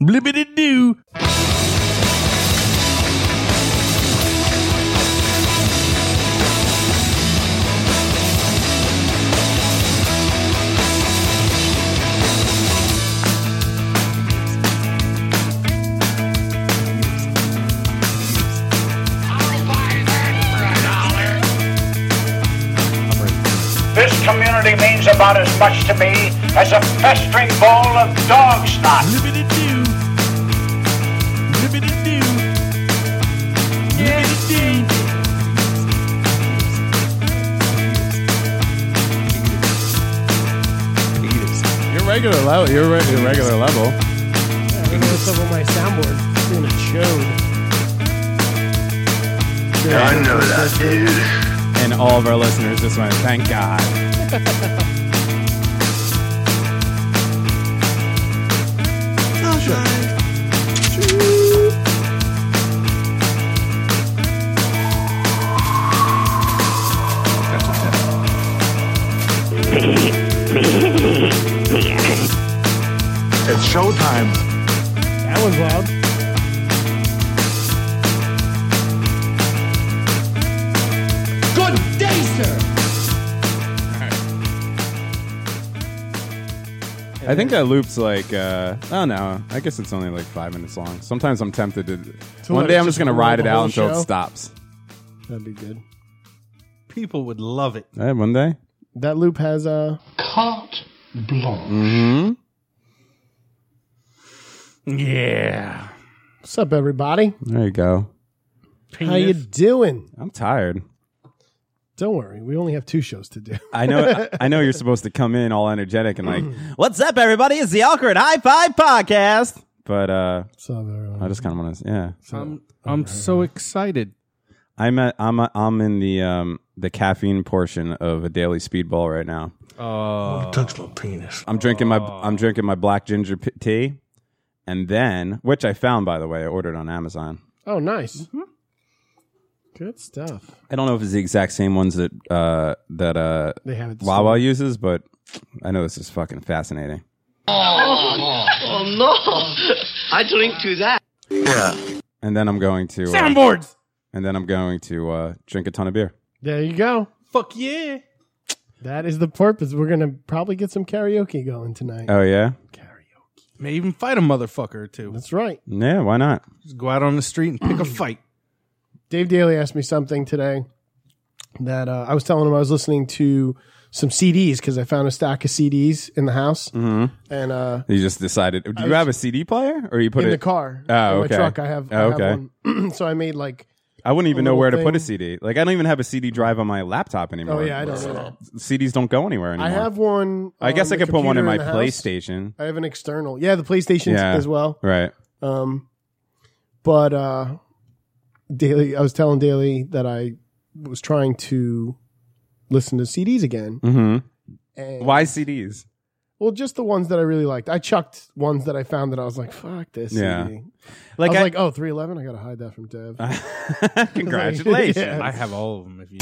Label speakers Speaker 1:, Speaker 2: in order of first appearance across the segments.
Speaker 1: blibbity doo.
Speaker 2: This community means about as much to me as a festering bowl of dog snot.
Speaker 1: Blibbity doo. Blibbity doo. Blibbity doo.
Speaker 3: Your regular level. Your, re- your regular level.
Speaker 4: I don't know what's up with my soundboard. Doing a show.
Speaker 5: I know that, dude.
Speaker 3: And all of our listeners just went, thank God.
Speaker 5: It's showtime.
Speaker 4: That was loud.
Speaker 3: I think that loop's like, uh, I don't know. I guess it's only like five minutes long. Sometimes I'm tempted to. one
Speaker 4: let
Speaker 3: day
Speaker 4: it
Speaker 3: I'm
Speaker 4: just
Speaker 3: just going to
Speaker 4: roll
Speaker 3: ride
Speaker 4: the
Speaker 3: it out
Speaker 4: whole
Speaker 3: until
Speaker 4: show?
Speaker 3: it stops.
Speaker 4: That'd be good.
Speaker 1: People would love it.
Speaker 3: All right, one day.
Speaker 4: That loop has uh
Speaker 1: Yeah.
Speaker 4: What's up, everybody?
Speaker 3: There you go.
Speaker 4: How you doing?
Speaker 3: I'm tired.
Speaker 4: Don't worry, we only have two shows to do.
Speaker 3: I know. I know you're supposed to come in all energetic and like, "What's up, everybody? It's the Awkward High Five Podcast." But uh,
Speaker 4: What's up, everyone?
Speaker 3: I just kind of want to, yeah.
Speaker 1: I'm, I'm so excited.
Speaker 3: I'm at, I'm i I'm in the um the caffeine portion of a daily speedball right now.
Speaker 5: Touch my penis.
Speaker 3: I'm drinking my
Speaker 4: Oh.
Speaker 3: I'm drinking my black ginger p- tea, and then which I found by the way I ordered on Amazon.
Speaker 4: Oh, nice. Good stuff.
Speaker 3: I don't know if it's the exact same ones that uh that uh
Speaker 4: They have it.
Speaker 3: Wawa uses, but I know this is fucking fascinating.
Speaker 6: Oh no! I drink to that.
Speaker 3: And then I'm going to uh,
Speaker 1: Soundboards.
Speaker 3: and then I'm going to uh drink a ton of beer.
Speaker 4: There you go.
Speaker 1: Fuck yeah.
Speaker 4: That is the purpose. We're gonna probably get some karaoke going tonight.
Speaker 3: Oh yeah,
Speaker 1: May even fight a motherfucker or two.
Speaker 4: That's right.
Speaker 3: yeah. Why not?
Speaker 1: Just go out on the street and pick a fight.
Speaker 4: Dave Daly asked me something today that uh, I was telling him I was listening to some CDs because I found a stack of CDs in the house,
Speaker 3: Mm-hmm.
Speaker 4: and uh,
Speaker 3: You just decided. Do you have a CD player or you put
Speaker 4: in the
Speaker 3: it?
Speaker 4: car,
Speaker 3: Oh,
Speaker 4: in my
Speaker 3: okay.
Speaker 4: truck, I have, I
Speaker 3: Oh,
Speaker 4: have
Speaker 3: okay.
Speaker 4: one. so I made like,
Speaker 3: I wouldn't even
Speaker 4: a
Speaker 3: know
Speaker 4: little
Speaker 3: where to put
Speaker 4: thing.
Speaker 3: a CD. Like I don't even have a CD drive on my laptop
Speaker 4: oh
Speaker 3: anymore.
Speaker 4: yeah, I don't know. That.
Speaker 3: CDs don't go anywhere anymore.
Speaker 4: I have one.
Speaker 3: I guess
Speaker 4: on
Speaker 3: I
Speaker 4: the
Speaker 3: could put one in
Speaker 4: computer
Speaker 3: my
Speaker 4: the house.
Speaker 3: PlayStation.
Speaker 4: I have an external, yeah, the PlayStation
Speaker 3: Yeah.
Speaker 4: as well.
Speaker 3: Right.
Speaker 4: Um, but uh, daily, I was telling Daily that I was trying to listen to CDs again.
Speaker 3: Mm-hmm.
Speaker 4: And
Speaker 3: Why CDs?
Speaker 4: Well, just the ones that I really liked. I chucked ones that I found that I was like, "Fuck this."
Speaker 3: Yeah.
Speaker 4: CD.
Speaker 3: Like,
Speaker 4: I was like, "Oh, 311, I gotta hide that from Dev."
Speaker 3: congratulations.
Speaker 4: Yeah.
Speaker 1: I have all of them if you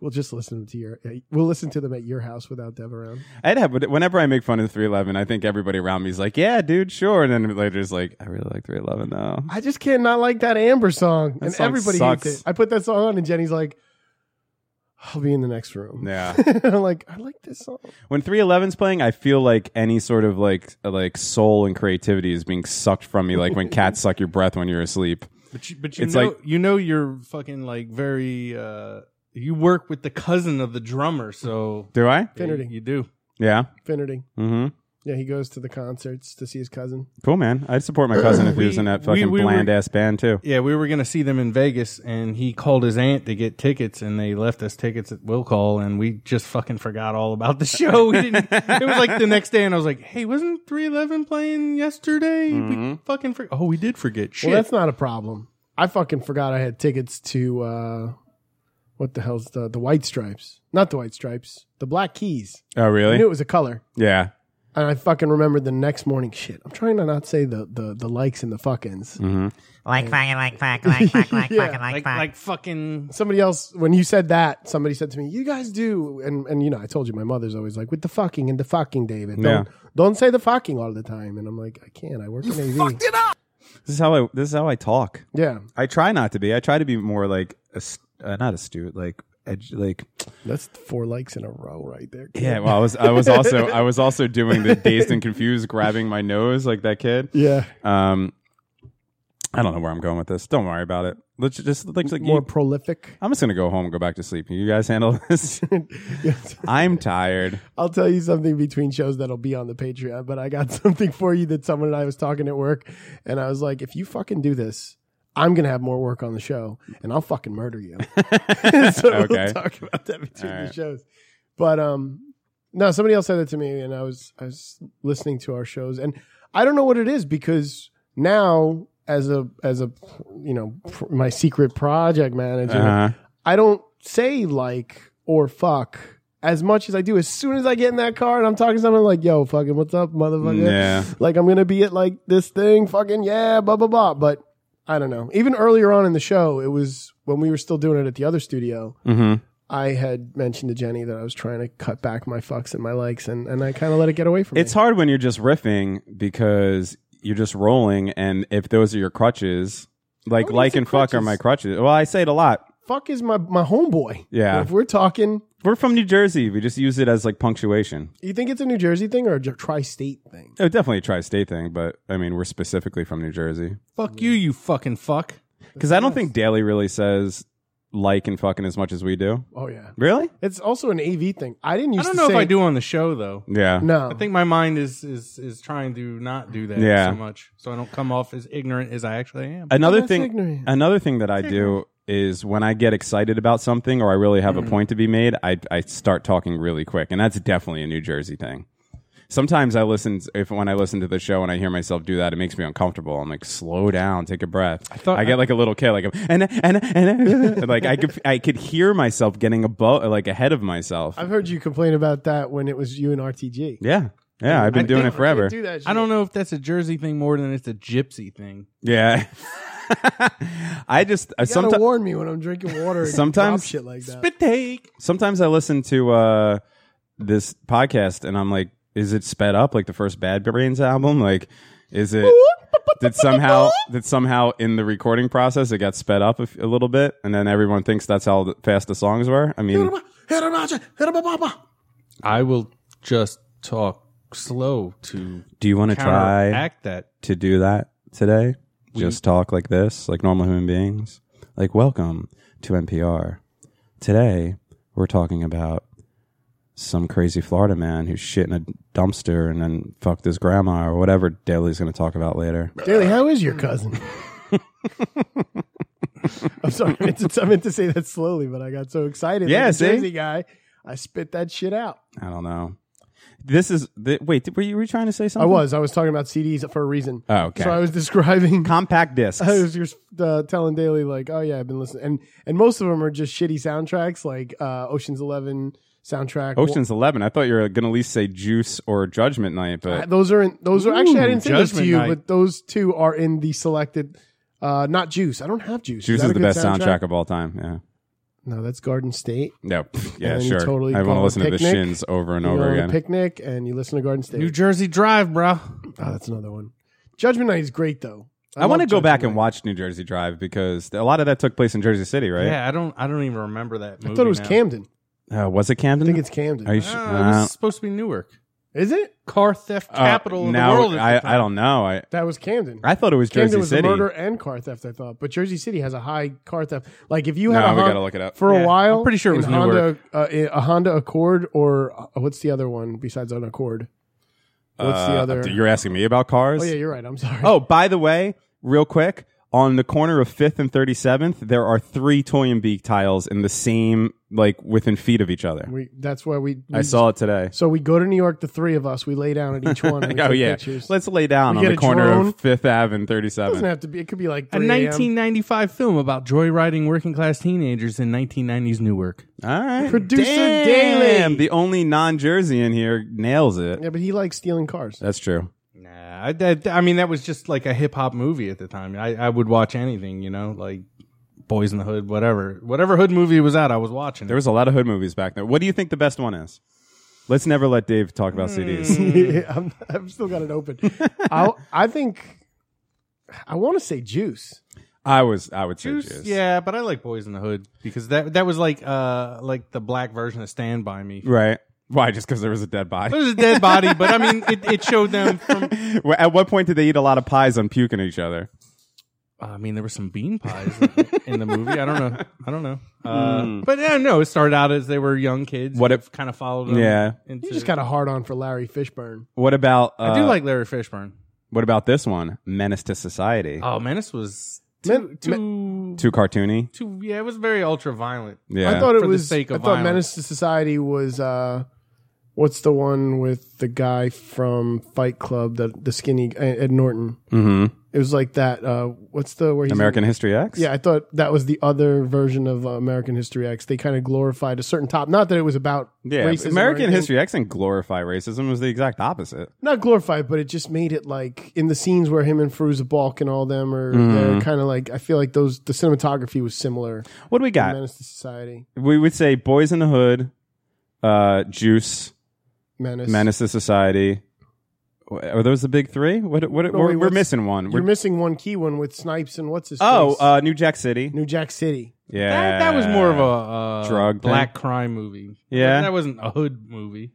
Speaker 4: we'll just listen to your. uh, We'll listen to them at your house without Dev around.
Speaker 3: I'd have whenever I make fun of 311, I think everybody around me is like, "Yeah, dude, sure." And then later it's like, "I really like 311 though."
Speaker 4: I just can't not like that Amber song,
Speaker 3: That
Speaker 4: and
Speaker 3: song
Speaker 4: everybody
Speaker 3: sucks.
Speaker 4: hates it. I put that song on, and Jenny's like, "I'll be in the next room."
Speaker 3: Yeah.
Speaker 4: I'm like, I like this song.
Speaker 3: When 311's playing, I feel like any sort of like like soul and creativity is being sucked from me, like when cats suck your breath when you're asleep.
Speaker 1: But you, but you
Speaker 3: It's
Speaker 1: know,
Speaker 3: like-
Speaker 1: you know, you're fucking like very. uh You work with the cousin of the drummer, so
Speaker 3: Do I?
Speaker 1: Yeah, you,
Speaker 4: Finnerty.
Speaker 1: you do.
Speaker 3: Yeah.
Speaker 4: Finnerty.
Speaker 3: Mm-hmm.
Speaker 4: Yeah, he goes to the concerts to see his cousin.
Speaker 3: Cool, man. I'd support my cousin if he was in that
Speaker 1: We-
Speaker 3: fucking
Speaker 1: we- we were-
Speaker 3: bland ass band too.
Speaker 1: Yeah, we were gonna see them in Vegas, and he called his aunt to get tickets, and they left us tickets at will call, and we just fucking forgot all about the show. We didn't. it was like the next day, and I was like, "Hey, wasn't three eleven playing yesterday? We fucking for- oh, we did forget shit."
Speaker 4: Well, that's not a problem. I fucking forgot I had tickets to uh, what the hell's the the White Stripes? Not the White Stripes. The Black Keys.
Speaker 3: Oh,
Speaker 4: I
Speaker 3: really?
Speaker 4: knew it was a color.
Speaker 3: Yeah.
Speaker 4: And I fucking remembered the next morning. Shit, I'm trying to not say the the, the likes and the fuckins.
Speaker 3: Mm.
Speaker 7: Like fucking like fuck like fuck like
Speaker 4: Mm. Yeah,
Speaker 7: fucking like
Speaker 1: Like,
Speaker 7: fuck.
Speaker 1: like fucking.
Speaker 4: Somebody else, when you said that, somebody said to me, "You guys do." And and you know, I told you my mother's always like with the fucking and the fucking, David. Don't
Speaker 3: Yeah.
Speaker 4: don't say the fucking all the time. And I'm like, I can't. I work in AV.
Speaker 3: This is how I. This is how I talk.
Speaker 4: Yeah,
Speaker 3: I try not to be. I try to be more like ast- uh, not astute, like edge, like
Speaker 4: that's four likes in a row right there. kid.
Speaker 3: yeah. Well, I was I was also I was also doing the dazed and confused, grabbing my nose like that kid.
Speaker 4: yeah.
Speaker 3: Um, I don't know where I'm going with this. Don't worry about it. Let's just like, like
Speaker 4: More
Speaker 3: you-
Speaker 4: prolific.
Speaker 3: I'm just gonna go home and go back to sleep. You guys handle this.
Speaker 4: Yes.
Speaker 3: I'm tired.
Speaker 4: I'll tell you something between shows that'll be on the Patreon, but I got something for you that someone and I was talking at work, and I was like, if you fucking do this, I'm gonna have more work on the show, and I'll fucking murder you. so
Speaker 3: Okay.
Speaker 4: we'll talk about that between
Speaker 3: All
Speaker 4: the
Speaker 3: right.
Speaker 4: shows. But um, no, somebody else said that to me, and I was I was listening to our shows, and I don't know what it is because now as a as a you know pr- my secret project manager,
Speaker 3: Uh-huh.
Speaker 4: I don't say like or fuck as much as I do. As soon as I get in that car and I'm talking to someone like, yo, fucking, what's up, motherfucker?
Speaker 3: Yeah.
Speaker 4: Like, I'm going to be at like this thing, fucking, yeah, blah, blah, blah. But I don't know. Even earlier on in the show, it was when we were still doing it at the other studio.
Speaker 3: Mm-hmm.
Speaker 4: I had mentioned to Jenny that I was trying to cut back my fucks and my likes, and, and I kind of let it get away from
Speaker 3: It's
Speaker 4: me.
Speaker 3: hard when you're just riffing because you're just rolling, and if those are your crutches, like
Speaker 4: Nobody
Speaker 3: like
Speaker 4: said
Speaker 3: and fuck are
Speaker 4: crutches.
Speaker 3: my crutches. Well, I say it a lot.
Speaker 4: Fuck is my, my homeboy.
Speaker 3: Yeah.
Speaker 4: If we're talking,
Speaker 3: We're from New Jersey. We just use it as like punctuation.
Speaker 4: you think it's a New Jersey thing or a tri state thing?
Speaker 3: It definitely a tri-state thing, but I mean, we're specifically from New Jersey
Speaker 1: Fuck you, you fucking fuck.
Speaker 3: because I don't think Daly really says like and fucking as much as we do.
Speaker 4: Oh, yeah.
Speaker 3: Really?
Speaker 4: It's also an AV thing. I didn't
Speaker 1: I
Speaker 4: used
Speaker 1: don't
Speaker 4: to
Speaker 1: know if
Speaker 4: say-
Speaker 1: I do on the show though.
Speaker 3: Yeah.
Speaker 4: No.
Speaker 1: I think my mind is is is trying to not do that
Speaker 3: Yeah.
Speaker 1: so much, so I don't come off as ignorant as I actually am.
Speaker 3: Another
Speaker 4: That's
Speaker 3: thing.
Speaker 4: ignorant.
Speaker 3: Another thing that I do is when I get excited about something or I really have a point to be made, I I start talking really quick, and that's definitely a New Jersey thing. Sometimes I listen if when I listen to the show and I hear myself do that, it makes me uncomfortable. I'm like, slow down, take a breath. I,
Speaker 1: thought-
Speaker 3: get like a little kid, like and and and like I could I could hear myself getting above like ahead of myself.
Speaker 4: I've heard you complain about that when it was you and RTG.
Speaker 3: yeah, yeah, I've been
Speaker 1: I
Speaker 3: doing it
Speaker 1: think-
Speaker 3: forever.
Speaker 4: Do that shit.
Speaker 1: I don't know if that's a Jersey thing more than it's a Gypsy thing.
Speaker 3: Yeah, I just
Speaker 4: You gotta
Speaker 3: sometimes
Speaker 4: warn me when I'm drinking water. and
Speaker 3: Sometimes-
Speaker 4: drop shit like that.
Speaker 1: Spit take.
Speaker 3: sometimes I listen to uh, this podcast and I'm like, is it sped up like the first Bad Brains album? Like, is it did somehow did somehow in the recording process it got sped up a, f- a little bit, and then everyone thinks that's how th- fast the songs were? I mean,
Speaker 1: I will just talk slow to
Speaker 3: do you want to try
Speaker 1: counteract that.
Speaker 3: to do that today? Just talk like this, like normal human beings. Like, welcome to NPR. Today we're talking about some crazy Florida man who shit in a dumpster and then fucked his grandma or whatever Daly's going to talk about later.
Speaker 4: Daly, how is your cousin? I'm sorry. I meant, to, I meant to say that slowly, but I got so excited.
Speaker 3: Yeah,
Speaker 4: like a
Speaker 3: see?
Speaker 4: Jersey guy. I spit that shit out.
Speaker 3: I don't know. This is the, wait. Were you, were you trying to say
Speaker 4: I
Speaker 3: something?
Speaker 4: was. I was talking about CDs for a reason.
Speaker 3: Mm-hmm. Oh, okay.
Speaker 4: So I was describing.
Speaker 3: compact discs.
Speaker 4: I was just uh, telling Daly like, oh yeah, I've been listening, and and most of them are just shitty soundtracks, like uh, Ocean's Eleven soundtrack.
Speaker 3: Ocean's Eleven. I thought you were going to at least say Juice or Judgment Night,
Speaker 4: Uh,
Speaker 3: but
Speaker 4: those are in those are actually I
Speaker 1: Ooh,
Speaker 4: didn't send those to
Speaker 1: Judgment
Speaker 4: you,
Speaker 1: Night.
Speaker 4: but those two are in the selected. Uh, not Juice. I don't have Juice.
Speaker 3: Juice
Speaker 4: that
Speaker 3: is
Speaker 4: a
Speaker 3: the
Speaker 4: good
Speaker 3: best soundtrack? of all time. Yeah.
Speaker 4: No, that's Garden State.
Speaker 3: No. Yeah.
Speaker 4: And you
Speaker 3: Sure.
Speaker 4: totally
Speaker 3: I
Speaker 4: go
Speaker 3: want
Speaker 4: on
Speaker 3: to
Speaker 4: a
Speaker 3: listen to the
Speaker 4: picnic,
Speaker 3: Shins over and
Speaker 4: you go
Speaker 3: over
Speaker 4: on
Speaker 3: again.
Speaker 4: a picnic and you listen to Garden State.
Speaker 1: New Jersey Drive, bruh.
Speaker 4: oh, that's another one. Judgment Night is great though.
Speaker 3: I, want to
Speaker 4: love
Speaker 3: go back
Speaker 4: Judgment
Speaker 3: and
Speaker 4: Night.
Speaker 3: watch New Jersey Drive because a lot of that took place in Jersey City, right?
Speaker 1: Yeah, I don't. I don't even remember that. Movie
Speaker 4: I thought it was
Speaker 1: now.
Speaker 4: Camden.
Speaker 3: Uh, was it Camden?
Speaker 4: I think it's Camden.
Speaker 3: Are you
Speaker 1: Uh,
Speaker 3: su-
Speaker 1: it
Speaker 3: uh,
Speaker 1: was supposed to be Newark,
Speaker 4: is it?
Speaker 1: car theft
Speaker 3: uh,
Speaker 1: capital of the
Speaker 3: now,
Speaker 1: world. at the
Speaker 3: I,
Speaker 1: time.
Speaker 3: I don't know. I
Speaker 4: That was Camden.
Speaker 3: I thought it was
Speaker 4: Camden
Speaker 3: Jersey
Speaker 4: was
Speaker 3: City.
Speaker 4: a murder and car theft. I thought, but Jersey City has a high car theft. Like if you
Speaker 3: No,
Speaker 4: had a
Speaker 3: we
Speaker 4: Hon-
Speaker 3: gotta look it up.
Speaker 4: for
Speaker 1: Yeah,
Speaker 4: a
Speaker 1: I'm
Speaker 4: while.
Speaker 1: pretty sure it
Speaker 4: an
Speaker 1: was
Speaker 4: Honda,
Speaker 1: Newark.
Speaker 4: uh, a Honda Accord or uh, what's the other one besides an Accord? What's the
Speaker 3: Uh,
Speaker 4: other?
Speaker 3: You're asking me about cars?
Speaker 4: Oh yeah, you're right. I'm sorry.
Speaker 3: Oh, by the way, real quick, on the corner of Fifth and Thirty Seventh, there are three Toy and Beak tiles in the same like within feet of each other.
Speaker 4: We that's why we, we
Speaker 3: I saw it today.
Speaker 4: So we go to New York, the three of us. We lay down at each one. And we
Speaker 3: oh
Speaker 4: take
Speaker 3: yeah,
Speaker 4: pictures.
Speaker 3: let's lay down
Speaker 4: We
Speaker 3: on
Speaker 4: get
Speaker 3: the
Speaker 4: a
Speaker 3: corner
Speaker 4: drone.
Speaker 3: of Fifth Ave and Thirty
Speaker 4: it doesn't
Speaker 3: Seven.
Speaker 4: have to be. It could be like
Speaker 1: A
Speaker 4: 3 a.m.
Speaker 1: 1995 film about joyriding working class teenagers in 1990s Newark.
Speaker 3: All right,
Speaker 4: Producer
Speaker 3: Damn,
Speaker 4: Daly.
Speaker 3: the only non-Jersey in here nails it.
Speaker 4: Yeah, but he likes stealing cars.
Speaker 3: That's true.
Speaker 1: Nah, I, that, I mean that was just like a hip hop movie at the time. I, I would watch anything, you know, like Boys in the Hood, whatever, whatever hood movie was out, I was watching.
Speaker 3: There was a lot of hood movies back then. What do you think the best one is? Let's never let Dave talk
Speaker 4: Hmm.
Speaker 3: about CDs.
Speaker 4: I'm, I've still got it open. I I think I want to say Juice.
Speaker 3: I was, I would
Speaker 1: Juice,
Speaker 3: say Juice.
Speaker 1: yeah, but I like Boys in the Hood because that that was like uh like the black version of Stand by Me.
Speaker 3: right. Why? Just because there was a dead
Speaker 1: It
Speaker 3: body.
Speaker 1: was a dead body, but I mean it, it showed them. From, uh,
Speaker 3: Well, At what point did they eat a lot of pies and puke in each other?
Speaker 1: I mean there were some bean pies in the movie. I don't know. I don't know. Uh, But yeah, no, it started out as they were young kids.
Speaker 3: Hmm. What if-
Speaker 1: kind of followed? Them
Speaker 3: Yeah.
Speaker 1: into,
Speaker 4: You just got a hard on for Larry Fishburne.
Speaker 3: What about? Uh,
Speaker 1: I do like Larry Fishburne.
Speaker 3: What about this one? Menace to Society.
Speaker 4: Uh,
Speaker 1: Oh man, this was
Speaker 4: Men-
Speaker 1: too
Speaker 3: Too cartoony.
Speaker 1: too yeah, it was very ultra violent.
Speaker 3: Yeah.
Speaker 4: I thought
Speaker 1: For
Speaker 4: it
Speaker 1: the
Speaker 4: was.
Speaker 1: sake of
Speaker 4: I thought
Speaker 1: violence.
Speaker 4: Menace to Society was. uh What's the one with the guy from Fight Club, the the skinny uh, Ed Norton?
Speaker 3: Mhm.
Speaker 4: It was like that. Uh, what's the where he's
Speaker 3: American History X.
Speaker 4: Yeah, I thought that was the other version of uh, American History X. They kind of glorified a certain top. Not that it was about
Speaker 3: Yeah,
Speaker 4: racism or
Speaker 3: American
Speaker 4: anything.
Speaker 3: History X and glorify racism was the exact opposite.
Speaker 4: Not glorified, but it just made it like in the scenes where him and Fruza Balk and all them are
Speaker 3: Mm-hmm.
Speaker 4: they're kind of like I feel like those the cinematography was similar.
Speaker 3: What do we
Speaker 4: to
Speaker 3: got?
Speaker 4: Menace to Society,
Speaker 3: We would say Boys in the Hood, uh, Juice,
Speaker 4: Menace.
Speaker 3: Menace to Society. Are those the big three? What? What?
Speaker 4: No,
Speaker 3: we're,
Speaker 4: wait,
Speaker 3: we're
Speaker 4: what's-
Speaker 3: missing one.
Speaker 4: You're
Speaker 3: We're-
Speaker 4: missing one key one with Snipes and what's his
Speaker 3: oh,
Speaker 4: face?
Speaker 3: uh, New Jack City.
Speaker 4: New Jack City.
Speaker 3: yeah,
Speaker 1: That, that was more of a uh,
Speaker 3: Drug thing?
Speaker 1: black crime movie.
Speaker 3: Yeah.
Speaker 1: that wasn't a hood movie.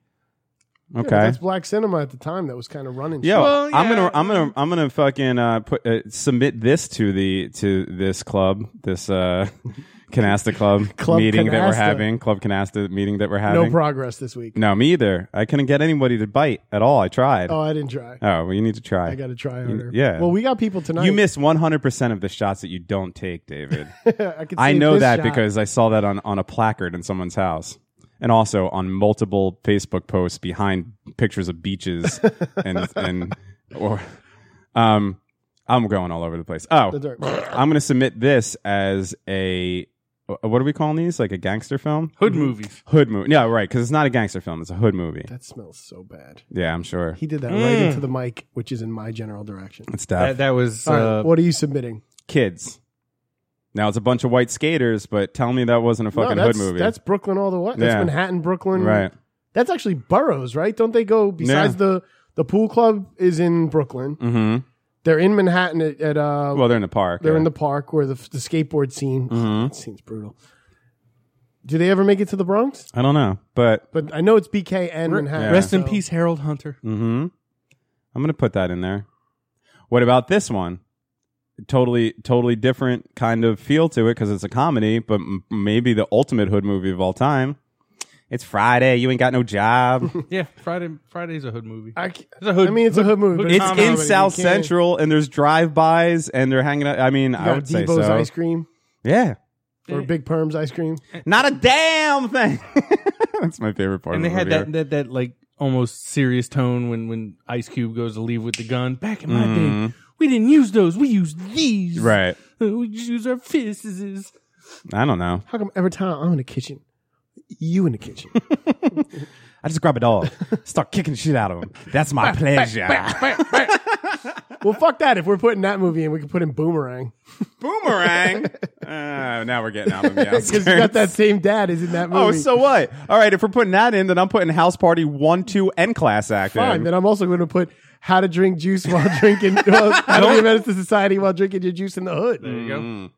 Speaker 4: Yeah, but
Speaker 3: okay.
Speaker 4: that's black cinema at the time that was kind of running.
Speaker 3: Yo,
Speaker 1: Well,
Speaker 3: I'm
Speaker 1: yeah.
Speaker 3: gonna, I'm gonna, I'm gonna fucking uh, put uh, submit this to the to this club, this uh, Canasta Club,
Speaker 4: Club
Speaker 3: meeting that we're
Speaker 4: Canasta.
Speaker 3: having, Club Canasta meeting that we're
Speaker 4: shit. no
Speaker 3: having.
Speaker 4: progress this week.
Speaker 3: No, me either. I couldn't get anybody to bite at all. I tried.
Speaker 4: Oh,
Speaker 3: Oh,
Speaker 4: I didn't try.
Speaker 3: well, you need to try.
Speaker 4: I got to try harder.
Speaker 3: yeah.
Speaker 4: Well, we got people tonight.
Speaker 3: You miss 100% of the shots that you don't take, David.
Speaker 4: I, could
Speaker 3: I
Speaker 4: see
Speaker 3: know
Speaker 4: this
Speaker 3: that
Speaker 4: shot.
Speaker 3: because I saw that on, on a placard in someone's house and also on multiple Facebook posts behind pictures of beaches and, and, or, um, I'm going all over the place. Oh,
Speaker 4: The dirt.
Speaker 3: I'm going to submit this as a, wh- what are we calling these? Like a gangster film?
Speaker 1: Hood movies.
Speaker 3: Hood movie. Yeah, right. Because it's not a gangster film. It's a hood movie.
Speaker 4: That smells so bad.
Speaker 3: Yeah, I'm sure.
Speaker 4: He did that right into the mic, which is in my general direction.
Speaker 3: Mm. It's tough.
Speaker 1: That, that was
Speaker 4: All right,
Speaker 1: uh,
Speaker 4: what are you submitting?
Speaker 3: kids. Now it's a bunch of white skaters, but tell me that wasn't a
Speaker 4: No,
Speaker 3: fucking
Speaker 4: that's,
Speaker 3: hood movie.
Speaker 4: That's Brooklyn all the way. That's
Speaker 3: Yeah.
Speaker 4: Manhattan, Brooklyn.
Speaker 3: right.
Speaker 4: That's actually boroughs, right? Don't they go besides
Speaker 3: Yeah.
Speaker 4: the the pool club is in Brooklyn.
Speaker 3: hmm
Speaker 4: They're in Manhattan at, at uh
Speaker 3: Well, they're in the park. yeah.
Speaker 4: they're
Speaker 3: Mm-hmm.
Speaker 4: in the park where the the skateboard scene that scene's brutal. Do they ever make it to the Bronx?
Speaker 3: I don't know, but
Speaker 4: But I know it's BK and Manhattan.
Speaker 1: Rest in
Speaker 4: so-
Speaker 1: peace, Harold Hunter.
Speaker 3: mhm. I'm gonna put that in there. What about this one? Totally, totally different kind of feel to it because it's a comedy, but m- maybe the ultimate hood movie of all time. It's Friday. You ain't got no job.
Speaker 1: Yeah, Friday Friday's a hood movie.
Speaker 4: I, c-
Speaker 1: It's a hood-
Speaker 4: I mean, it's a hood
Speaker 1: hood-
Speaker 4: movie. but
Speaker 3: it's
Speaker 4: not
Speaker 1: comedy,
Speaker 3: in
Speaker 4: comedy. You
Speaker 3: South
Speaker 4: can't-
Speaker 3: Central, and there's drive-bys, and they're hanging out. I mean,
Speaker 4: You
Speaker 3: I
Speaker 4: got
Speaker 3: would say
Speaker 4: Debo's
Speaker 3: so.
Speaker 4: ice cream
Speaker 3: Yeah,
Speaker 4: or Big Perm's ice cream.
Speaker 3: Not a damn thing. That's my favorite part.
Speaker 1: and
Speaker 3: of
Speaker 1: they
Speaker 3: the
Speaker 1: had
Speaker 3: movie.
Speaker 1: that, that that like almost serious tone when when Ice Cube goes to leave with the gun. Back in my day, we didn't use those. We used these.
Speaker 3: Right.
Speaker 1: Uh, We just use our fists.
Speaker 3: I don't know.
Speaker 4: How come every time I'm in the kitchen, you in the kitchen?
Speaker 3: I just grab a dog, start kicking shit out of him. That's my pleasure.
Speaker 4: well, fuck that. If we're putting that movie in, we can put in Boomerang
Speaker 3: Boomerang. Uh, now we're getting out of the
Speaker 4: because you got that same dad is in that movie.
Speaker 3: Oh, so what? All right, if we're putting that in, then I'm putting House Party 1, 2, and Class Act
Speaker 4: fine.
Speaker 3: in.
Speaker 4: Then I'm also going to put how to drink juice while drinking. Well, how to be a menace to society while drinking your juice in the hood.
Speaker 1: There you go.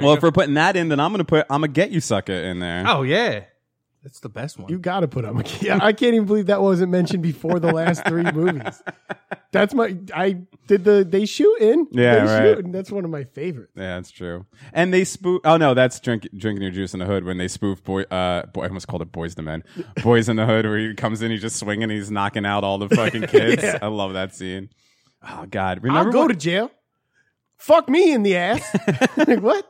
Speaker 3: well, if we're putting that in, then I'm going to put I'm going to Get You Sucker in there.
Speaker 1: Oh yeah, that's the best one.
Speaker 4: You got to put him. I can't even believe that wasn't mentioned before the last three movies. That's my. I did the. They shoot in.
Speaker 3: Yeah,
Speaker 4: they
Speaker 3: right.
Speaker 4: Shoot, and that's one of my favorites.
Speaker 3: Yeah, that's true. And they spoof. Oh no, that's drink drinking your juice in the hood when they spoof boy. Uh, boy, I almost called it Boys to Men. Boys in the Hood, where he comes in, he's just swinging, he's knocking out all the fucking kids. I love that scene. Oh God, remember?
Speaker 4: I'll go
Speaker 3: when-
Speaker 4: to jail. Fuck me in the ass. like what?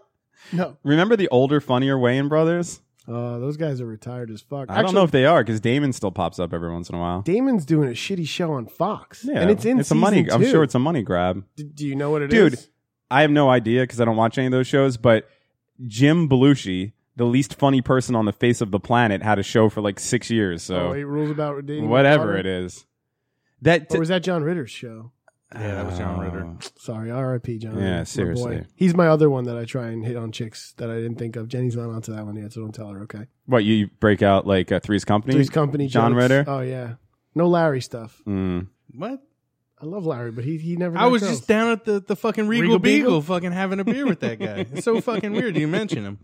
Speaker 4: No.
Speaker 3: remember the older, funnier Wayne brothers.
Speaker 4: Uh, those guys are retired as fuck.
Speaker 3: I don't know if they are because Damon still pops up every once in a while.
Speaker 4: Damon's doing a shitty show on Fox.
Speaker 3: Yeah,
Speaker 4: and it's in
Speaker 3: a money.
Speaker 4: season
Speaker 3: I'm
Speaker 4: two.
Speaker 3: sure it's a money grab.
Speaker 4: D- do you know what it is,
Speaker 3: Dude, I have no idea because I don't watch any of those shows, but Jim Belushi, the least funny person on the face of the planet, had a show for like six years.
Speaker 4: Oh,
Speaker 3: So
Speaker 4: eight rules about dating.
Speaker 3: whatever it is. That
Speaker 4: Or was that John Ritter's show?
Speaker 1: Yeah, Ah, that was John Ritter.
Speaker 4: Sorry, R.I.P. John.
Speaker 3: Yeah,
Speaker 4: Ritter, my
Speaker 3: seriously.
Speaker 4: boy. He's my other one that I try and hit on chicks that I didn't think of. Jenny's not onto that one yet, so don't tell her. Okay.
Speaker 3: What you break out like uh, Three's Company?
Speaker 4: Three's Company.
Speaker 3: John
Speaker 4: jokes.
Speaker 3: Ritter.
Speaker 4: Oh yeah. No Larry stuff.
Speaker 3: Mm.
Speaker 1: What?
Speaker 4: I love Larry, but he he never.
Speaker 1: I was
Speaker 4: does
Speaker 1: just
Speaker 4: jokes.
Speaker 1: down at the, the fucking Regal,
Speaker 4: Regal
Speaker 1: Beagle,
Speaker 4: Beagle?
Speaker 1: fucking having a beer with that guy. It's so fucking weird you mention him.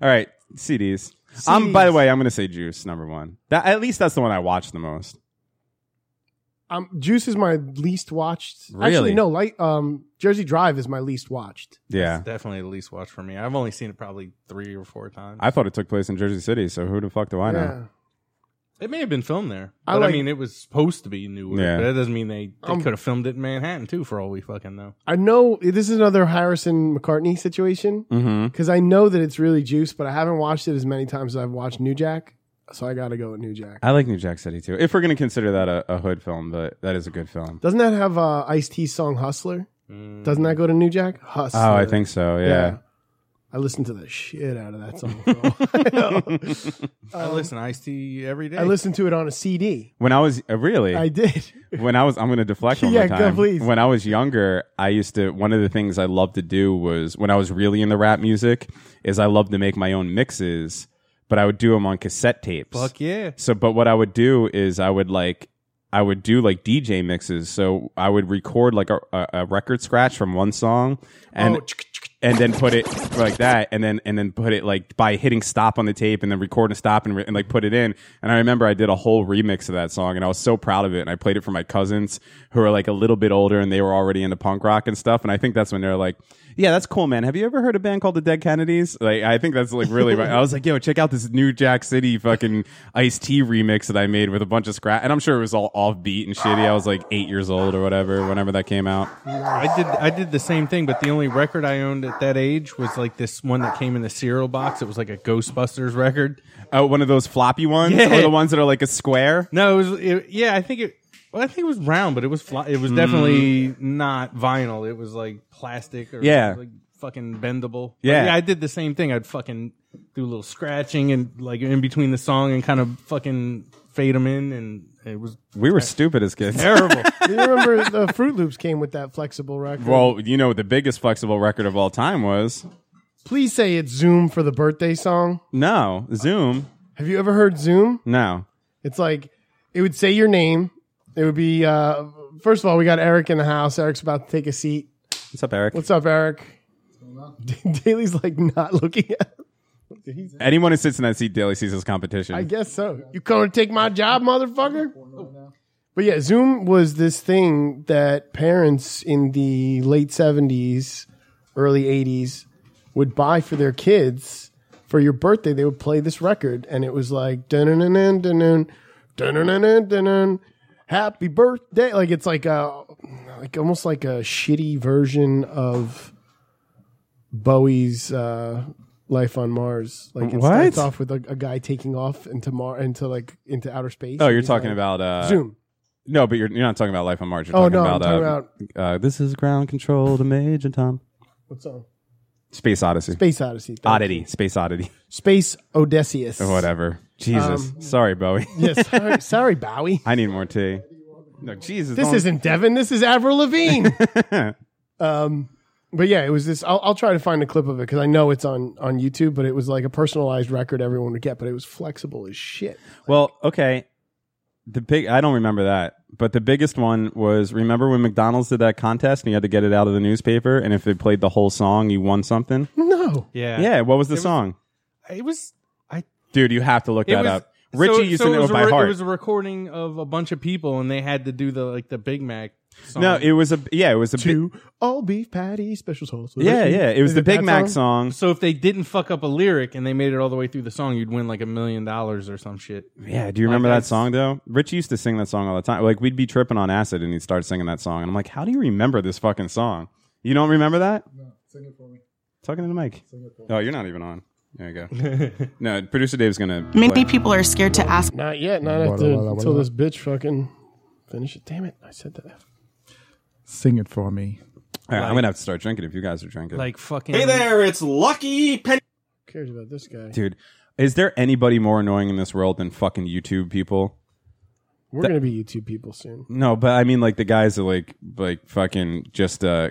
Speaker 3: All right, CDs. Um, by the way, I'm gonna say Juice number one. That at least that's the one I watch the most.
Speaker 4: um, Juice is my least watched.
Speaker 3: Really?
Speaker 4: Actually, no. Light. Um, Jersey Drive is my least watched.
Speaker 3: Yeah,
Speaker 1: Definitely the least watch for me. I've only seen it probably three or four times.
Speaker 3: I thought it took place in Jersey City, so who the fuck do I know?
Speaker 4: Yeah.
Speaker 1: it may have been filmed there.
Speaker 4: I
Speaker 1: But I,
Speaker 4: like-
Speaker 1: mean, it was supposed to be Newark.
Speaker 3: Yeah.
Speaker 1: But that doesn't mean they, they
Speaker 4: Um,
Speaker 1: could have filmed it in Manhattan, too, for all we fucking know.
Speaker 4: I know this is another Harrison McCartney situation
Speaker 3: Mm-hmm.
Speaker 4: because I know that it's really Juice, but I haven't watched it as many times as I've watched New Jack, so I got to go with New Jack.
Speaker 3: I like New Jack City too. If we're gonna consider that a, a hood film, but that is a good film.
Speaker 4: Doesn't that have uh, Ice T's song "Hustler"? Doesn't that go to New Jack? Hustler.
Speaker 3: Oh, I think so. Yeah.
Speaker 4: I listened to the shit out of that song. bro.
Speaker 1: I listen to Ice T every day.
Speaker 4: um, I listened to it on a CD.
Speaker 3: When I was uh, really,
Speaker 4: I did.
Speaker 3: when I was, I'm gonna deflect one more
Speaker 4: Yeah, go,
Speaker 3: time.
Speaker 4: please.
Speaker 3: When I was younger, I used to. One of the things I loved to do was when I was really into rap music, is I loved to make my own mixes, but I would do them on cassette tapes.
Speaker 1: Fuck yeah.
Speaker 3: So, but what I would do is I would like I would do like DJ mixes. So I would record like a, a, a record scratch from one song, and
Speaker 4: Oh,
Speaker 3: and then put it like that, and then and then put it like by hitting stop on the tape, and then record and stop and, re- and like put it in. And I remember I did a whole remix of that song, and I was so proud of it. And I played it for my cousins who are like a little bit older, and they were already into punk rock and stuff. And I think that's when they're like. Yeah, that's cool, man. Have you ever heard a band called the Dead Kennedys? Like, I think that's like really right. I was like, yo, check out this new Jack City fucking Ice Tea remix that I made with a bunch of scratch. And I'm sure it was all offbeat and shitty. I was like eight years old or whatever, whenever that came out.
Speaker 1: I did I did the same thing, but the only record I owned at that age was like this one that came in the cereal box. It was like a Ghostbusters record.
Speaker 3: Oh, one of those floppy ones,
Speaker 1: Yeah.
Speaker 3: or the ones that are like a square.
Speaker 1: No, it was it, yeah. I think it. Well, I think it was round, but it was fly, it was definitely not vinyl. It was like plastic or
Speaker 3: Mm. Yeah.
Speaker 1: like fucking bendable. But
Speaker 3: Yeah.
Speaker 1: yeah. I did the same thing. I'd fucking do a little scratching and like in between the song and kind of fucking fade them in, and it was
Speaker 3: We were stupid as kids.
Speaker 1: terrible.
Speaker 4: Do you remember the Fruit Loops came with that flexible record?
Speaker 3: Well, you know what the biggest flexible record of all time was?
Speaker 4: please say it's Zoom for the birthday song.
Speaker 3: No, Zoom.
Speaker 4: Have you ever heard Zoom?
Speaker 3: No.
Speaker 4: It's like it would say your name. It would be uh, first of all, we got Eric in the house. Eric's about to take a seat.
Speaker 3: What's up, Eric?
Speaker 4: What's up, Eric? Daly's like not looking at.
Speaker 3: Anyone who sits in that seat daily sees this competition.
Speaker 4: I guess so. You coming to take my job, motherfucker? But yeah, Zoom was this thing that parents in the late 70s, early 80s would buy for their kids for your birthday. They would play this record, and it was like, dun dun dun dun dun dun dun dun happy birthday. Like, it's like a, like almost like a shitty version of Bowie's, uh, Life on Mars, like it
Speaker 3: What?
Speaker 4: starts off with a, a guy taking off into Mar into like into outer space.
Speaker 3: oh,
Speaker 4: and
Speaker 3: you're
Speaker 4: he's
Speaker 3: talking
Speaker 4: like-
Speaker 3: about uh,
Speaker 4: Zoom.
Speaker 3: No, but you're, you're not talking about Life on Mars. You're
Speaker 4: Oh,
Speaker 3: talking
Speaker 4: no, I'm
Speaker 3: about,
Speaker 4: talking
Speaker 3: uh, uh, this is ground control to Major Tom.
Speaker 4: What song?
Speaker 3: Space Odyssey. Oh,
Speaker 4: Space Odyssey. thank
Speaker 3: Oddity.
Speaker 4: you.
Speaker 3: Space Oddity.
Speaker 4: Space Odysseus.
Speaker 3: Or whatever. Jesus. Sorry, Bowie.
Speaker 4: Yes. Sorry, sorry, Bowie.
Speaker 3: I need more tea. No, Jesus.
Speaker 4: This
Speaker 3: don't-
Speaker 4: isn't Devin. This is Avril Lavigne. um, but yeah, it was this. I'll, I'll try to find a clip of it because I know it's on on YouTube. But it was like a personalized record everyone would get, but it was flexible as shit.
Speaker 3: Well, okay. The big. I don't remember that. But the biggest one was remember when McDonald's did that contest and you had to get it out of the newspaper and if they played the whole song you won something.
Speaker 4: No,
Speaker 1: Yeah,
Speaker 3: Yeah. What was the song?
Speaker 1: It was
Speaker 3: Dude, you have to look
Speaker 1: it
Speaker 3: that
Speaker 1: was.
Speaker 3: up. Richie
Speaker 1: so-
Speaker 3: used
Speaker 1: so
Speaker 3: to
Speaker 1: it
Speaker 3: know
Speaker 1: was
Speaker 3: it
Speaker 1: a
Speaker 3: by
Speaker 1: re-
Speaker 3: heart.
Speaker 1: It was a recording of a bunch of people, and they had to do the like the Big Mac. Song.
Speaker 3: no, it was a yeah, it was a bi-
Speaker 4: two all beef patty special sauce.
Speaker 3: yeah, yeah. It was
Speaker 4: Is
Speaker 3: the Big
Speaker 4: that
Speaker 3: Mac song.
Speaker 1: So if they didn't fuck up a lyric and they made it all the way through the song, you'd win like a million dollars or some shit.
Speaker 3: Yeah, do you remember
Speaker 1: Like,
Speaker 3: that song though? Rich used to sing that song all the time. Like we'd be tripping on acid and he'd start singing that song, and I'm like, "How do you remember this fucking song? You don't remember that?" No, sing it for me. Talking to the mic. Oh, you're not even on. There you go. no, producer Dave's gonna.
Speaker 8: Many
Speaker 3: play-
Speaker 8: people are scared to ask
Speaker 4: Not yet. Not after until this bitch fucking finish it. Damn it! I said that.
Speaker 9: Sing it for me.
Speaker 3: All right, I'm gonna have to start drinking if you guys are drinking.
Speaker 1: Like fucking.
Speaker 10: Hey there, it's Lucky Penny.
Speaker 4: Who cares about this guy?
Speaker 3: dude, is there anybody more annoying in this world than fucking YouTube people?
Speaker 4: We're gonna be YouTube people soon.
Speaker 3: No, but I mean like the guys that like like fucking just uh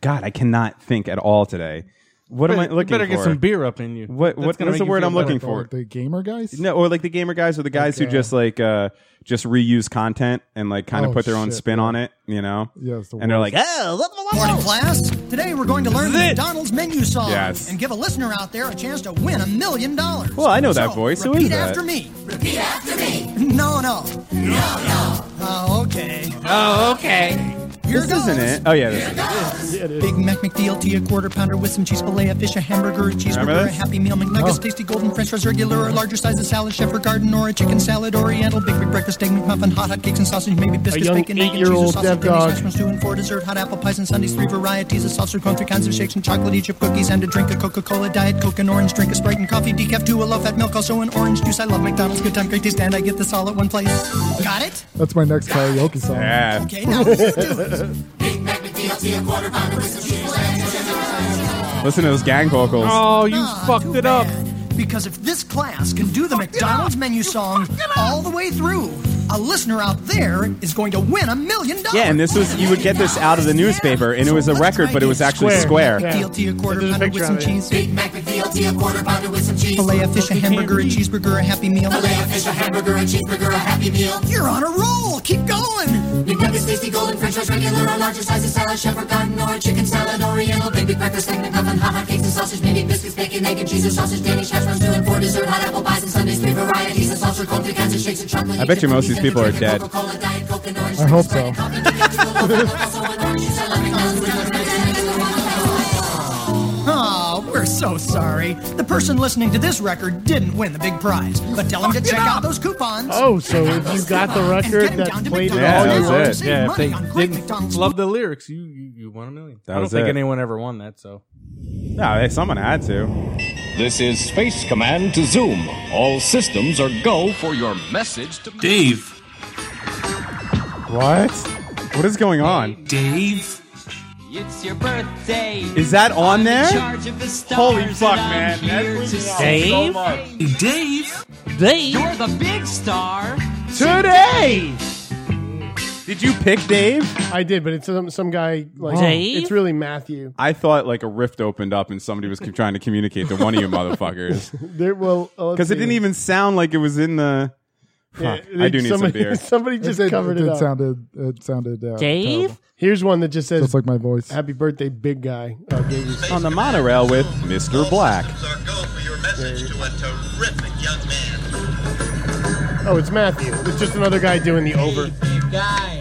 Speaker 3: God, I cannot think at all today. What am I
Speaker 1: You
Speaker 3: looking
Speaker 1: better
Speaker 3: for?
Speaker 1: get some beer up in you.
Speaker 3: What
Speaker 1: That's
Speaker 3: what
Speaker 1: gonna
Speaker 3: what's the
Speaker 1: make you
Speaker 3: word
Speaker 1: feel
Speaker 3: I'm looking for?
Speaker 1: better.
Speaker 9: The gamer guys?
Speaker 3: No, or like the gamer guys or the guys who just like uh just reuse content and like kind of
Speaker 9: Oh,
Speaker 3: put their own
Speaker 9: shit,
Speaker 3: spin on it, you know?
Speaker 9: Yeah, it's the
Speaker 3: and they're
Speaker 9: worst.
Speaker 3: like, "Ah,
Speaker 6: Morning class. Today we're going to learn the McDonald's menu song
Speaker 3: Yes.
Speaker 6: and give a listener out there a chance to win a million dollars.
Speaker 3: Well, I know that
Speaker 6: So,
Speaker 3: voice. Who is
Speaker 6: Repeat
Speaker 3: that?
Speaker 6: after me. Repeat after me. No, no. No, no. Oh, okay. Oh, okay. Here
Speaker 3: this
Speaker 6: goes.
Speaker 3: isn't it. Oh yeah, this is it.
Speaker 6: Big Mac McDLT, a quarter pounder with some cheese fillet, a fish, a hamburger, a
Speaker 3: Remember
Speaker 6: cheeseburger, a
Speaker 3: this?
Speaker 6: Happy Meal,
Speaker 9: Oh,
Speaker 6: McNuggets, tasty golden French fries, regular or larger size of salad, chef or garden, or a chicken salad, Oriental, big big breakfast, egg McMuffin, hot hot cakes and sausage, maybe biscuits,
Speaker 4: young
Speaker 6: bacon, egg and cheese,
Speaker 4: eight-year-old
Speaker 6: or sausage,
Speaker 4: deaf
Speaker 6: Danish
Speaker 4: dog.
Speaker 6: national stew, and four dessert, hot apple pies and sundaes, three varieties of soft serve cone, three kinds of shakes and chocolate, chip cookies, and a drink of Coca-Cola, diet Coke and orange, drink a Sprite and coffee, decaf, two, a low-fat milk, also an orange juice. I love McDonald's, good time, great taste, and I get this all at one place. Got it?
Speaker 9: That's my next karaoke song.
Speaker 3: Yeah.
Speaker 6: Okay, now you do it.
Speaker 3: Listen to those gang vocals.
Speaker 1: Oh, you
Speaker 6: Ah,
Speaker 1: fucked
Speaker 6: too
Speaker 1: it up.
Speaker 6: bad. Because if this class can do the McDonald's menu song all the way through, a listener out there is going to win a million dollars.
Speaker 3: Yeah, and this was you would get this out of the newspaper and it was a record, but it was actually
Speaker 4: Square.
Speaker 3: square.
Speaker 4: Yeah.
Speaker 6: DLT a quarter
Speaker 4: There's a
Speaker 6: pounder
Speaker 4: picture
Speaker 6: with some
Speaker 4: of it.
Speaker 6: cheese. Big Mac with DLT a quarter pounder with some cheese. Filet of fish, a hamburger, a cheeseburger, a happy meal. Filet of fish, a hamburger, a cheeseburger, a happy meal. You're on a roll. Keep going. McNuggets, tasty golden French fries, regular or larger size of salad, chef or garden or a chicken salad, Oriental, baby breakfast, egg McMuffin, hot hot cakes and sausage, maybe biscuits, bacon, egg and cheese and sausage, Danish hash browns, two and four dessert, hot apple pies and sundaes, three varieties of salsa, cold pecans and shakes and chocolate.
Speaker 3: I bet you most of these people are dead.
Speaker 9: I hope so.
Speaker 6: Oh, we're so sorry. The person listening to this record didn't win the big prize, but tell them to check out those coupons.
Speaker 4: Oh, so if you got the
Speaker 6: and get
Speaker 4: record
Speaker 6: them
Speaker 4: that
Speaker 6: down to
Speaker 4: played it
Speaker 3: Yeah,
Speaker 4: all
Speaker 3: that
Speaker 4: year
Speaker 3: was
Speaker 4: long,
Speaker 3: it.
Speaker 6: Save
Speaker 1: Yeah, if
Speaker 6: money
Speaker 1: they
Speaker 6: on great
Speaker 1: didn't
Speaker 6: McDonald's
Speaker 1: love the lyrics, you you, you won a million.
Speaker 3: That
Speaker 1: I don't
Speaker 3: was
Speaker 1: think
Speaker 3: it.
Speaker 1: anyone ever won that. So
Speaker 3: No, hey, someone had to.
Speaker 5: This is Space Command to Zoom. All systems are go for your message to Dave.
Speaker 3: What? What is going on?
Speaker 5: Dave.
Speaker 6: It's your birthday.
Speaker 3: Is that on there?
Speaker 6: of the stars.
Speaker 3: Holy fuck, man. That's
Speaker 6: Dave,
Speaker 5: Dave.
Speaker 6: you're the big star.
Speaker 3: today. Did you pick Dave?
Speaker 4: I did, but it's some, some guy like it's really Matthew.
Speaker 3: I thought like a rift opened up and somebody was trying to communicate to one of you motherfuckers
Speaker 4: There, well, uh,
Speaker 3: because it didn't even sound like it was in the. Fuck, I do need some
Speaker 4: somebody,
Speaker 3: beer.
Speaker 4: Somebody just
Speaker 9: it,
Speaker 4: covered it,
Speaker 9: it
Speaker 4: up.
Speaker 9: sounded it sounded uh, terrible.
Speaker 4: Here's one that just says
Speaker 9: Just like my voice.
Speaker 4: "Happy Birthday, Big Guy." Oh, Dave is-
Speaker 3: On the monorail with Mr. Black.
Speaker 4: oh, it's Matthew. It's just another guy doing the over.
Speaker 6: guy,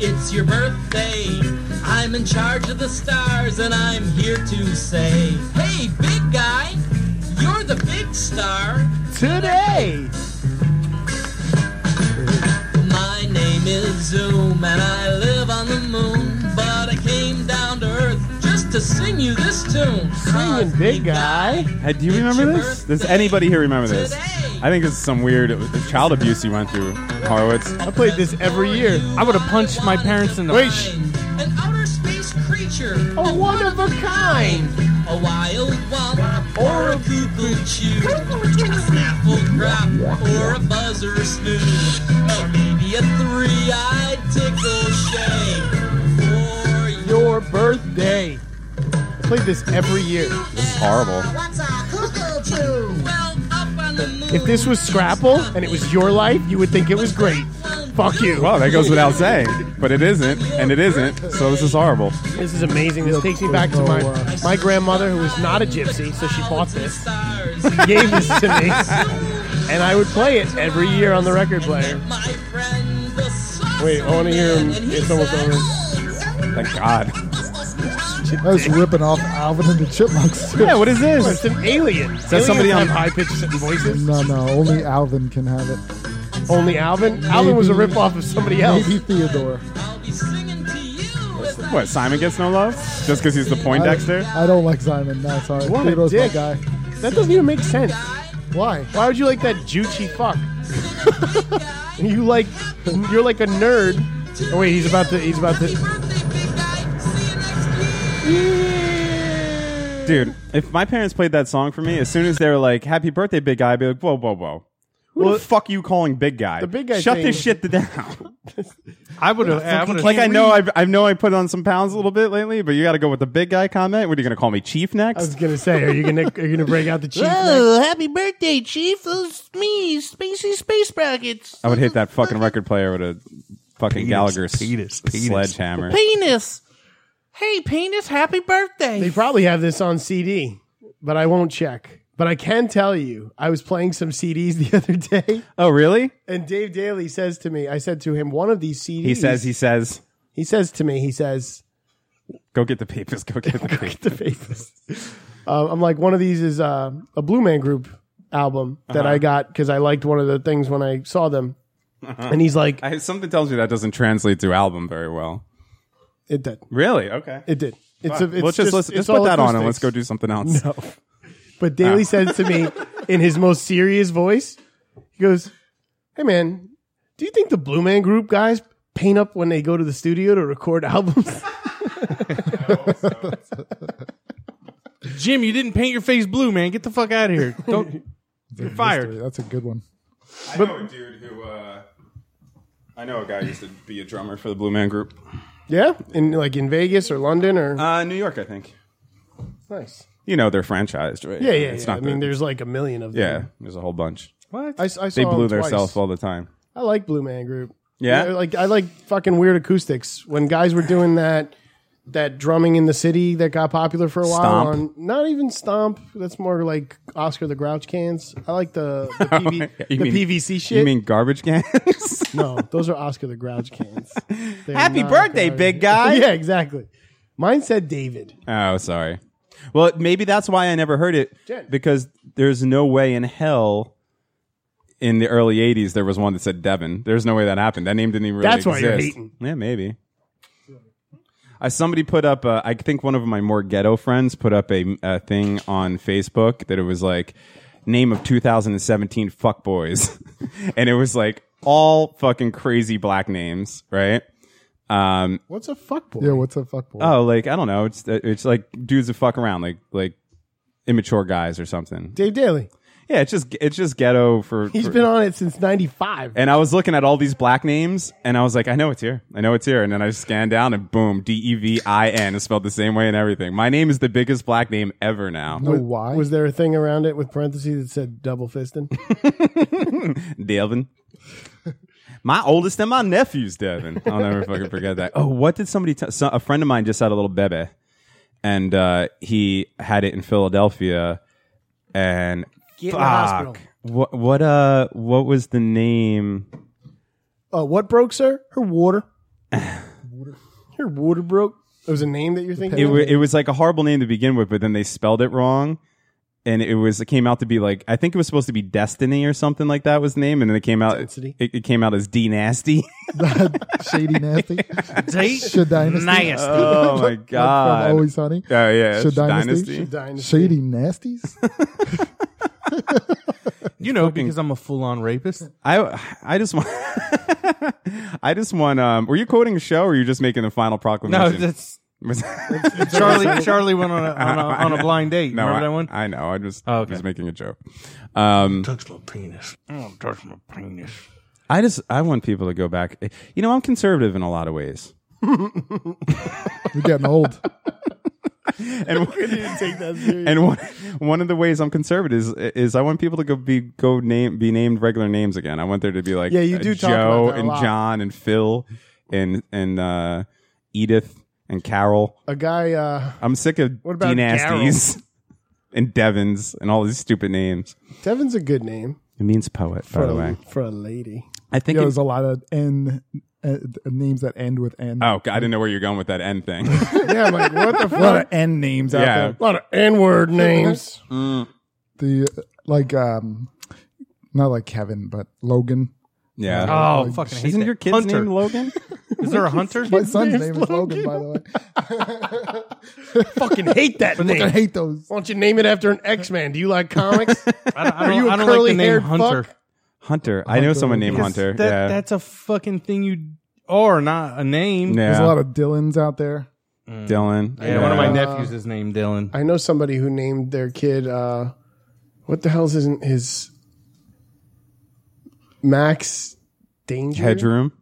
Speaker 6: it's your birthday. I'm in charge of the stars, and I'm here to say, hey, big guy, you're the big star.
Speaker 4: Today,
Speaker 6: My name is Zoom, and I live on the moon. But I came down to Earth just to sing you this tune.
Speaker 4: singing Big Guy.
Speaker 3: Hey, do you remember this? Does anybody here remember this? I think this is some weird uh, child abuse you went through, Horowitz.
Speaker 4: I played this every year.
Speaker 1: I would have punched my parents in the
Speaker 4: Wait, sh-
Speaker 6: An outer space creature,
Speaker 4: a one of a kind.
Speaker 6: a wild womp, or a cuckoo chew, a snaffle crap, or a buzzer snoo, or maybe a three-eyed tickle shay. Or
Speaker 4: Your birthday. I played this every year.
Speaker 3: This is horrible.
Speaker 6: well up on the moon.
Speaker 4: If this was Scrapple and it was your life, you would think it was great. Fuck you.
Speaker 3: Well, that goes without saying, but it isn't, and it isn't, so this is horrible.
Speaker 4: This is amazing. This takes me back to my my grandmother, who was not a gypsy, so she bought this, gave this to me, and I would play it every year on the record player.
Speaker 6: My friend, the saucer
Speaker 4: Wait, I wanna hear him.
Speaker 6: man, and he
Speaker 4: It's almost
Speaker 6: said, "Oh,
Speaker 4: over.
Speaker 3: Thank God.
Speaker 9: I was ripping off Alvin and the Chipmunks. too.
Speaker 3: Yeah, what is
Speaker 4: It's
Speaker 3: this?
Speaker 4: an alien. Is
Speaker 3: somebody on-
Speaker 4: high pitched voices?
Speaker 9: No, no, only Alvin can have it.
Speaker 4: Only Alvin. Alvin was a
Speaker 9: Maybe-
Speaker 4: ripoff of somebody else.
Speaker 9: Maybe Theodore.
Speaker 6: I'll be singing to you as I
Speaker 3: What, Simon gets no love? Just because he's the
Speaker 9: I,
Speaker 3: Poindexter?
Speaker 9: I don't like Simon. No, sorry.
Speaker 4: What a
Speaker 9: Theodore's my
Speaker 4: dick.
Speaker 9: guy.
Speaker 4: That doesn't even make sense.
Speaker 9: Why?
Speaker 4: Why would you like that Juchi fuck? you like you're like a nerd. Oh wait, he's about to he's about to
Speaker 3: Dude, if my parents played that song for me, as soon as they were like, "Happy birthday, big guy," I'd be like, "Whoa, whoa, whoa." Who
Speaker 4: Well,
Speaker 3: the fuck you calling big guy?
Speaker 4: the big guy
Speaker 3: Shut
Speaker 4: thing-
Speaker 3: this shit down.
Speaker 1: I would have. I would
Speaker 3: like I know I've, I know I put on some pounds a little bit lately, but you got to go with the big guy comment. What are you gonna call me, chief
Speaker 4: I was
Speaker 3: next?
Speaker 4: gonna say, are you gonna are you gonna break out the cheap?
Speaker 6: happy birthday, Chief. Those me, Spacey Space Brackets.
Speaker 3: I would hit that fucking record player with a fucking Gallagher's
Speaker 1: penis, penis.
Speaker 3: sledgehammer.
Speaker 6: Penis. Hey, penis, happy birthday.
Speaker 4: They probably have this on CD, but I won't check. But I can tell you, I was playing some CDs the other day,
Speaker 3: Oh, really?
Speaker 4: and Dave Daly says to me, I said to him, one of these CDs.
Speaker 3: He says. He says.
Speaker 4: he says to me, he says,
Speaker 3: Go get the papers. Go get the papers.
Speaker 4: the faces. Uh, I'm like, one of these is uh, a Blue Man Group album that
Speaker 3: Uh-huh.
Speaker 4: I got because I liked one of the things when I saw them. And he's like,
Speaker 3: Uh-huh. I, something tells me that doesn't translate to album very well.
Speaker 4: it did,
Speaker 3: Really? Okay.
Speaker 4: it did. It's, a, it's
Speaker 3: let's just, listen,
Speaker 4: it's
Speaker 3: just put
Speaker 4: all
Speaker 3: that on and let's
Speaker 4: acoustics.
Speaker 3: go do Ah. something else.
Speaker 4: No. But Daly says to me in his most serious voice, he goes, Hey man, do you think the Blue Man Group guys paint up when they go to the studio to record albums?
Speaker 1: Jim, you didn't paint your face blue, man. Get the fuck out of here. Don't. You're fired.
Speaker 9: That's a good one.
Speaker 3: I know a dude who. Uh, I know a guy who used to be a drummer for the Blue Man Group.
Speaker 4: yeah? In like in Vegas or London or
Speaker 3: Uh, New York, I think.
Speaker 4: nice.
Speaker 3: You know they're franchised, right?
Speaker 4: Yeah, yeah,
Speaker 3: It's
Speaker 4: yeah.
Speaker 3: not.
Speaker 4: I mean,
Speaker 3: the-
Speaker 4: there's like a million of them.
Speaker 3: yeah, there's a whole bunch.
Speaker 4: What? I, s- I saw
Speaker 3: They blew
Speaker 4: them twice.
Speaker 3: themselves all the time.
Speaker 4: I like Blue Man Group.
Speaker 3: Yeah?
Speaker 4: like I like fucking weird acoustics. When guys were doing that that drumming in the city that got popular for a while
Speaker 3: Stomp?
Speaker 4: on not even stomp. That's more like Oscar the Grouch cans. I like the, the, PV, the
Speaker 3: Oh, You mean-
Speaker 4: PVC shit.
Speaker 3: You mean garbage cans?
Speaker 4: no, those are Oscar the Grouch cans. They're
Speaker 3: Happy
Speaker 4: not
Speaker 3: birthday,
Speaker 4: garbage.
Speaker 3: big guy.
Speaker 4: yeah, exactly. Mine said David.
Speaker 3: Oh, sorry. Well, maybe that's why I never heard it
Speaker 4: Jen.
Speaker 3: because there's no way in hell in the early 80s there was one that said Devin. There's no way that happened. That name didn't even really
Speaker 4: That's why
Speaker 3: exist.
Speaker 4: you're hating.
Speaker 3: Yeah, maybe. Uh, somebody put up, uh, I think one of my more ghetto friends put up a, a thing on Facebook that it was like, name of 2017 fuckboys. and it was like all fucking crazy black names, right? Um,
Speaker 4: What's a fuckboy? Uh,
Speaker 9: Yeah, what's a fuckboy?
Speaker 3: Oh, like I don't know. It's it's like dudes that fuck around, like like immature guys or something.
Speaker 4: Dave Daly.
Speaker 3: Yeah, it's just it's just ghetto for.
Speaker 4: He's
Speaker 3: for-
Speaker 4: been on it since '95.
Speaker 3: And I was looking at all these black names, and I was like, I know it's here. I know it's here. And then I just scanned down, and boom, D E V I N is spelled the same way and everything. My name is the biggest black name ever now.
Speaker 9: no, why?
Speaker 4: Was there a thing around it with parentheses that said double fisting?
Speaker 3: Devin. My oldest and my nephew's Devin. I'll never fucking forget that. Oh, what did somebody tell? So, a friend of mine just had a little bebe, and uh, he had it in Philadelphia, and
Speaker 4: Get in the hospital.
Speaker 3: fuck, what what uh what was the name?
Speaker 4: Uh, what broke, sir? Her water. Her water broke. It was a name that you're thinking.
Speaker 3: It,
Speaker 4: of?
Speaker 3: wa- it was like a horrible name to begin with, but then they spelled it wrong. And it was it came out to be like I think it was supposed to be Destiny or something like that was the name, and then it came out it,
Speaker 4: Density.
Speaker 3: it came out as D Nasty.
Speaker 9: Shady nasty.
Speaker 1: Date
Speaker 9: Shad Dynasty.
Speaker 1: nasty.
Speaker 3: oh my
Speaker 9: From
Speaker 3: god!
Speaker 9: Always Honey.
Speaker 3: Oh yeah,
Speaker 9: Shad
Speaker 3: Dynasty.
Speaker 9: Dynasty.
Speaker 4: Dynasty.
Speaker 9: Shady nasties.
Speaker 1: you know, because I'm a full-on rapist.
Speaker 3: I I just want I just want um were you quoting a show or were you just making the final
Speaker 1: No,
Speaker 3: proclamation?
Speaker 1: that's
Speaker 3: Was-
Speaker 1: Charlie. Charlie went on a, on a, on a blind date.
Speaker 3: no,
Speaker 1: Remember
Speaker 3: I,
Speaker 1: that one?
Speaker 3: I know. I just
Speaker 1: Oh, okay.
Speaker 3: was making a joke. Um
Speaker 1: touch my penis. I don't touch my penis.
Speaker 3: I just I want people to go back. You know, I'm conservative in a lot of ways.
Speaker 9: You're getting old.
Speaker 3: And
Speaker 4: Take that serious.
Speaker 3: and one, one of the ways I'm conservative is is I want people to go be go name be named regular names again. I want there to be like
Speaker 4: Yeah, you
Speaker 3: uh,
Speaker 4: do talk about
Speaker 3: Joe
Speaker 4: that a
Speaker 3: and
Speaker 4: lot.
Speaker 3: John and Phil and and uh Edith and Carol.
Speaker 4: a guy. Uh,
Speaker 3: I'm sick of
Speaker 4: What about
Speaker 3: D Nasties and Devons and all these stupid names.
Speaker 4: Devin's a good name
Speaker 3: It means poet, by
Speaker 4: for
Speaker 3: the
Speaker 4: a,
Speaker 3: way.
Speaker 4: for a lady.
Speaker 3: I think.
Speaker 9: Yeah,
Speaker 3: It
Speaker 9: there's a lot of N uh, names that end with N.
Speaker 3: oh, God, I didn't know where you're going with that N thing.
Speaker 4: Yeah, I'm like what the
Speaker 9: A lot of
Speaker 4: fuck?
Speaker 9: N names out
Speaker 3: yeah,
Speaker 9: there.
Speaker 4: A lot of N-word names.
Speaker 9: The uh, like um, not like Kevin, but Logan.
Speaker 3: Yeah.
Speaker 1: Oh, fucking hate
Speaker 3: Isn't
Speaker 1: that.
Speaker 3: your kid's
Speaker 1: Hunter.
Speaker 3: name Logan?
Speaker 1: Is there a hunter?
Speaker 9: My son's name is Logan, by the way.
Speaker 1: fucking hate that
Speaker 9: I fucking hate those.
Speaker 4: Why don't you name it after an X Man? Do you like comics?
Speaker 1: I don't, I don't,
Speaker 4: Are you a
Speaker 1: I don't like the name
Speaker 4: curly-haired
Speaker 1: Hunter.
Speaker 4: fuck?
Speaker 3: Hunter. I know someone named
Speaker 1: Because
Speaker 3: Hunter.
Speaker 1: That,
Speaker 3: yeah.
Speaker 1: That's a fucking thing you are, not a name.
Speaker 3: yeah.
Speaker 9: There's a lot of Dylans out there.
Speaker 4: Hmm.
Speaker 3: Dylan.
Speaker 1: Yeah, one of my
Speaker 4: Uh,
Speaker 1: nephews is named Dylan.
Speaker 4: I know somebody who named their kid. Uh, what the hell's his, his Max Danger?
Speaker 3: headroom.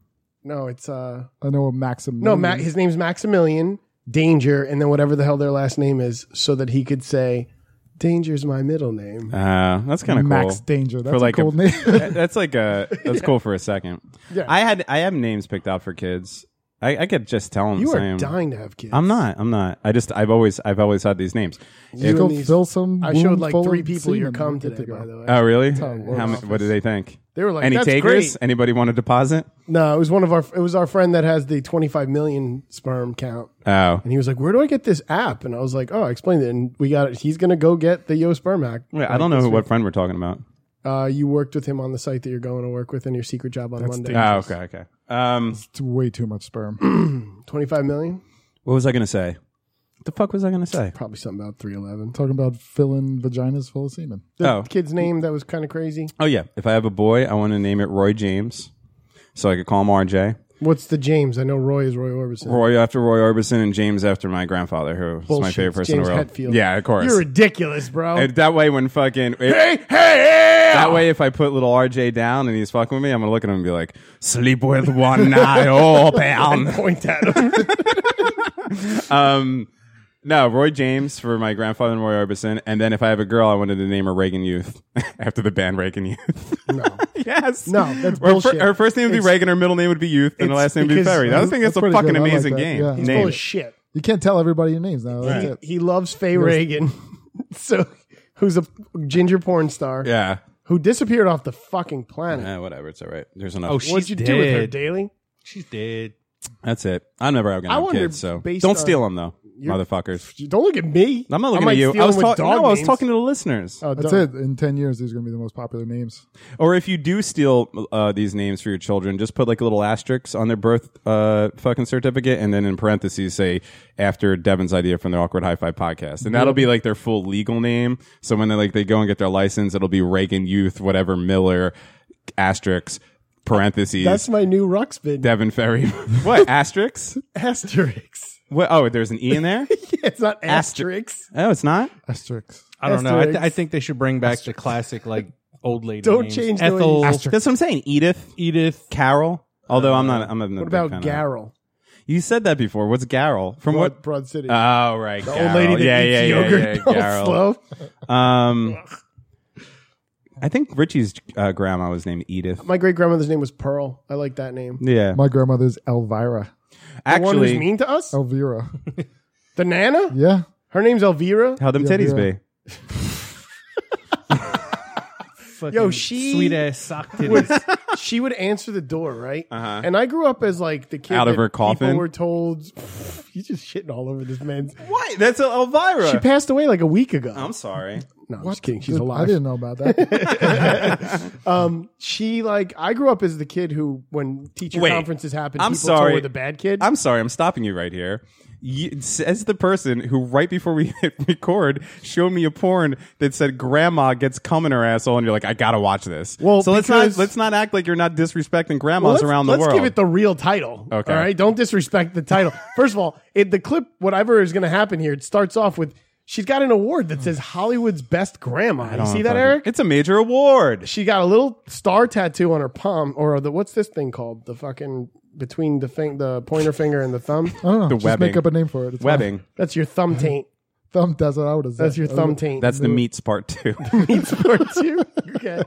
Speaker 4: No, it's uh,
Speaker 9: I know a Maximilian.
Speaker 4: no.
Speaker 3: Mm.
Speaker 4: Ma- his name's Maximilian Danger, and then whatever the hell their last name is, so that he could say, "Danger's my middle name."
Speaker 3: Uh, that's kind of cool.
Speaker 9: Max Danger. That's a cool name.
Speaker 3: that- that's like a that's cool for a second. I had I have names picked out for kids. I, I could just tell them.
Speaker 4: You
Speaker 3: the
Speaker 4: are
Speaker 3: same.
Speaker 4: dying to have kids.
Speaker 3: I'm not. I'm not. I just I've always I've always had these names.
Speaker 9: You
Speaker 4: You
Speaker 9: go
Speaker 4: and these-
Speaker 9: fill some.
Speaker 4: I
Speaker 9: womb
Speaker 4: showed like
Speaker 9: full
Speaker 4: three
Speaker 9: of
Speaker 4: people your
Speaker 9: semen
Speaker 4: cum
Speaker 9: and get
Speaker 4: today,
Speaker 9: to
Speaker 4: by
Speaker 9: go.
Speaker 4: the way.
Speaker 3: Oh really?
Speaker 4: works.
Speaker 3: How many, what do they think?
Speaker 4: They were like,
Speaker 3: Any
Speaker 4: "That's
Speaker 3: takers?
Speaker 4: great."
Speaker 3: Anybody want to deposit?
Speaker 4: No, it was one of our. It was our friend that has the 25 million sperm count,
Speaker 3: Oh
Speaker 4: and he was like, "Where do I get this app?" And I was like, "Oh, I explained it." And we got it. He's gonna go get the Yo Sperm Act.
Speaker 3: wait, I don't know who, what friend we're talking about.
Speaker 4: Uh, you worked with him on the site that you're going to work with in your secret job on Monday.
Speaker 3: Oh okay okay. Um,
Speaker 9: It's way too much sperm.
Speaker 4: 25 million,
Speaker 3: what was I gonna say? What the fuck was I gonna say?
Speaker 4: probably something about 311.
Speaker 9: Talking about filling vaginas full of semen.
Speaker 3: Oh
Speaker 4: Kid's name that was kind of crazy.
Speaker 3: oh yeah. If I have a boy, I want to name it Roy James, so I could call him RJ.
Speaker 4: What's the James? I know Roy is Roy Orbison.
Speaker 3: Roy after Roy Orbison and James after my grandfather, who's my
Speaker 4: Bullshit.
Speaker 3: favorite
Speaker 4: It's
Speaker 3: person in
Speaker 4: James
Speaker 3: the world.
Speaker 4: Hetfield.
Speaker 3: Yeah, of course.
Speaker 4: You're ridiculous, bro.
Speaker 3: And that way, when fucking if- that way, if I put little RJ down and he's fucking with me, I'm gonna look at him and be like, "Sleep with one eye open."
Speaker 4: Point at him.
Speaker 3: Um, no, Roy James for my grandfather and Roy Orbison, and then if I have a girl, I wanted to name her Reagan Youth after the band Reagan Youth.
Speaker 4: no,
Speaker 3: yes,
Speaker 4: no, that's
Speaker 3: Her, fir-
Speaker 4: bullshit.
Speaker 3: her first name would be
Speaker 4: It's-
Speaker 3: Reagan, her middle name would be Youth, and her
Speaker 4: it's
Speaker 3: last name would be
Speaker 4: because-
Speaker 3: Ferry. I don't think that's,
Speaker 9: That's
Speaker 3: a
Speaker 9: pretty
Speaker 3: fucking
Speaker 9: good. I like
Speaker 3: amazing
Speaker 9: that.
Speaker 3: game.
Speaker 9: Yeah.
Speaker 4: He's
Speaker 3: Name
Speaker 4: full
Speaker 3: it.
Speaker 4: of shit.
Speaker 9: You can't tell everybody your names now. That's it.
Speaker 4: He loves Faye Reagan, so who's a ginger porn star
Speaker 3: Yeah.
Speaker 4: who disappeared off the fucking planet.
Speaker 3: Eh, whatever, it's all right. There's enough.
Speaker 1: oh, she's
Speaker 4: What'd you
Speaker 1: dead.
Speaker 4: do with her, Daily?
Speaker 1: she's dead.
Speaker 3: That's it. I'm never having
Speaker 4: I
Speaker 3: have
Speaker 4: wonder,
Speaker 3: kids, so
Speaker 4: based
Speaker 3: don't
Speaker 4: on-
Speaker 3: steal them though, motherfuckers.
Speaker 4: Don't look at me.
Speaker 3: I'm not
Speaker 4: I
Speaker 3: looking
Speaker 4: might
Speaker 3: at you.
Speaker 4: steal
Speaker 3: I was
Speaker 4: them with
Speaker 3: talking.
Speaker 4: dog
Speaker 3: No, I was
Speaker 4: names.
Speaker 3: talking to the listeners.
Speaker 4: Oh,
Speaker 9: That's
Speaker 4: don't.
Speaker 9: it. In 10 years, these are going to be the most popular names.
Speaker 3: or if you do steal uh, these names for your children, just put like a little asterisk on their birth uh, fucking certificate, and then in parentheses say after Devin's idea from the Awkward High Five podcast, and that'll be like their full legal name. So when they like they go and get their license, it'll be Reagan Youth, whatever Miller, asterisk parentheses.
Speaker 4: That's my new Ruxpin.
Speaker 3: Devin Ferry. what asterisk?
Speaker 4: Asterix.
Speaker 3: What? Oh, there's an e in there.
Speaker 4: It's not
Speaker 3: Aster-
Speaker 4: Asterix.
Speaker 3: Oh, it's not.
Speaker 9: Asterix.
Speaker 1: I don't know. I, th-
Speaker 4: Asterix.
Speaker 1: I think they should bring back the classic like old lady.
Speaker 4: Don't
Speaker 1: names.
Speaker 4: change the way
Speaker 1: Ethel,
Speaker 4: you-
Speaker 3: That's what I'm saying. Edith.
Speaker 1: Edith.
Speaker 3: Carol. Although I'm not, I'm not.
Speaker 4: What about Garrel?
Speaker 3: You said that before. What's Garrel? From
Speaker 4: Broad,
Speaker 3: what?
Speaker 4: Broad City.
Speaker 3: Oh right,
Speaker 4: the old lady that eats yogurt all slow.
Speaker 3: Um, I think Richie's uh, grandma was named Edith.
Speaker 4: My great grandmother's name was Pearl. I like that name.
Speaker 3: Yeah,
Speaker 9: My grandmother's Elvira.
Speaker 4: The one who's
Speaker 3: actually, Oh.
Speaker 4: mean to us?
Speaker 9: Elvira.
Speaker 4: The Nana?
Speaker 9: yeah.
Speaker 4: Her name's Elvira.
Speaker 3: how them
Speaker 9: Yeah,
Speaker 3: titties
Speaker 9: yeah.
Speaker 3: be?
Speaker 1: Fucking
Speaker 4: Yo, she-
Speaker 1: sweet ass sock titties.
Speaker 4: She would answer the door, right? Uh-huh. And I grew up as like the kid
Speaker 3: Out of
Speaker 4: that
Speaker 3: her coffin?
Speaker 4: People were told, "You just shitting all over this man's."
Speaker 3: Why? That's a Elvira.
Speaker 4: She passed away like a week ago.
Speaker 3: I'm sorry.
Speaker 4: no, I'm just kidding. She's
Speaker 9: I
Speaker 4: alive. Um,
Speaker 9: didn't know about that.
Speaker 4: She like I grew up as the kid who, when teacher
Speaker 3: Wait,
Speaker 4: conferences happened,
Speaker 3: I'm
Speaker 4: people told
Speaker 3: sorry.
Speaker 4: her the bad kid.
Speaker 3: I'm sorry. I'm stopping you right here. You, as the person who, right before we hit record, showed me a porn that said "Grandma gets cum in her asshole," and you're like, "I gotta watch this."
Speaker 4: Well,
Speaker 3: so let's not
Speaker 4: because-
Speaker 3: let's not act like you're not disrespecting
Speaker 4: Well,
Speaker 3: grandmas
Speaker 4: let's-
Speaker 3: around the
Speaker 4: let's
Speaker 3: world.
Speaker 4: give it the real title.
Speaker 3: Okay.
Speaker 4: All right. Don't disrespect the title. First of all, it, the clip, whatever is going to happen here, it starts off with she's got an award that says Hollywood's Best Grandma. You see that, Eric?
Speaker 3: Uh, It's a major award.
Speaker 4: She got a little star tattoo on her palm, or the what's this thing called? The fucking between the fing- the pointer finger and the thumb.
Speaker 9: I don't know.
Speaker 3: The
Speaker 9: Just
Speaker 3: webbing.
Speaker 9: make up a name for it. It's fine.
Speaker 3: Webbing.
Speaker 4: That's your thumb taint.
Speaker 9: Thumb. That's what I would have said.
Speaker 4: That's your thumb taint.
Speaker 3: That's the meats part too.
Speaker 4: part two. Okay.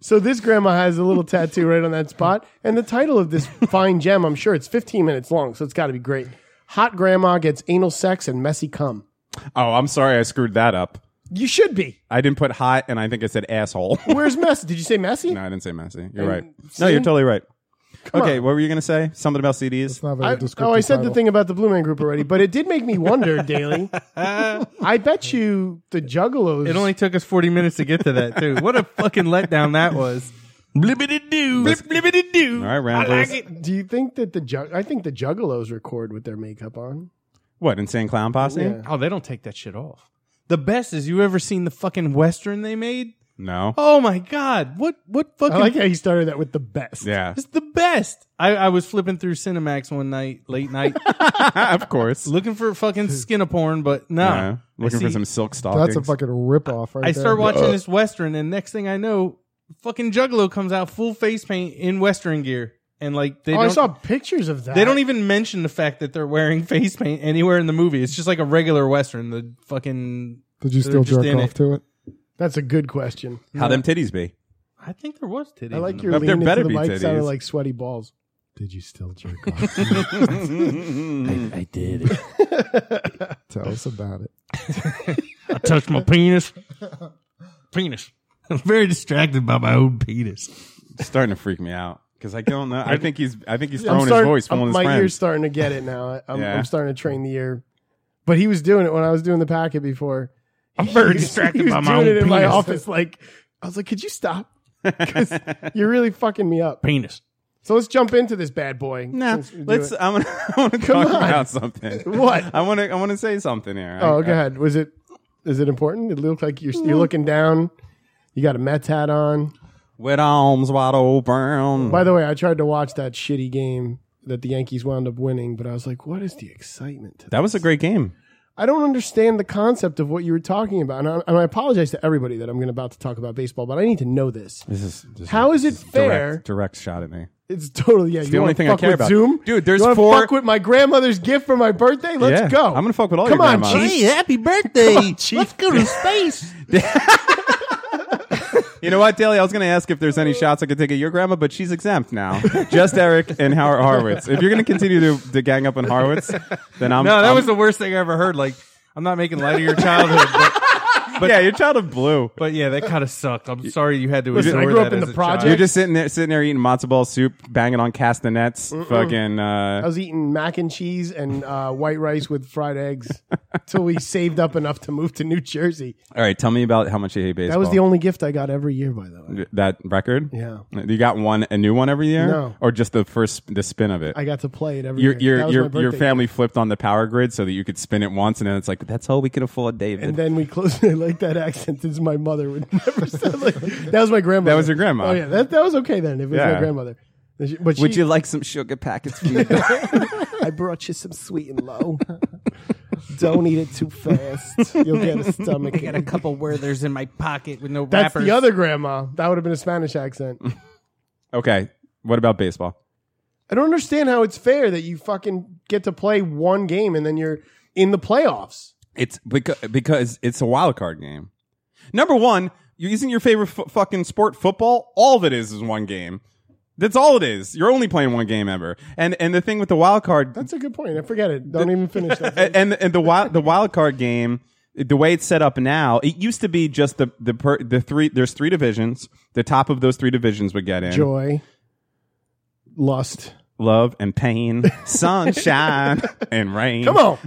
Speaker 4: So this grandma has a little tattoo right on that spot, and the title of this fine gem, I'm sure it's 15 minutes long, so it's got to be great. Hot grandma gets anal sex and messy cum.
Speaker 3: oh, I'm sorry, I screwed that up.
Speaker 4: You should be.
Speaker 3: I didn't put hot, and I think I said asshole.
Speaker 4: Where's messy? Did you say messy?
Speaker 3: no, I didn't say messy. You're right.
Speaker 4: see?
Speaker 3: No, you're totally right. okay,
Speaker 4: on.
Speaker 3: what were you gonna say? Something about CDs?
Speaker 9: It's not very
Speaker 4: I,
Speaker 9: descriptive.
Speaker 4: oh, I said the
Speaker 9: title.
Speaker 4: thing about the Blue Man Group already, but it did make me wonder, Daly. I bet you the Juggalos.
Speaker 1: it only took us forty minutes to get to that too. What a fucking letdown that was. Blibbity doo. Blip, blibbity doo.
Speaker 3: All right, Ramblers.
Speaker 4: Do you think that the jug? I think the Juggalos record with their makeup on.
Speaker 3: What, Insane Clown Posse?
Speaker 4: Yeah.
Speaker 1: Oh, they don't take that shit off. The best is you ever seen the fucking Western they made?
Speaker 3: No.
Speaker 1: Oh my God. What, what fucking.
Speaker 4: I like how you started that with the best.
Speaker 3: Yeah,
Speaker 1: It's the best. I, I was flipping through Cinemax one night, late night,
Speaker 3: of course.
Speaker 1: looking for fucking skin of porn, but no.
Speaker 3: Yeah. Looking
Speaker 1: I
Speaker 3: for
Speaker 1: see-
Speaker 3: some silk stockings.
Speaker 9: That's a fucking ripoff, right
Speaker 1: I
Speaker 9: there.
Speaker 1: start watching this Western, and next thing I know, fucking Juggalo comes out full face paint in Western gear. And like, they
Speaker 4: Oh,
Speaker 1: don't.
Speaker 4: I saw pictures of that.
Speaker 1: They don't even mention the fact that they're wearing face paint anywhere in the movie. It's just like a regular Western. The fucking
Speaker 9: Did you
Speaker 1: They're
Speaker 9: still
Speaker 1: just
Speaker 9: jerk
Speaker 1: in
Speaker 9: off
Speaker 1: it.
Speaker 9: to it?
Speaker 4: That's a good question.
Speaker 3: How them titties be?
Speaker 1: I think there was titties.
Speaker 4: I
Speaker 1: in
Speaker 4: like
Speaker 1: the
Speaker 4: your
Speaker 3: There
Speaker 4: lean into
Speaker 3: better
Speaker 4: the
Speaker 3: be
Speaker 4: mic sounded
Speaker 3: titties.
Speaker 4: like sweaty balls. Did you still jerk off?
Speaker 9: I did. Tell us about it.
Speaker 1: I touched my penis. penis. I'm very distracted by my own penis.
Speaker 3: It's starting to freak me out because I don't know. I think he's. I think he's
Speaker 4: I'm
Speaker 3: throwing
Speaker 4: starting-
Speaker 3: his voice. One
Speaker 4: I'm-
Speaker 3: of his
Speaker 4: my ear's
Speaker 3: friends.
Speaker 4: starting to get it now. I- I'm,
Speaker 3: Yeah.
Speaker 4: I'm starting to train the ear. But he was doing it when I was doing the packet before.
Speaker 1: I'm very
Speaker 4: He was-
Speaker 1: distracted
Speaker 4: he was
Speaker 1: by my
Speaker 4: doing
Speaker 1: own
Speaker 4: it in
Speaker 1: penis.
Speaker 4: my office. Like I was like, could you stop? Because you're really fucking me up.
Speaker 1: Penis.
Speaker 4: So let's jump into this bad boy.
Speaker 3: No,
Speaker 4: Since we do
Speaker 3: let's.
Speaker 4: it.
Speaker 3: I want. I want to talk
Speaker 4: on.
Speaker 3: about something.
Speaker 1: uh,
Speaker 4: What?
Speaker 3: I want to. I want to say something here. I-
Speaker 4: Oh,
Speaker 3: I-
Speaker 4: go ahead. Was it? Is it important? It looked like you're
Speaker 1: Mm.
Speaker 4: you're looking down. You got a Mets hat on.
Speaker 3: With arms wide open.
Speaker 4: By the way, I tried to watch that shitty game that the Yankees wound up winning, but I was like, what is the excitement? To
Speaker 3: that was a great game.
Speaker 4: I don't understand the concept of what you were talking about. And I, and I apologize to everybody that I'm going about to talk about baseball, but I need to know this.
Speaker 3: This is. This
Speaker 4: How is it fair?
Speaker 3: Direct, direct shot at me.
Speaker 4: It's totally yeah. you
Speaker 3: the only
Speaker 4: wanna
Speaker 3: thing I
Speaker 4: fuck
Speaker 3: care
Speaker 4: with
Speaker 3: about.
Speaker 4: Zoom,
Speaker 3: Dude, there's
Speaker 4: you wanna
Speaker 3: four-
Speaker 4: Fuck with my grandmother's gift for my birthday. Let's
Speaker 3: Yeah.
Speaker 4: go.
Speaker 3: I'm gonna fuck with all
Speaker 4: Come
Speaker 3: your
Speaker 4: on,
Speaker 3: grandmas.
Speaker 4: Chief.
Speaker 1: happy birthday.
Speaker 4: Let's
Speaker 1: go to space.
Speaker 3: You know what, Daly? I was going to ask if there's any shots I could take at your grandma, but she's exempt now. Just Eric and Howard Horowitz. If you're going to continue to, to gang up on Horowitz, then I'm.
Speaker 1: No, that
Speaker 3: I'm-
Speaker 1: was the worst thing I ever heard. Like, I'm not making light of your childhood, but,
Speaker 3: yeah, your child of blue.
Speaker 1: but yeah, that kind of sucked. I'm sorry you had to.
Speaker 4: Listen, I
Speaker 1: endure
Speaker 4: grew up
Speaker 1: that
Speaker 4: in
Speaker 1: as
Speaker 4: the
Speaker 1: a child.
Speaker 4: project.
Speaker 3: You're just sitting there, sitting there eating matzo ball soup, banging on castanets. Fucking.
Speaker 4: I
Speaker 3: Uh,
Speaker 4: was eating mac and cheese and uh, white rice with fried eggs until we saved up enough to move to New Jersey.
Speaker 3: all right, tell me about how much you hate baseball.
Speaker 4: That was the only gift I got every year, by the way.
Speaker 3: that record. Uh,
Speaker 4: Yeah.
Speaker 3: You got one, a new one every year,
Speaker 4: No.
Speaker 3: or just the first, the spin of it.
Speaker 4: I got to play it every
Speaker 3: your
Speaker 4: year.
Speaker 3: your
Speaker 4: That was
Speaker 3: your,
Speaker 4: my
Speaker 3: your
Speaker 4: birthday
Speaker 3: family flipped on the power grid so that you could spin it once, and then it's like that's all we can afford, David.
Speaker 4: And then we closed it like that accent is my mother would never sound like that was my grandmother.
Speaker 3: That was your grandma.
Speaker 4: Oh yeah, that, that was okay then. If it was
Speaker 3: Yeah.
Speaker 4: my grandmother, But she- but she,
Speaker 3: Would you like some sugar packets? For me?
Speaker 4: I brought you some sweet and low. Don't eat it too fast. You'll get a stomach.
Speaker 1: I got a couple Werthers in my pocket with no
Speaker 4: That's
Speaker 1: wrappers.
Speaker 4: the other grandma. That would have been a Spanish accent.
Speaker 3: okay, what about baseball?
Speaker 4: I don't understand how it's fair that you fucking get to play one game and then you're in the playoffs.
Speaker 3: It's because, because it's a wild card game. Number one, you're using your favorite f- fucking sport, football. All of it is is one game. That's all it is. You're only playing one game ever. And and the thing with the wild card,
Speaker 4: That's a good point. I forget it. Don't even finish that.
Speaker 3: and and- and the wild the wild card game, the way it's set up now, it used to be just the the per, the three. There's three divisions. The top of those three divisions would get in.
Speaker 4: Joy, lust.
Speaker 3: love and pain, sunshine and rain.
Speaker 4: Come on.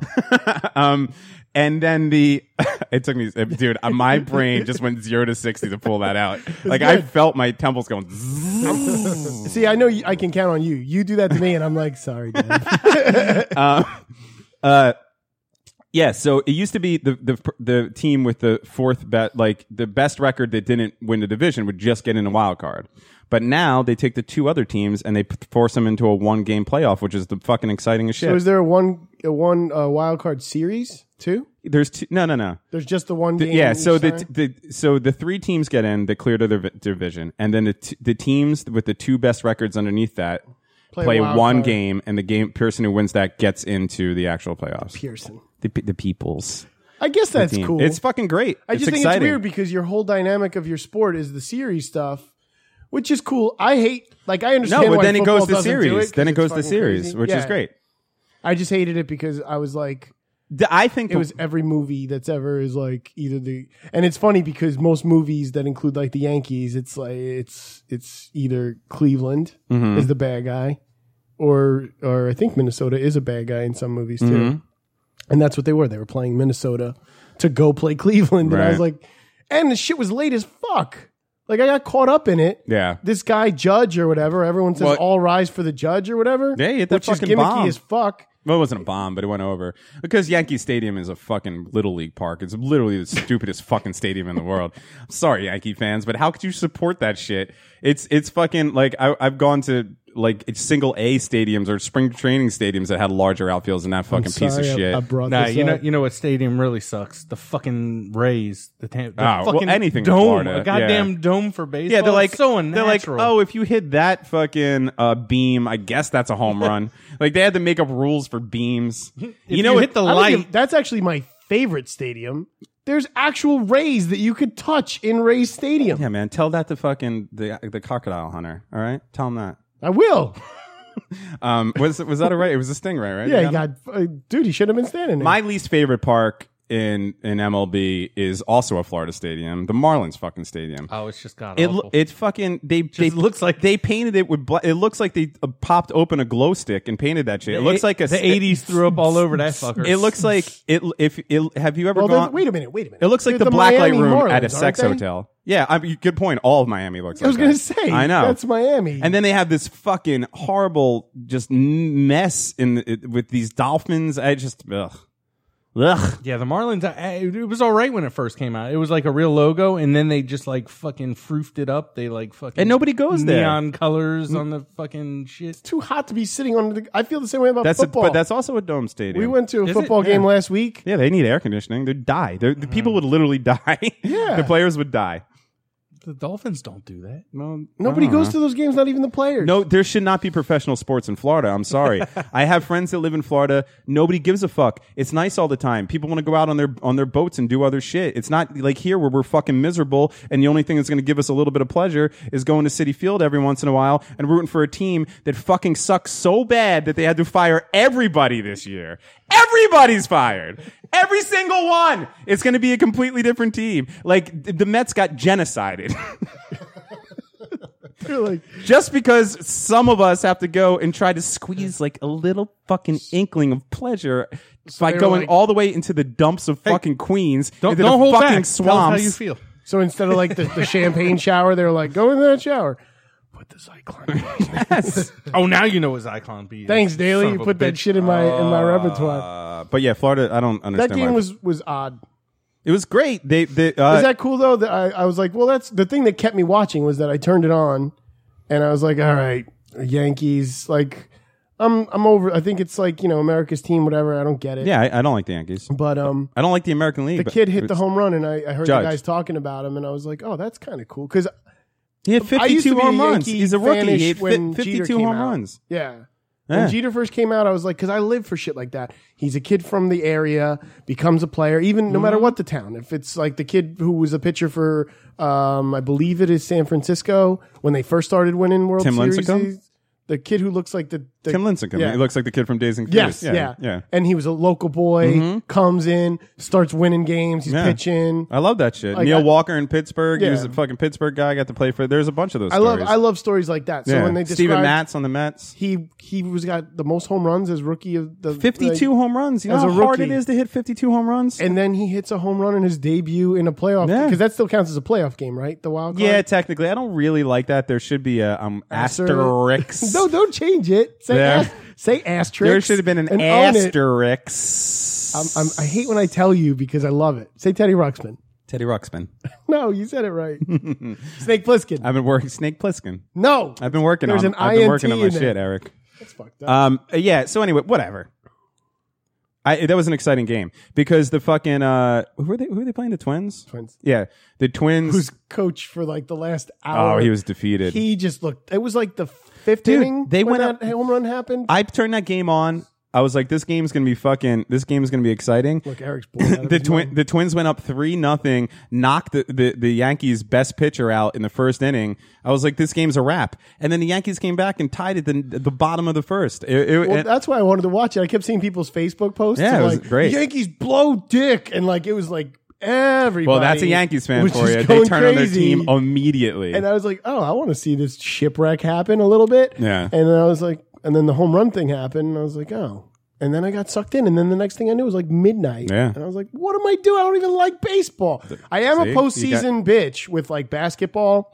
Speaker 3: um, and then the it took me, dude. uh, My brain just went zero to sixty to pull that out. Like I
Speaker 4: good.
Speaker 3: felt my temples going. zzz.
Speaker 4: See, I know you, I can count on you. You do that to me, and I'm like, sorry, Dad.
Speaker 3: Yeah. So it used to be the the the team with the fourth bet, like the best record that didn't win the division would just get in a wild card. But now they take the two other teams and they p- force them into a one game playoff, which is the fucking exciting as shit.
Speaker 4: So is there a one a one uh, wild card series too?
Speaker 3: There's two, no, no, no.
Speaker 4: There's just the one
Speaker 3: The-
Speaker 4: game.
Speaker 3: yeah,
Speaker 4: each
Speaker 3: so the,
Speaker 4: time?
Speaker 3: the so the three teams get in, they clear to their vi- division, and then the t- the teams with the two best records underneath that play,
Speaker 4: wild
Speaker 3: one
Speaker 4: card.
Speaker 3: game, and the game person who wins that gets into the actual playoffs.
Speaker 4: Pearson.
Speaker 3: The pe- the peoples.
Speaker 4: I guess that's
Speaker 3: team.
Speaker 4: cool.
Speaker 3: It's fucking great.
Speaker 4: I just
Speaker 3: it's
Speaker 4: think
Speaker 3: exciting.
Speaker 4: it's weird because your whole dynamic of your sport is the series stuff, which is cool. I hate like I understand.
Speaker 3: no, but
Speaker 4: why
Speaker 3: then it
Speaker 4: football
Speaker 3: goes to
Speaker 4: doesn't do
Speaker 3: series.
Speaker 4: 'cause
Speaker 3: then it
Speaker 4: it's
Speaker 3: goes to
Speaker 4: fucking
Speaker 3: series,
Speaker 4: crazy.
Speaker 3: which is
Speaker 4: Yeah.
Speaker 3: great.
Speaker 4: I just hated it because I was like,
Speaker 3: The- I think
Speaker 4: it was every movie that's ever is like either the and it's funny because most movies that include like the Yankees, it's like it's it's either Cleveland
Speaker 3: Mm-hmm.
Speaker 4: is the bad guy, or or I think Minnesota is a bad guy in some movies too,
Speaker 3: Mm-hmm.
Speaker 4: and that's what they were. They were playing Minnesota to go play Cleveland, and I was
Speaker 3: Right.
Speaker 4: like, and the shit was late as fuck. Like I got caught up in it.
Speaker 3: Yeah.
Speaker 4: This guy judge or whatever. Everyone says
Speaker 3: Well-
Speaker 4: all rise for the judge or whatever.
Speaker 3: Yeah, he hit that
Speaker 4: which is
Speaker 3: fucking
Speaker 4: gimmicky
Speaker 3: bomb.
Speaker 4: as fuck.
Speaker 3: Well, it wasn't a bomb, but it went over because Yankee Stadium is a fucking little league park. It's literally the stupidest fucking stadium in the world. I'm sorry, Yankee fans, but how could you support that shit? It's it's fucking like I, I've gone to like it's single A stadiums or spring training stadiums that had larger outfields than that fucking piece of
Speaker 4: Sorry, I-
Speaker 3: shit.
Speaker 4: I brought
Speaker 1: Nah,
Speaker 4: this
Speaker 1: you know,
Speaker 4: up.
Speaker 1: you know what stadium really sucks? The fucking Rays, the, tam- the
Speaker 4: Ah,
Speaker 3: Oh, well,
Speaker 1: fucking
Speaker 3: anything in
Speaker 1: dome,
Speaker 3: Florida,
Speaker 1: a goddamn
Speaker 3: yeah.
Speaker 1: dome for baseball.
Speaker 3: yeah, they're like
Speaker 1: Oh, It's so
Speaker 3: They're like,
Speaker 1: unnatural.
Speaker 3: oh, if you hit that fucking uh, beam, I guess that's a home run. like they had to make up rules for beams. you know,
Speaker 1: you
Speaker 3: what?
Speaker 1: hit the
Speaker 4: I don't
Speaker 1: light.
Speaker 4: give- that's actually my favorite stadium. There's actual rays that you could touch in Rays Stadium.
Speaker 3: Yeah, man, tell that to fucking the the crocodile hunter. All right, tell him that.
Speaker 4: I will.
Speaker 3: Um, was was that a right? It was a stingray, right?
Speaker 4: Yeah,
Speaker 3: They
Speaker 4: he
Speaker 3: got him?
Speaker 4: got uh, dude. He should have been standing there.
Speaker 3: My least favorite park in in MLB is also a Florida stadium, the Marlins fucking stadium.
Speaker 1: oh, it's just god
Speaker 3: It
Speaker 1: awful.
Speaker 3: lo- it fucking they they
Speaker 1: looks like-
Speaker 3: they painted it with bla- it looks like they uh, popped open a glow stick and painted that shit. It looks like a
Speaker 1: the '80s threw up all over that fucker.
Speaker 3: It looks like it if it have you ever
Speaker 4: well, they're-
Speaker 3: gone?
Speaker 4: wait a minute. Wait a minute.
Speaker 3: It looks like
Speaker 4: They're
Speaker 3: the, blacklight
Speaker 4: Miami
Speaker 3: room at a
Speaker 4: Marlins,
Speaker 3: sex
Speaker 4: aren't they?
Speaker 3: hotel. Yeah, I mean, good point. All of Miami looks.
Speaker 4: I was
Speaker 3: like
Speaker 4: gonna
Speaker 3: that.
Speaker 4: say.
Speaker 3: I know
Speaker 4: that's Miami.
Speaker 3: And then they have this fucking horrible just n- mess in the, it, with these dolphins. I just ugh. Ugh.
Speaker 1: yeah, the Marlins. I, I- it was all right when it first came out. It was like a real logo, and then they just like fucking froofed it up. They like fucking
Speaker 3: And nobody goes there. Mm.
Speaker 1: Neon colors on the fucking shit.
Speaker 4: too hot to be sitting on the. I feel the same way about
Speaker 3: That's a,
Speaker 4: football.
Speaker 3: but that's also a dome stadium.
Speaker 4: we went to a
Speaker 1: Is it?
Speaker 4: football game
Speaker 1: Yeah.
Speaker 4: last week.
Speaker 3: Yeah, they need air conditioning. They'd die. They're, the people would literally die.
Speaker 4: Mm-hmm. Yeah.
Speaker 3: the players would die.
Speaker 1: The Dolphins don't do that.
Speaker 3: Well,
Speaker 4: Nobody goes to those games. Not even the players.
Speaker 3: Uh-huh. No, there should not be professional sports in Florida. I'm sorry. I have friends that live in Florida. Nobody gives a fuck. It's nice all the time. People want to go out on their on their boats and do other shit. It's not like here where we're fucking miserable and the only thing that's going to give us a little bit of pleasure is going to City Field every once in a while and rooting for a team that fucking sucks so bad that they had to fire everybody this year. Everybody's fired. Every single one. It's going to be a completely different team. Like th- the Mets got genocided.
Speaker 4: They're like
Speaker 3: just because some of us have to go and try to squeeze like a little fucking inkling of pleasure by
Speaker 4: they were
Speaker 3: going
Speaker 4: like-
Speaker 3: all the way into the dumps of fucking Queens,
Speaker 1: Don't,
Speaker 3: into
Speaker 1: don't
Speaker 3: the
Speaker 1: hold
Speaker 3: fucking
Speaker 1: back. Tell us how
Speaker 3: swamps.
Speaker 1: you feel.
Speaker 4: so instead of like the, the champagne shower, they're like go in that shower. Put the cyclone.
Speaker 1: Oh, now you know what Zyklon B. is.
Speaker 4: Thanks, Daly.
Speaker 1: Son
Speaker 4: You
Speaker 1: of a
Speaker 4: put that
Speaker 1: bitch.
Speaker 4: shit in my in my repertoire.
Speaker 3: Uh, but yeah, Florida. I don't understand.
Speaker 4: That game
Speaker 3: why-
Speaker 4: was was odd.
Speaker 3: it was great. They they uh,
Speaker 4: Is that cool though? That I, I was like, well, that's the thing that kept me watching was that I turned it on, and I was like, all right, Yankees. Like, I'm I'm over. I think it's like you know America's team, whatever. I don't get it.
Speaker 3: yeah. I, I don't like the Yankees.
Speaker 4: But um,
Speaker 3: I don't like the American League.
Speaker 4: the
Speaker 3: but
Speaker 4: kid hit the
Speaker 3: it's-
Speaker 4: home run, and I, I heard
Speaker 3: Judge.
Speaker 4: the guys talking about him, and I was like, oh, that's kind of cool because
Speaker 3: He hit
Speaker 4: I used
Speaker 3: fifty-two
Speaker 4: to be
Speaker 3: home
Speaker 4: a
Speaker 3: runs.
Speaker 4: Yankee
Speaker 3: He's a rookie. He
Speaker 4: fanish
Speaker 3: hit
Speaker 4: when
Speaker 3: fi-
Speaker 4: Jeter
Speaker 3: fifty-two
Speaker 4: came
Speaker 3: home
Speaker 4: out.
Speaker 3: runs.
Speaker 4: Yeah.
Speaker 3: Yeah.
Speaker 4: When Jeter first came out, I was like, because I live for shit like that. He's a kid from the area, becomes a player, even no matter what the town. If it's like the kid who was a pitcher for, um, I believe it is San Francisco when they first started winning World
Speaker 3: Tim
Speaker 4: Series.
Speaker 3: Lincecum?
Speaker 4: he's- The kid who looks like the, the
Speaker 3: Tim Lincecum.
Speaker 4: Yeah.
Speaker 3: He looks like the kid from Days and
Speaker 4: Yes,
Speaker 3: Confused.
Speaker 4: yeah. Mm-hmm.
Speaker 3: yeah, yeah.
Speaker 4: And he was a local boy, comes in, starts winning games, he's
Speaker 3: Yeah.
Speaker 4: pitching.
Speaker 3: I love that shit.
Speaker 4: Like,
Speaker 3: Neil
Speaker 4: I-
Speaker 3: Walker in Pittsburgh. He
Speaker 4: Yeah.
Speaker 3: was a fucking Pittsburgh guy. Got to play for. There's a bunch of those.
Speaker 4: I love
Speaker 3: stories.
Speaker 4: I love stories like that. So
Speaker 3: Yeah.
Speaker 4: when they describe
Speaker 3: Steven Matz on the Mets.
Speaker 4: he he was got the most home runs as rookie of the
Speaker 3: 52
Speaker 4: like-
Speaker 3: home runs. You know
Speaker 4: as
Speaker 3: how
Speaker 4: a
Speaker 3: hard it
Speaker 4: rookie.
Speaker 3: is to hit 52 home runs?
Speaker 4: and then he hits a home run in his debut in a playoff
Speaker 3: Yeah.
Speaker 4: because that still counts as a playoff game, right? The wild card.
Speaker 3: yeah, technically. I don't really like that. There should be a um,
Speaker 4: Aster-
Speaker 3: asterisk.
Speaker 4: no, don't change it. Say
Speaker 3: Yeah.
Speaker 4: ast- say asterisk.
Speaker 3: there should have been an
Speaker 4: and own it.
Speaker 3: asterisk.
Speaker 4: I'm, I'm, I hate when I tell you because I love it. Say Teddy Ruxpin.
Speaker 3: Teddy Ruxpin.
Speaker 4: No, you said it right. Snake Plissken.
Speaker 3: I've been working. Snake Pliskin.
Speaker 4: no,
Speaker 3: I've been working
Speaker 4: There's
Speaker 3: on.
Speaker 4: an
Speaker 3: I've been
Speaker 4: INT
Speaker 3: working on my
Speaker 4: in there.
Speaker 3: shit, Eric.
Speaker 4: That's fucked up.
Speaker 3: Um. Yeah. So anyway, whatever. I, that was an exciting game because the fucking uh, who were they? Who were they playing? The Twins.
Speaker 4: Twins.
Speaker 3: Yeah, the Twins.
Speaker 4: Who's coach for like the last hour?
Speaker 3: oh, he was defeated.
Speaker 4: He just looked. It was like the fifth
Speaker 3: Dude,
Speaker 4: inning.
Speaker 3: they
Speaker 4: when
Speaker 3: went
Speaker 4: that home run happened.
Speaker 3: I turned that game on. I was like, this game's gonna be fucking. This game's gonna be exciting.
Speaker 4: Look, Eric's bored. out of
Speaker 3: the
Speaker 4: his
Speaker 3: twin,
Speaker 4: mind.
Speaker 3: the Twins went up three nothing, knocked the, the the Yankees' best pitcher out in the first inning. I was like, this game's a wrap. And then the Yankees came back and tied it the, the bottom of the first. It- it-
Speaker 4: Well,
Speaker 3: it-
Speaker 4: that's why I wanted to watch it. I kept seeing people's Facebook posts.
Speaker 3: Yeah,
Speaker 4: of,
Speaker 3: it was
Speaker 4: like,
Speaker 3: great.
Speaker 4: Yankees blow dick, and like it was like everybody.
Speaker 3: well, that's a Yankees fan
Speaker 4: was
Speaker 3: for
Speaker 4: just
Speaker 3: you. They
Speaker 4: going
Speaker 3: turn on their
Speaker 4: crazy.
Speaker 3: team immediately.
Speaker 4: And I was like, oh, I want to see this shipwreck happen a little bit.
Speaker 3: Yeah.
Speaker 4: And then I was like, and then the home run thing happened, and I was like, oh. And then I got sucked in. And then the next thing I knew it was like midnight.
Speaker 3: Yeah.
Speaker 4: And I was like, what am I doing? I don't even like baseball. I am
Speaker 3: see?
Speaker 4: a
Speaker 3: You Mm-hmm.
Speaker 4: postseason bitch with like basketball.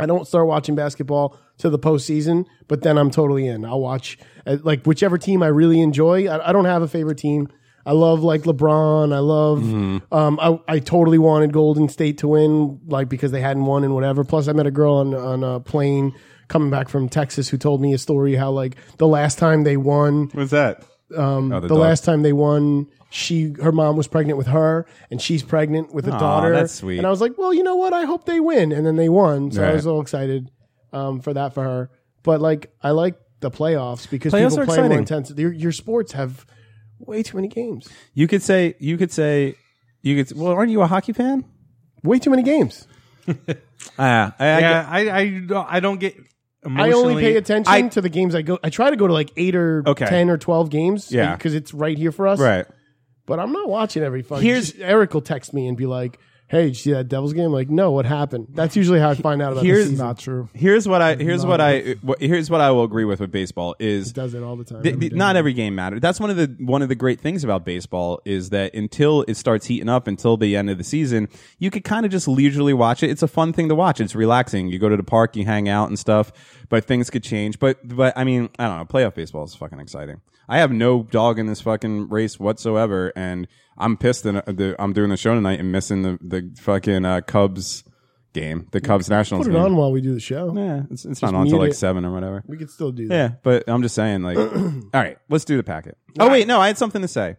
Speaker 4: I don't start watching basketball to the postseason, but then I'm totally in. I'll watch uh, like whichever team I really enjoy. I, I don't have a favorite team. I love like LeBron. I love.
Speaker 3: Mm-hmm.
Speaker 4: Um, I I totally wanted Golden State to win, like because they hadn't won and whatever. Plus, I met a girl on on a plane coming back from Texas who told me a story how like the last time they won
Speaker 3: What's that? Um,
Speaker 4: the last time they won she her mom was pregnant with her and she's pregnant with a daughter
Speaker 3: that's sweet.
Speaker 4: and i was like well you know what i hope they win and then they won so i
Speaker 3: Right.
Speaker 4: was all excited um, for that for her but like i like the playoffs because
Speaker 3: Playoffs
Speaker 4: people
Speaker 3: are
Speaker 4: play
Speaker 3: exciting.
Speaker 4: more intense your, your sports have way too many games
Speaker 3: You could say. You could say. You could. Well, aren't you a hockey fan?
Speaker 4: way too many games
Speaker 3: Ah, I, I
Speaker 1: yeah, I, I, don't- I don't get.
Speaker 4: i only pay
Speaker 1: emotionally-
Speaker 4: attention to the games i go i try to go to like 8 or
Speaker 3: Okay.
Speaker 4: 10 or 12 games
Speaker 3: Yeah.
Speaker 4: because it's right here for us
Speaker 3: get- right.
Speaker 4: but I'm not watching every fucking.
Speaker 3: Here's-
Speaker 4: Here's Eric will text me and be like, "Hey, did you see that Devils game?" I'm like, no, what happened? That's usually how I find out about the
Speaker 3: Here's-
Speaker 4: season.
Speaker 9: Not true.
Speaker 3: Here's what I. Here's what I. What, here's what I will agree with with baseball is.
Speaker 4: It does it all the time.
Speaker 3: The-
Speaker 4: every
Speaker 3: the-
Speaker 4: day.
Speaker 3: not every game matters. That's one of the one of the great things about baseball is that until it starts heating up, until the end of the season, you could kind of just leisurely watch it. It's a fun thing to watch. It's relaxing. You go to the park, you hang out and stuff. But things could change. But but I mean, I don't know. Playoff baseball is fucking exciting. I have no dog in this fucking race whatsoever, and I'm pissed. And I'm doing the show tonight and missing the the fucking uh, Cubs game, the Cubs Nationals
Speaker 4: put it
Speaker 3: game.
Speaker 4: on while we do the show.
Speaker 3: yeah, it's, it's not on until
Speaker 4: mute
Speaker 3: like
Speaker 4: it.
Speaker 3: seven or whatever.
Speaker 4: We could still do that.
Speaker 3: Yeah, but I'm just saying, like, all right, let's do the packet. Oh wait, no, I had something to say.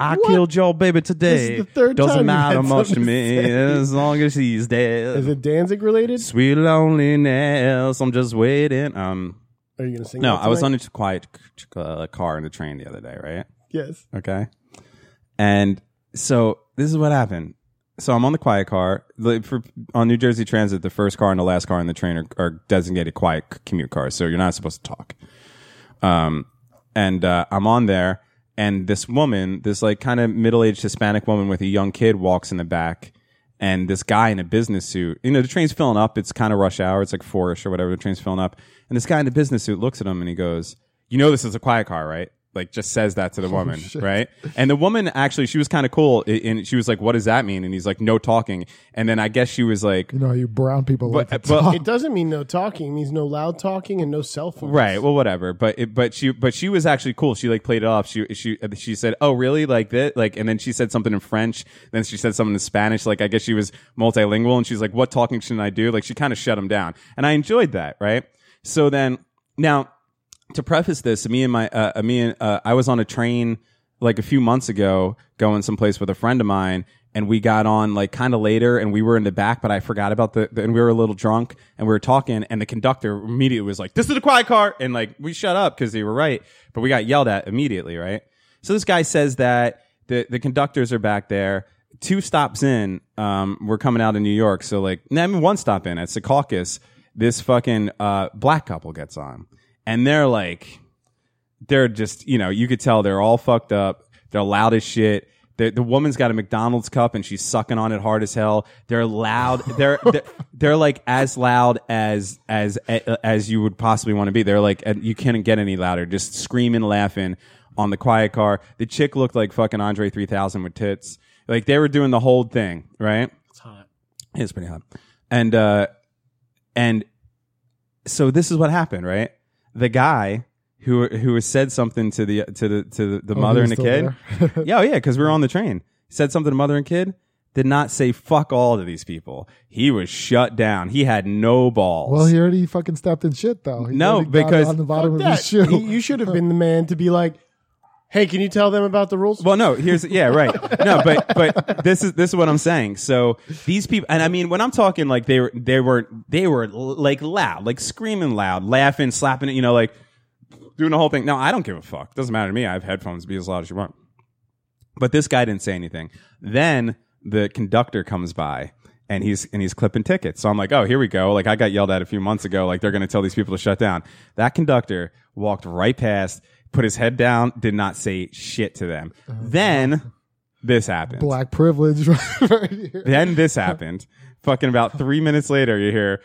Speaker 3: I killed your baby today.
Speaker 4: This is the third
Speaker 3: Doesn't
Speaker 4: time you had
Speaker 3: matter much to
Speaker 4: something to
Speaker 3: me
Speaker 4: say.
Speaker 3: as long as she's
Speaker 4: Is
Speaker 3: dead.
Speaker 4: it Danzig related?
Speaker 3: Sweet loneliness, I'm just waiting. Um,
Speaker 4: Are you gonna sing?
Speaker 3: no,
Speaker 4: that
Speaker 3: I was on
Speaker 4: tonight?
Speaker 3: a quiet c- c- uh, car in the train the other day, right?
Speaker 4: Yes.
Speaker 3: Okay. And so this is what happened. So I'm on the quiet car. The, for, on New Jersey Transit, the first car and the last car in the train are, are designated quiet c- commute cars. So you're not supposed to talk. Um, and uh, I'm on there, and this woman, this like kind of middle aged Hispanic woman with a young kid, walks in the back, and this guy in a business suit. You know, the train's filling up. It's kind of rush hour. It's like four ish or whatever. The train's filling up, and this guy in the business suit looks at him and he goes, "You know, this is a quiet car, right?" Like just says that to the woman, right? And the woman actually, she was kind of cool, i- and she was like, "What does that mean?" And he's like, "No talking." And then I guess she was like,
Speaker 9: You know, you brown people
Speaker 3: But- uh,
Speaker 9: like to
Speaker 3: but-
Speaker 9: talk.
Speaker 4: It doesn't mean no talking. It means no loud talking and no cell phones.
Speaker 3: Right. Well, whatever. But it, but she but she was actually cool. She like played it off. She she she said, "Oh, really?" Like that. Like, and then she said something in French. Then she said something in Spanish. Like, I guess she was multilingual. And she's like, "What talking should I do?" Like, she kind of shut him down. And I enjoyed that. Right. So then now to preface this, me and my, uh, uh, me and uh, I was on a train like a few months ago going someplace with a friend of mine, and we got on like kind of later, and we were in the back, but I forgot about the, the, and we were a little drunk, and we were talking, and the conductor immediately was like, "This is the quiet car," and like we shut up because they were right, but we got yelled at immediately, right? So this guy says that the the conductors are back there. Two stops in, um, we're coming out of New York, so like, no, I mean one stop in at Secaucus, this fucking uh, black couple gets on, and they're like, they're just you know you could tell they're all fucked up they're loud as shit the, the woman's got a mcdonald's cup and she's sucking on it hard as hell they're loud they're they're, they're like as loud as as as you would possibly want to be they're like and you can't get any louder just screaming laughing on the quiet car the chick looked like fucking andre 3000 with tits like they were doing the whole thing right it's hot it's pretty hot and uh and so this is what happened, right? The guy who who has said something to the to the to the, the mother and
Speaker 9: he's
Speaker 3: the kid.
Speaker 9: still
Speaker 3: yeah, oh yeah, because we were on the train. Said something to mother and kid. Did not say fuck all to these people. He was shut down. He had no balls.
Speaker 9: Well, he already fucking stepped in shit though. He
Speaker 3: No,
Speaker 9: already got
Speaker 3: because-
Speaker 9: on the
Speaker 4: Fuck
Speaker 9: bottom of his
Speaker 4: that.
Speaker 9: shoe.
Speaker 4: You you should have been the man to be like, "Hey, can you tell them about the rules?"
Speaker 3: Well, no, here's yeah, right. No, but but this is this is what I'm saying. So these people, and I mean, when I'm talking like they were they were they were l- like loud, like screaming loud, laughing, slapping it, you know, like doing the whole thing. No, I don't give a fuck. Doesn't matter to me. I have headphones. Be as loud as you want. But this guy didn't say anything. Then the conductor comes by and he's and he's clipping tickets. So I'm like, oh, here we go. Like I got yelled at a few months ago. Like they're going to tell these people to shut down. That conductor walked right past, put his head down, did not say shit to them. Then this happened.
Speaker 9: Black privilege, right? here.
Speaker 3: Then this happened. Fucking about three minutes later, you hear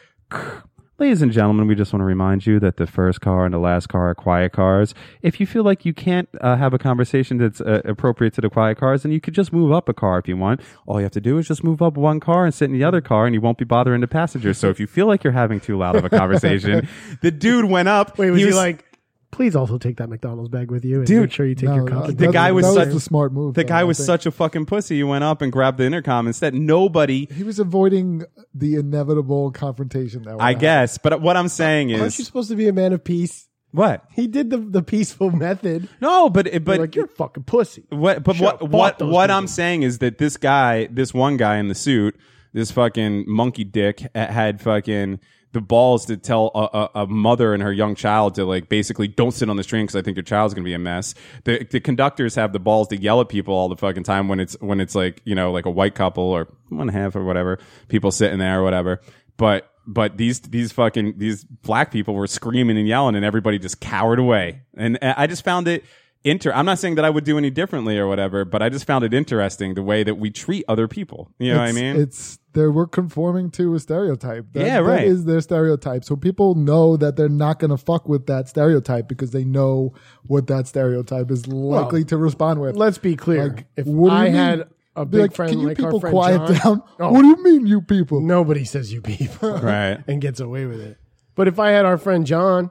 Speaker 3: Ladies and gentlemen, we just want to remind you that the first car and the last car are quiet cars. If you feel like you can't uh, have a conversation that's uh, appropriate to the quiet cars, then you could just move up a car if you want. All you have to do is just move up one car and sit in the other car, and you won't be bothering the passengers. So if you feel like you're having too loud of a conversation, the dude went up.
Speaker 4: Wait, was he, like, please also take that McDonald's bag with you and
Speaker 3: Dude,
Speaker 4: make sure you take
Speaker 9: No,
Speaker 4: your
Speaker 9: no,
Speaker 4: coffee?
Speaker 3: The
Speaker 9: that-
Speaker 3: guy was
Speaker 9: that
Speaker 3: such-
Speaker 9: was a smart move.
Speaker 3: The
Speaker 9: though,
Speaker 3: guy
Speaker 9: I
Speaker 3: was
Speaker 9: think.
Speaker 3: such a fucking pussy. He went up and grabbed the intercom and said, nobody.
Speaker 9: He was avoiding the inevitable confrontation that. would
Speaker 3: I
Speaker 9: happen.
Speaker 3: guess. But what I'm saying
Speaker 4: Aren't you
Speaker 3: is
Speaker 4: supposed to be a man of peace?
Speaker 3: what?
Speaker 4: He did the, the peaceful method.
Speaker 3: No, but it-
Speaker 4: But
Speaker 3: but
Speaker 4: like you're a fucking pussy.
Speaker 3: what but
Speaker 4: Should've
Speaker 3: what
Speaker 4: fought
Speaker 3: what
Speaker 4: those
Speaker 3: what
Speaker 4: people.
Speaker 3: I'm saying is that this guy, this one guy in the suit, this fucking monkey dick ha- had fucking the balls to tell a, a, a mother and her young child to like basically don't sit on this train because I think your child's gonna be a mess. The the conductors have the balls to yell at people all the fucking time when it's when it's like you know like a white couple or one half or whatever people sitting there or whatever. But but these these fucking these black people were screaming and yelling and everybody just cowered away. And uh, I just found it inter i'm not saying that i would do any differently or whatever but i just found it interesting the way that we treat other people you know what i
Speaker 9: It's-
Speaker 3: mean
Speaker 9: It's they were conforming to a stereotype. That,
Speaker 3: Yeah, right.
Speaker 9: That is their stereotype. So people know that they're not going to fuck with that stereotype because they know what that stereotype is likely to respond with.
Speaker 4: Let's be clear.
Speaker 9: Like,
Speaker 4: if
Speaker 9: what do you
Speaker 4: I
Speaker 9: mean?
Speaker 4: had a
Speaker 9: Be
Speaker 4: big
Speaker 9: like,
Speaker 4: friend
Speaker 9: can you
Speaker 4: like our
Speaker 9: people
Speaker 4: friend
Speaker 9: quiet
Speaker 4: John-
Speaker 9: down?
Speaker 4: Oh.
Speaker 9: What do you mean, you people?
Speaker 4: Nobody says you people.
Speaker 3: right
Speaker 4: and gets away with it. But if I had our friend John,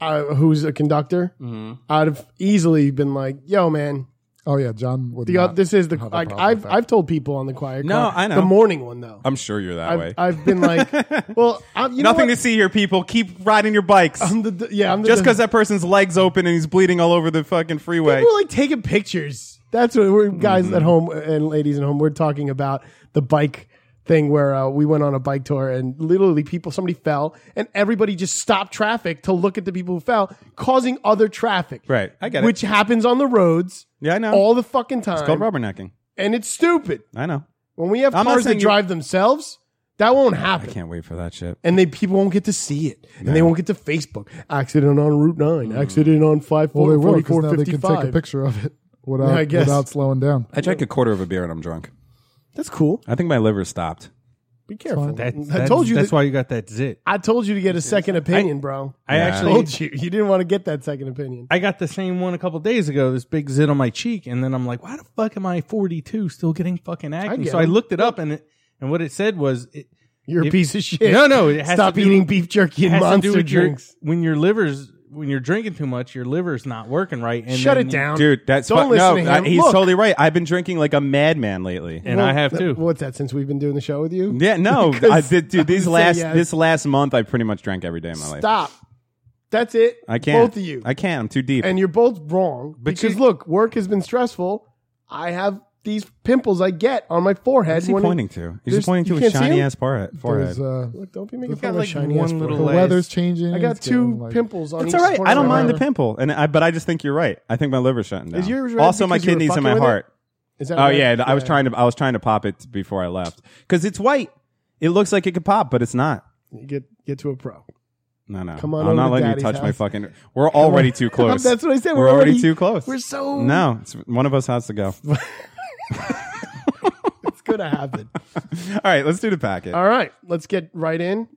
Speaker 4: uh, who's a conductor,
Speaker 3: Mm-hmm.
Speaker 4: I'd have easily been like, "Yo, man,
Speaker 9: Oh yeah, John would.
Speaker 4: the,
Speaker 9: not.
Speaker 4: this is the
Speaker 9: have a
Speaker 4: like
Speaker 9: problem
Speaker 4: I've
Speaker 9: with that.
Speaker 4: I've told people on the quiet.
Speaker 3: No,
Speaker 4: car,
Speaker 3: I know.
Speaker 4: the morning one though.
Speaker 3: i'm sure you're that way
Speaker 4: I've, I've been like, well, I'm, you
Speaker 3: nothing
Speaker 4: know
Speaker 3: to
Speaker 4: what?
Speaker 3: see here people keep riding your bikes
Speaker 4: I'm the, the- yeah, I'm the,
Speaker 3: just because that person's legs open and he's bleeding all over the fucking freeway
Speaker 4: we're like taking pictures. That's what we're guys
Speaker 9: Mm-hmm.
Speaker 4: at home uh, and ladies at home. We're talking about the bike thing where uh, we went on a bike tour and literally people somebody fell and everybody just stopped traffic to look at the people who fell, causing other traffic.
Speaker 3: Right. I get it.
Speaker 4: Which happens on the roads.
Speaker 3: Yeah, I know.
Speaker 4: All the fucking time.
Speaker 3: it's called rubbernecking
Speaker 4: And it's stupid.
Speaker 3: i know
Speaker 4: When we have
Speaker 3: I'm not
Speaker 4: cars that
Speaker 3: saying you-
Speaker 4: drive themselves, that won't
Speaker 3: i
Speaker 4: happen
Speaker 3: can't wait for that shit
Speaker 4: and they people won't get to see it, and they won't get to Facebook. Accident on Route Nine, accident on five
Speaker 9: Mm. well,
Speaker 4: four
Speaker 9: they
Speaker 4: forty
Speaker 9: will 'cause
Speaker 4: four
Speaker 9: now they
Speaker 4: fifty
Speaker 9: can take a
Speaker 4: five.
Speaker 9: picture of it without
Speaker 4: Yeah, I guess.
Speaker 9: without slowing down.
Speaker 3: i drank a quarter of a beer and i'm drunk
Speaker 4: That's cool.
Speaker 3: i think my liver stopped
Speaker 4: Be careful.
Speaker 1: That,
Speaker 4: I
Speaker 1: that's-
Speaker 4: told you
Speaker 1: That's
Speaker 4: that-
Speaker 1: why you got that zit.
Speaker 4: I told you to get a second opinion, bro.
Speaker 1: I
Speaker 3: Yeah.
Speaker 4: I
Speaker 1: actually
Speaker 4: told you you didn't want to get that second opinion.
Speaker 1: I got the same one a couple days ago. This big zit on my cheek, and then I'm like, "Why the fuck am I 42 still getting fucking acne?"
Speaker 4: get
Speaker 1: so I
Speaker 4: it.
Speaker 1: looked it up, and it, and what it said was, it,
Speaker 4: You're a
Speaker 1: If-
Speaker 4: piece of shit.
Speaker 1: No, no, it has
Speaker 4: Stop
Speaker 1: to do-
Speaker 4: eating beef jerky
Speaker 1: it
Speaker 4: and
Speaker 1: has to do
Speaker 4: monster
Speaker 1: with your,
Speaker 4: drinks.
Speaker 1: when your liver's when you're drinking too much, your liver's not working right. And
Speaker 4: Shut
Speaker 1: then
Speaker 4: it
Speaker 1: you-
Speaker 4: down,
Speaker 3: dude that's
Speaker 4: Um, Don't
Speaker 3: fu-
Speaker 4: listen
Speaker 3: no
Speaker 4: to
Speaker 3: I-
Speaker 4: him.
Speaker 3: he's
Speaker 4: Look.
Speaker 3: totally right i've been drinking like a madman lately
Speaker 1: and I have too.
Speaker 4: What's that? Since we've been doing the show with you,
Speaker 3: yeah no I did, dude these
Speaker 4: I would say
Speaker 3: last
Speaker 4: yes.
Speaker 3: this last month i pretty much drank every day of my life
Speaker 4: stop. That's it.
Speaker 3: I can't.
Speaker 4: Both of you.
Speaker 3: I can't. I'm too deep.
Speaker 4: and you're both wrong
Speaker 3: But
Speaker 4: because
Speaker 3: you-
Speaker 4: look, work has been stressful. I have these pimples I get on my forehead.
Speaker 3: What's he
Speaker 4: when it-
Speaker 3: pointing to? He's
Speaker 4: There's-
Speaker 3: just pointing
Speaker 4: you
Speaker 3: to his
Speaker 4: can't see
Speaker 3: shiny
Speaker 4: him?
Speaker 3: ass forehead.
Speaker 9: There's,
Speaker 3: forehead.
Speaker 9: uh,
Speaker 4: Look, don't be making fun
Speaker 1: He's got
Speaker 4: of my
Speaker 1: like
Speaker 4: shiny ass
Speaker 1: one
Speaker 4: forehead.
Speaker 1: little
Speaker 9: the
Speaker 1: Liz.
Speaker 9: weather's changing.
Speaker 4: I got
Speaker 9: it's
Speaker 4: two
Speaker 9: getting, like-
Speaker 4: pimples on.
Speaker 3: It's
Speaker 4: each
Speaker 3: all right.
Speaker 4: corner
Speaker 3: I
Speaker 4: of
Speaker 3: don't
Speaker 4: my
Speaker 3: mind the
Speaker 4: mouth.
Speaker 3: pimple, and I, but I just think you're right. I think my liver's shutting down.
Speaker 4: Is yours red
Speaker 3: also, my
Speaker 4: because you were
Speaker 3: kidneys and
Speaker 4: fucking
Speaker 3: my
Speaker 4: with it?
Speaker 3: heart.
Speaker 4: Is that
Speaker 3: Oh
Speaker 4: right?
Speaker 3: yeah, I was trying to. I was trying to pop it before I left because it's white. It looks like it could pop, but it's not.
Speaker 4: get get to a pro.
Speaker 3: No, no.
Speaker 4: Come on
Speaker 3: I'm
Speaker 4: over
Speaker 3: not
Speaker 4: to
Speaker 3: letting you
Speaker 4: Daddy's
Speaker 3: touch my
Speaker 4: house.
Speaker 3: fucking. We're already too close.
Speaker 4: That's what I said.
Speaker 3: We're, already, too close.
Speaker 4: We're so no.
Speaker 3: No, it's, one of us has to go. All
Speaker 4: It's gonna happen.
Speaker 3: right, let's do the packet.
Speaker 4: all right, let's get right in.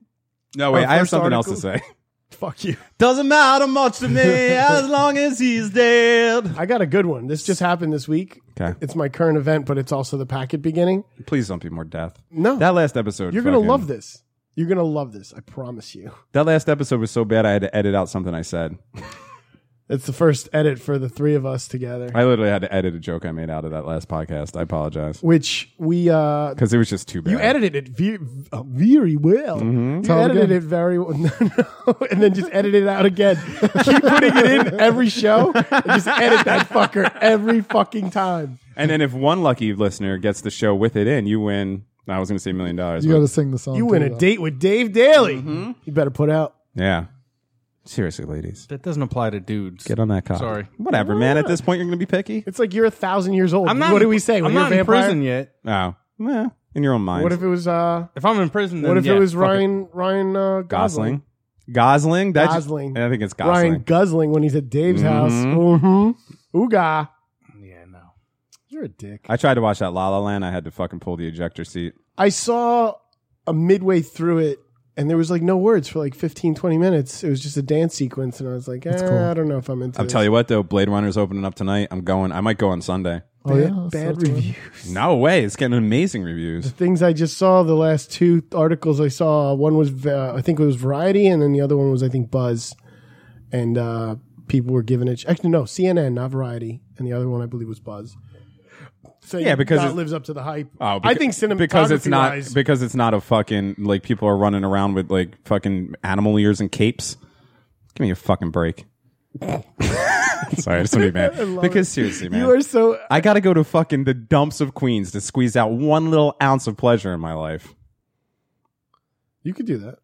Speaker 3: No, wait,
Speaker 4: Our
Speaker 3: I have
Speaker 4: first
Speaker 3: something else
Speaker 4: article-
Speaker 3: to say.
Speaker 4: Fuck you.
Speaker 3: Doesn't matter much to me as long as he's dead.
Speaker 4: I got a good one. This just happened this week.
Speaker 3: Okay.
Speaker 4: It's my current event, but it's also the packet beginning.
Speaker 3: Please don't be more death.
Speaker 4: No.
Speaker 3: That last episode.
Speaker 4: You're gonna
Speaker 3: fucking-
Speaker 4: love this. You're gonna love this. I promise you.
Speaker 3: That last episode was so bad I had to edit out something I said.
Speaker 4: It's the first edit for the three of us together,
Speaker 3: I literally had to edit a joke I made out of that last podcast. I apologize.
Speaker 4: which we uh
Speaker 3: Because it was just too bad.
Speaker 4: You edited it ve- uh, very well.
Speaker 1: Mm-hmm.
Speaker 4: You
Speaker 9: Tell it
Speaker 4: edited
Speaker 9: again.
Speaker 4: it very well. No, no. And then just edit it out again. Keep putting it in every show and just edit that fucker every fucking time.
Speaker 3: And then if one lucky listener gets the show with it in, you win. I was going to say a million dollars.
Speaker 9: You
Speaker 3: but-
Speaker 9: got to sing the song.
Speaker 4: You win
Speaker 9: too,
Speaker 4: a
Speaker 9: though.
Speaker 4: date with Dave Daly.
Speaker 1: Mm-hmm.
Speaker 4: You better put out.
Speaker 3: Yeah. Seriously, ladies.
Speaker 1: That doesn't apply to dudes.
Speaker 3: Get on that cock.
Speaker 1: Sorry.
Speaker 3: Whatever, man. At this point, you're going to be picky?
Speaker 4: It's like you're a thousand years old.
Speaker 1: I'm not.
Speaker 4: what do
Speaker 1: in-
Speaker 4: we say?
Speaker 1: I'm
Speaker 4: When you're
Speaker 1: not
Speaker 4: a
Speaker 1: in
Speaker 4: vampire?
Speaker 1: prison yet.
Speaker 3: Oh. Well, in your own mind.
Speaker 4: What if it was uh
Speaker 1: If I'm in prison, then
Speaker 4: what if
Speaker 1: yeah,
Speaker 4: it was
Speaker 1: fuck it.
Speaker 4: Ryan Ryan uh, Gosling?
Speaker 3: Gosling? Gosling? That's
Speaker 4: Gosling.
Speaker 3: I think it's Gosling.
Speaker 4: Ryan Gosling when he's at Dave's house. Mm-hmm. Ooga.
Speaker 1: Yeah, no.
Speaker 4: You're a dick.
Speaker 3: I tried to watch that La La Land. I had to fucking pull the ejector seat.
Speaker 4: I saw a midway through it and there was like no words for like 15, 20 minutes. It was just a dance sequence, and I was like, eh,
Speaker 9: cool.
Speaker 4: I don't know if I'm into.
Speaker 3: I'll
Speaker 4: this.
Speaker 3: tell you what though, Blade Runner's opening up tonight. I'm going. I might go on Sunday.
Speaker 9: Oh
Speaker 4: bad,
Speaker 9: yeah,
Speaker 4: bad
Speaker 9: so it's-
Speaker 4: reviews.
Speaker 3: No way. It's getting amazing reviews.
Speaker 4: Things I just saw the last two articles I saw. One was uh, I think it was Variety, and then the other one was I think Buzz, and uh, people were giving it. Actually, no, CNN, not Variety, and the other one I believe was Buzz. So
Speaker 3: Yeah, because
Speaker 4: that
Speaker 3: it-
Speaker 4: lives up to the hype.
Speaker 3: Oh,
Speaker 4: I
Speaker 3: becau-
Speaker 4: think cinematography
Speaker 3: because it's not
Speaker 4: wise,
Speaker 3: because it's not a fucking like people are running around with like fucking animal ears and capes. Give me a fucking break. Sorry, I just want to be mad. Because seriously, man,
Speaker 4: you are so
Speaker 3: I got to go to fucking the dumps of Queens to squeeze out one little ounce of pleasure in my life.
Speaker 4: You could do that.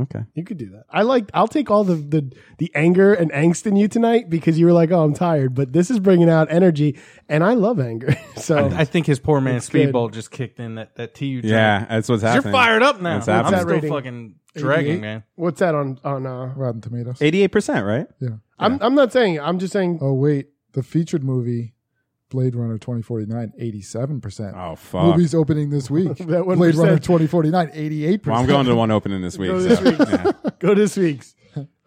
Speaker 3: Okay.
Speaker 4: You could do that. I like. I'll take all the the the anger and angst in you tonight because you were like, "Oh, I'm tired," but this is bringing out energy, and I love anger. So
Speaker 1: I think his poor man
Speaker 4: It's good.
Speaker 1: Speedball just kicked in that that TU. drink.
Speaker 3: Yeah, that's what's
Speaker 1: 'Cause
Speaker 3: happening.
Speaker 1: you're fired up now.
Speaker 3: That's
Speaker 1: I'm
Speaker 3: happening.
Speaker 1: still
Speaker 4: Rating
Speaker 1: fucking dragging, man.
Speaker 4: what's that on on? Uh,
Speaker 9: Rotten Tomatoes.
Speaker 3: Eighty-eight percent, right?
Speaker 9: Yeah.
Speaker 4: I'm I'm not saying. I'm just saying.
Speaker 9: Oh wait, the featured movie, Blade Runner 2049, 87 percent.
Speaker 3: Oh fuck.
Speaker 9: Movies opening this week.
Speaker 4: That one
Speaker 9: Blade Runner
Speaker 4: percent.
Speaker 9: 2049, 88 percent.
Speaker 3: Well, I'm going to the one opening this week.
Speaker 4: Go
Speaker 3: so,
Speaker 4: this week.
Speaker 3: yeah.
Speaker 4: Go to this week's.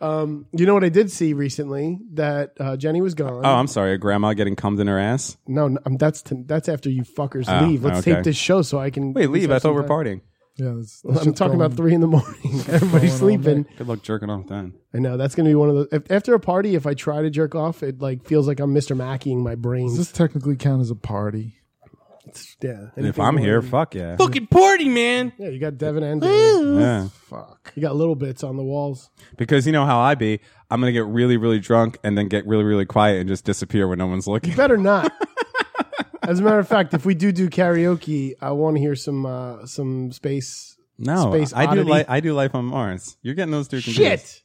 Speaker 4: Um, you know what I did see recently that uh, Jenny was gone.
Speaker 3: Oh, I'm sorry. A grandma getting cummed in her ass.
Speaker 4: no, no um, that's to, that's after you fuckers
Speaker 3: Oh,
Speaker 4: leave. Let's
Speaker 3: okay.
Speaker 4: take this show so I can
Speaker 3: Wait, leave. I thought we we're
Speaker 4: part.
Speaker 3: partying.
Speaker 9: Yeah, this, this
Speaker 4: I'm
Speaker 9: shit's
Speaker 4: talking about
Speaker 9: going-
Speaker 4: three in the morning. Everybody's
Speaker 9: going all
Speaker 4: sleeping.
Speaker 9: night.
Speaker 3: Good luck jerking off then.
Speaker 4: I know that's going to be one of those. If, after a party, if I try to jerk off, it like feels like I'm Mr. Mackeying my brain.
Speaker 9: Does this technically count as a party?
Speaker 4: yeah.
Speaker 3: And if
Speaker 4: anything
Speaker 3: I'm
Speaker 4: more
Speaker 3: here,
Speaker 4: than-
Speaker 3: fuck yeah.
Speaker 1: Fucking party, man.
Speaker 4: yeah, you got Devin and Derek.
Speaker 3: Yeah.
Speaker 9: Fuck.
Speaker 4: you got little bits on the walls.
Speaker 3: Because you know how I be. I'm going to get really, really drunk and then get really, really quiet and just disappear when no one's looking.
Speaker 4: Better not. As a matter of fact, if we do do karaoke, I want to hear some uh, some space.
Speaker 3: No,
Speaker 4: Space
Speaker 3: I do
Speaker 4: oddity.
Speaker 3: life. I do life on Mars. You're getting those two confused.
Speaker 4: Shit,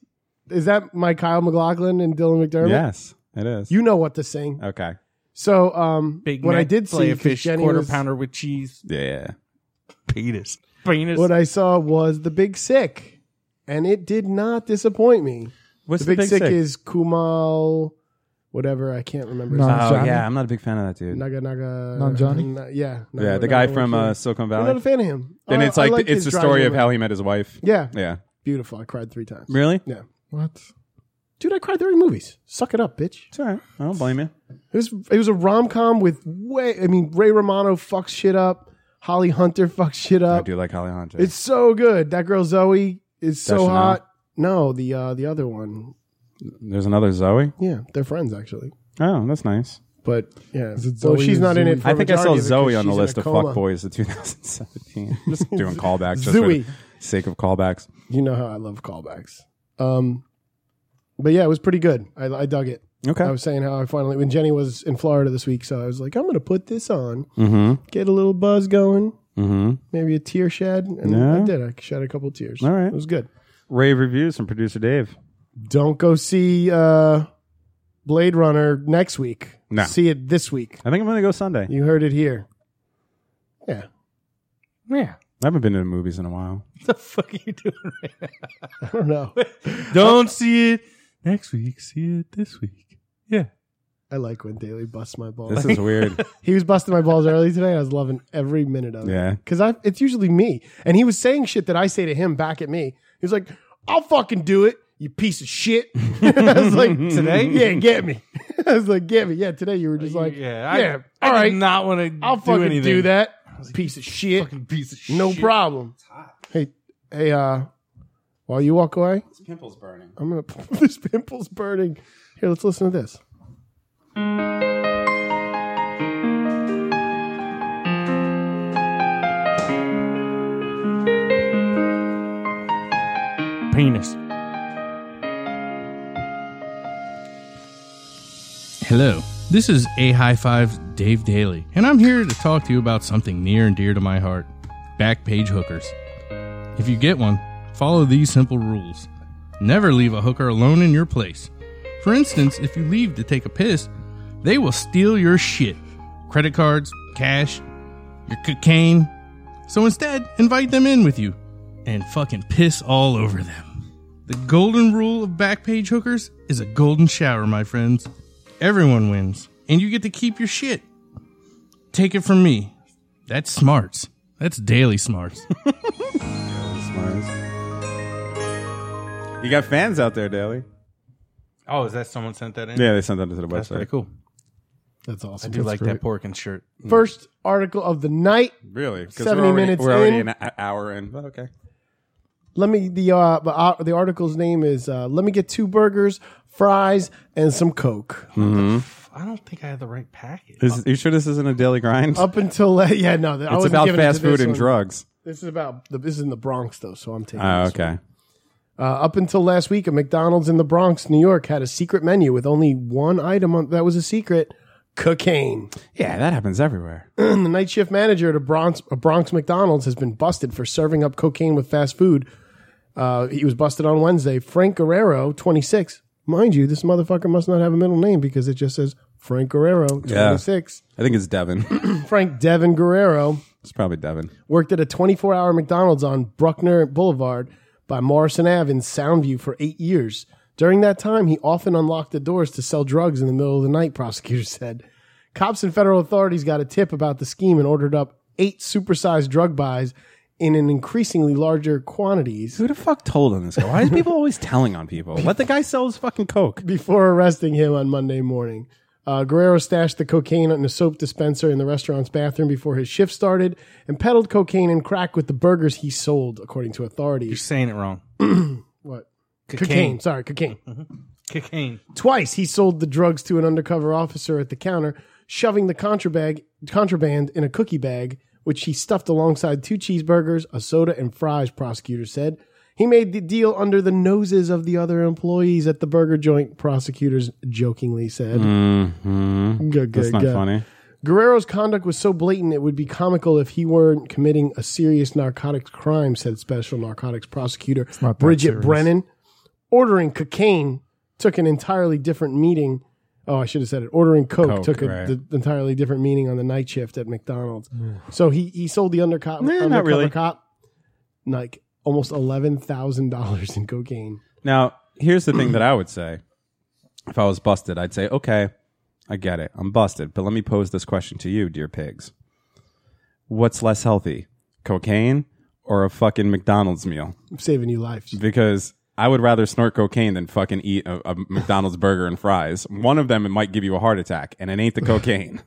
Speaker 4: is that my Kyle McLaughlin and Dylan McDermott?
Speaker 3: Yes, it is.
Speaker 4: you know what to sing.
Speaker 3: okay?
Speaker 4: So, um,
Speaker 1: Big
Speaker 4: what
Speaker 1: Mac,
Speaker 4: I did see,
Speaker 1: fillet of
Speaker 4: 'cause
Speaker 1: fish
Speaker 4: Jenny
Speaker 1: quarter
Speaker 4: was-
Speaker 1: pounder with cheese,
Speaker 3: Yeah.
Speaker 1: penis, penis.
Speaker 4: what I saw was the Big Sick, and it did not disappoint me.
Speaker 3: What's
Speaker 4: The Big, Sick, is Kumal, whatever I can't remember.
Speaker 9: No.
Speaker 4: his
Speaker 3: Oh
Speaker 9: Johnny?
Speaker 3: yeah, I'm not a big fan of that dude.
Speaker 4: name. Naga Naga.
Speaker 9: Not Johnny?
Speaker 4: Na- yeah, Naga-
Speaker 3: yeah, the
Speaker 4: Naga
Speaker 3: guy
Speaker 4: Naga
Speaker 3: from
Speaker 4: Naga.
Speaker 3: uh, Silicon
Speaker 4: I'm not a
Speaker 3: Valley.
Speaker 4: fan of him.
Speaker 3: And
Speaker 4: I-
Speaker 3: it's
Speaker 4: I
Speaker 3: like
Speaker 4: liked
Speaker 3: the, it's the
Speaker 4: his
Speaker 3: story
Speaker 4: Drive
Speaker 3: of
Speaker 4: Away.
Speaker 3: how he met his wife.
Speaker 4: Yeah,
Speaker 3: Yeah.
Speaker 4: beautiful. I cried three times.
Speaker 3: Really?
Speaker 4: Yeah,
Speaker 9: What?
Speaker 4: dude, I cried during movies. Suck it up, bitch.
Speaker 3: It's all right. I don't blame you.
Speaker 4: It was it was a rom com with way. I mean, Ray Romano fucks shit up. Holly Hunter fucks shit
Speaker 3: I
Speaker 4: up.
Speaker 3: do like Holly Hunter.
Speaker 4: Uh, It's so good. That girl Zoe is so
Speaker 3: Deschanel?
Speaker 4: hot. No, the uh, the other one.
Speaker 3: There's another Zoe.
Speaker 4: Yeah, they're friends actually.
Speaker 3: Oh, that's nice.
Speaker 4: But yeah,
Speaker 9: Is it
Speaker 4: so
Speaker 9: Zoe
Speaker 4: she's
Speaker 9: or
Speaker 4: not in it.
Speaker 9: Zooey?
Speaker 4: For
Speaker 3: I think I
Speaker 4: majority
Speaker 3: saw
Speaker 4: of it 'cause
Speaker 3: Zoe on the
Speaker 4: she's in
Speaker 3: list
Speaker 4: a
Speaker 3: of
Speaker 4: coma.
Speaker 3: fuckboys of 2017. just doing callbacks, just
Speaker 4: Zooey.
Speaker 3: for the sake of callbacks.
Speaker 4: You know how I love callbacks. Um, but yeah, it was pretty good. I, I dug it.
Speaker 3: Okay.
Speaker 4: I was saying how I finally when Jenny was in Florida this week, so I was like, I'm gonna put this on,
Speaker 3: Mm-hmm.
Speaker 4: get a little buzz going,
Speaker 3: Mm-hmm.
Speaker 4: maybe a tear shed, and
Speaker 3: Yeah.
Speaker 4: I did. I shed a couple tears.
Speaker 3: All right.
Speaker 4: it was good.
Speaker 3: Rave reviews from producer Dave.
Speaker 4: Don't go see uh, Blade Runner next week.
Speaker 3: No.
Speaker 4: see it this week.
Speaker 3: I think I'm gonna go Sunday.
Speaker 4: You heard it here. Yeah,
Speaker 1: yeah.
Speaker 3: I haven't been to the movies in a while.
Speaker 1: What the fuck are you doing? Right
Speaker 4: I don't know.
Speaker 1: now? Don't see it next week. See it this week. Yeah.
Speaker 4: I like when Daly busts my balls.
Speaker 3: This is weird.
Speaker 4: He was busting my balls early today. I was loving every minute of it.
Speaker 3: Yeah.
Speaker 4: Because I it's usually me. And he was saying shit that I say to him back at me. He was like, I'll fucking do it, you piece of shit. I was like,
Speaker 1: Today?
Speaker 4: Yeah, get me. I was like, get me. Yeah, today you were just like,
Speaker 1: yeah. I,
Speaker 4: yeah,
Speaker 1: I
Speaker 4: all
Speaker 1: did
Speaker 4: right.
Speaker 1: not want to.
Speaker 4: I'll
Speaker 1: do
Speaker 4: fucking
Speaker 1: anything.
Speaker 4: do that. Piece of shit. Fucking piece of shit. No problem. Hey, hey, uh, while you walk away,
Speaker 3: His pimple's burning.
Speaker 4: I'm gonna this pimple's burning. Here, let's listen to this.
Speaker 1: Penis. Hello, this is A High Five's Dave Daly, and I'm here to talk to you about something near and dear to my heart backpage hookers. If you get one, follow these simple rules never leave a hooker alone in your place. For instance, if you leave to take a piss, they will steal your shit credit cards, cash, your cocaine. So instead, invite them in with you and fucking piss all over them. The golden rule of backpage hookers is a golden shower, my friends. Everyone wins, and you get to keep your shit. Take it from me. That's smarts. That's daily smarts.
Speaker 3: You got fans out there, Daly.
Speaker 1: Oh, is that someone sent that in?
Speaker 3: Yeah, they sent that to the
Speaker 1: That's
Speaker 3: website.
Speaker 1: pretty cool.
Speaker 9: That's
Speaker 1: I
Speaker 9: awesome.
Speaker 1: do like that Porkin shirt.
Speaker 3: Hmm.
Speaker 4: First article of the night.
Speaker 3: Really? 'Cause
Speaker 4: 70
Speaker 3: we're already,
Speaker 4: minutes
Speaker 3: We're already
Speaker 4: in.
Speaker 3: an h- hour in, but okay.
Speaker 4: Let me the uh, the, uh, the article's name is uh, "Let me get two burgers, fries, and some coke."
Speaker 1: I don't think I had the right package.
Speaker 3: Is, you sure this isn't a daily grind?
Speaker 4: Up until uh, yeah, no, I
Speaker 3: it's
Speaker 4: wasn't
Speaker 3: about
Speaker 4: giving it to
Speaker 3: fast food
Speaker 4: this
Speaker 3: and
Speaker 4: one.
Speaker 3: drugs.
Speaker 4: This is about the, this is in the Bronx though, so I'm taking.
Speaker 3: Oh,
Speaker 4: this
Speaker 3: okay.
Speaker 4: Uh, up until last week, a McDonald's in the Bronx, New York, had a secret menu with only one item on, that was a secret: cocaine.
Speaker 3: Yeah, that happens everywhere.
Speaker 4: The night shift manager at a Bronx, a Bronx McDonald's has been busted for serving up cocaine with fast food. Uh, he was busted on Wednesday. Frank Guerrero, 26. Mind you, this motherfucker must not have a middle name because it just says Frank Guerrero, 26.
Speaker 3: I think it's Devin.
Speaker 4: Frank Devin Guerrero
Speaker 3: it's probably Devin.
Speaker 4: worked at a 24 hour McDonald's on Bruckner Boulevard by Morrison Ave in Soundview for eight years. During that time, he often unlocked the doors to sell drugs in the middle of the night, prosecutors said. Cops and federal authorities got a tip about the scheme and ordered up eight supersized drug buys in an increasingly larger quantities
Speaker 3: Who the fuck told on this guy? Why is people always telling on people? Let the guy sell his fucking coke.
Speaker 4: before arresting him on Monday morning. Uh, Guerrero stashed the cocaine in a soap dispenser in the restaurant's bathroom before his shift started and peddled cocaine and crack with the burgers he sold, according to
Speaker 1: You're
Speaker 4: authorities.
Speaker 1: saying it wrong.
Speaker 4: What? cocaine.
Speaker 1: Cocaine.
Speaker 4: Sorry, cocaine.
Speaker 1: Cocaine.
Speaker 4: Twice he sold the drugs to an undercover officer at the counter, shoving the contraband contraband in a cookie bag, which he stuffed alongside two cheeseburgers, a soda, and fries. Prosecutors said he made the deal under the noses of the other employees at the burger joint. Prosecutors jokingly said, Good,
Speaker 3: Mm, That's
Speaker 4: good,
Speaker 3: Mm-hmm. not
Speaker 4: good.
Speaker 3: funny.
Speaker 4: Guerrero's conduct was so blatant it would be comical if he weren't committing a serious narcotics crime, said special narcotics prosecutor
Speaker 9: not that
Speaker 4: Bridget
Speaker 9: serious.
Speaker 4: Brennan. Ordering cocaine took an entirely different meaning. Oh, I should have said it. Ordering coke,
Speaker 3: Coke,
Speaker 4: took an
Speaker 3: right.
Speaker 4: entirely different meaning on the night shift at McDonald's. so he, he sold the underco-
Speaker 3: Nah, not
Speaker 4: undercover
Speaker 3: really.
Speaker 4: cop like almost eleven thousand dollars in cocaine.
Speaker 3: Now, here's the thing that I would say. If I was busted, I'd say, okay, I get it. I'm busted. But let me pose this question to you, dear pigs. What's less healthy, cocaine or a fucking McDonald's meal?
Speaker 4: I'm saving you lives.
Speaker 3: Because I would rather snort cocaine than fucking eat a, a McDonald's burger and fries. One of them it might give you a heart attack, and it ain't the cocaine.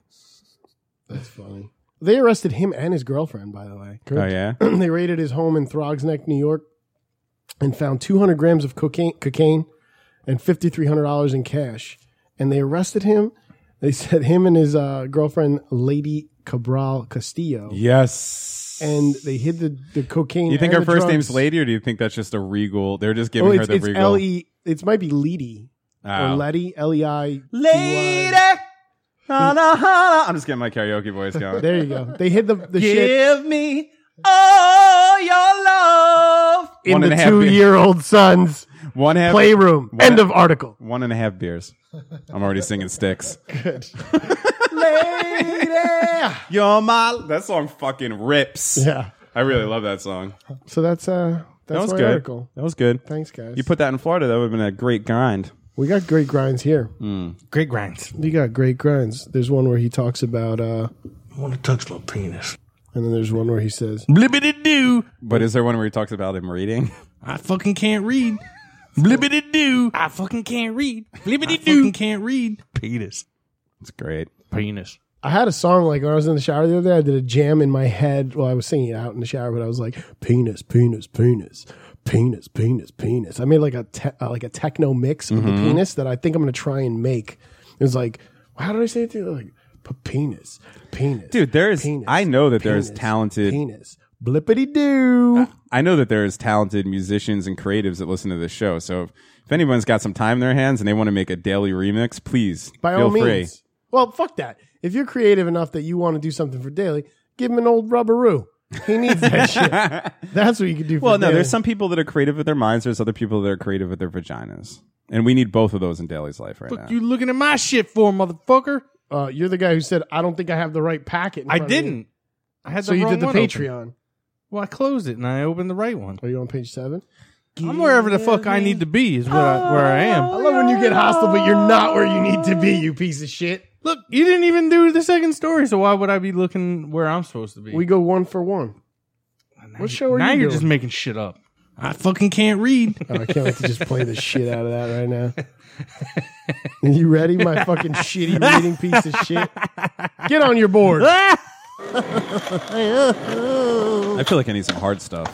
Speaker 4: That's funny. They arrested him and his girlfriend, by the way.
Speaker 3: oh, yeah?
Speaker 4: they raided his home in Throgs Neck, New York, and found 200 grams of cocaine, cocaine and $5,300 in cash. And they arrested him. They said him and his uh, girlfriend, Lady Cabral Castillo.
Speaker 3: Yes.
Speaker 4: And they hid the, the cocaine.
Speaker 3: you think
Speaker 4: and
Speaker 3: her
Speaker 4: the
Speaker 3: first
Speaker 4: drugs.
Speaker 3: name's Lady, or do you think that's just a regal? They're just
Speaker 4: Oh,
Speaker 3: giving her
Speaker 4: it's,
Speaker 3: the
Speaker 4: it's
Speaker 3: regal.
Speaker 4: L-E. It might be Lady or
Speaker 3: Oh.
Speaker 4: Letty, E L-E-I.
Speaker 3: Lady. Na, na, na. I'm just getting my karaoke voice going.
Speaker 4: There you go. They hid the, the shit
Speaker 3: me all your love.
Speaker 4: in
Speaker 3: One and
Speaker 4: the
Speaker 3: a half beer-
Speaker 4: two-year-old son's
Speaker 3: One half.
Speaker 4: playroom.
Speaker 3: One-
Speaker 4: End of article.
Speaker 3: One and a half beers. I'm already singing sticks.
Speaker 4: Lady.
Speaker 3: You're my. That song fucking rips.
Speaker 4: Yeah.
Speaker 3: I really love that song.
Speaker 4: So that's uh
Speaker 3: That
Speaker 4: that's
Speaker 3: was
Speaker 4: my
Speaker 3: good.
Speaker 4: article.
Speaker 3: That was good.
Speaker 4: Thanks, guys.
Speaker 3: You put that in Florida, that would have been a great grind.
Speaker 4: we got great grinds here.
Speaker 1: Great grinds.
Speaker 4: We got great grinds. There's one where he talks about uh
Speaker 1: I want to touch little penis.
Speaker 4: and then there's one where he says
Speaker 1: Blibbity doo.
Speaker 3: But is there one where he talks about him reading?
Speaker 1: I fucking can't read. Blibbity doo. I fucking can't read. Blibbity doo. Fucking can't read. Penis.
Speaker 3: It's great.
Speaker 1: Penis.
Speaker 4: I had a song like when I was in the shower the other day, I did a jam in my head while I was singing it out in the shower, but I was like penis, penis, penis, penis, penis, penis. I made like a te- uh, like a techno mix of
Speaker 3: Mm-hmm.
Speaker 4: the penis that I think I'm gonna try and make. It was like how did I say it to you? Like p- penis, penis,
Speaker 3: Dude, there is- I know that there is
Speaker 4: penis,
Speaker 3: talented-
Speaker 4: penis. Blippity doo.
Speaker 3: I know that there's talented musicians and creatives that listen to this show. So if, if anyone's got some time in their hands and they want to make a daily remix, please
Speaker 4: By
Speaker 3: feel
Speaker 4: all
Speaker 3: free.
Speaker 4: means. Well, fuck that. If you're creative enough that you want to do something for Daily, give him an old rubberoo. He needs that shit. That's what you can do. For
Speaker 3: Well, no,
Speaker 4: Daly.
Speaker 3: there's some people that are creative with their minds. There's other people that are creative with their vaginas, and we need both of those in Daly's life right now.
Speaker 1: You looking at my shit for, motherfucker?
Speaker 4: Uh, you're the guy who said, "I don't think I have the right packet." in
Speaker 1: I
Speaker 4: front of me."
Speaker 1: didn't. I had
Speaker 4: So
Speaker 1: the
Speaker 4: you
Speaker 1: wrong
Speaker 4: did the
Speaker 1: one open.
Speaker 4: Patreon.
Speaker 1: Well, I closed it and I opened the right one.
Speaker 4: Are you on page seven?
Speaker 1: I'm wherever the fuck I need to be is where I, where I
Speaker 4: I
Speaker 1: am.
Speaker 4: love when you get hostile, but you're not where you need to be. You piece of shit.
Speaker 1: Look, you didn't even do the second story, so why would I be looking where I'm supposed to be?
Speaker 4: We go one for one.
Speaker 1: Now
Speaker 4: what
Speaker 1: you-
Speaker 4: show are
Speaker 1: now
Speaker 4: you
Speaker 1: are
Speaker 4: doing?
Speaker 1: just making shit up. I fucking can't read.
Speaker 4: Oh, I can't wait to just play the shit out of that right now. you ready, my fucking shitty reading piece of shit? Get on your board.
Speaker 3: I feel like I need some hard stuff.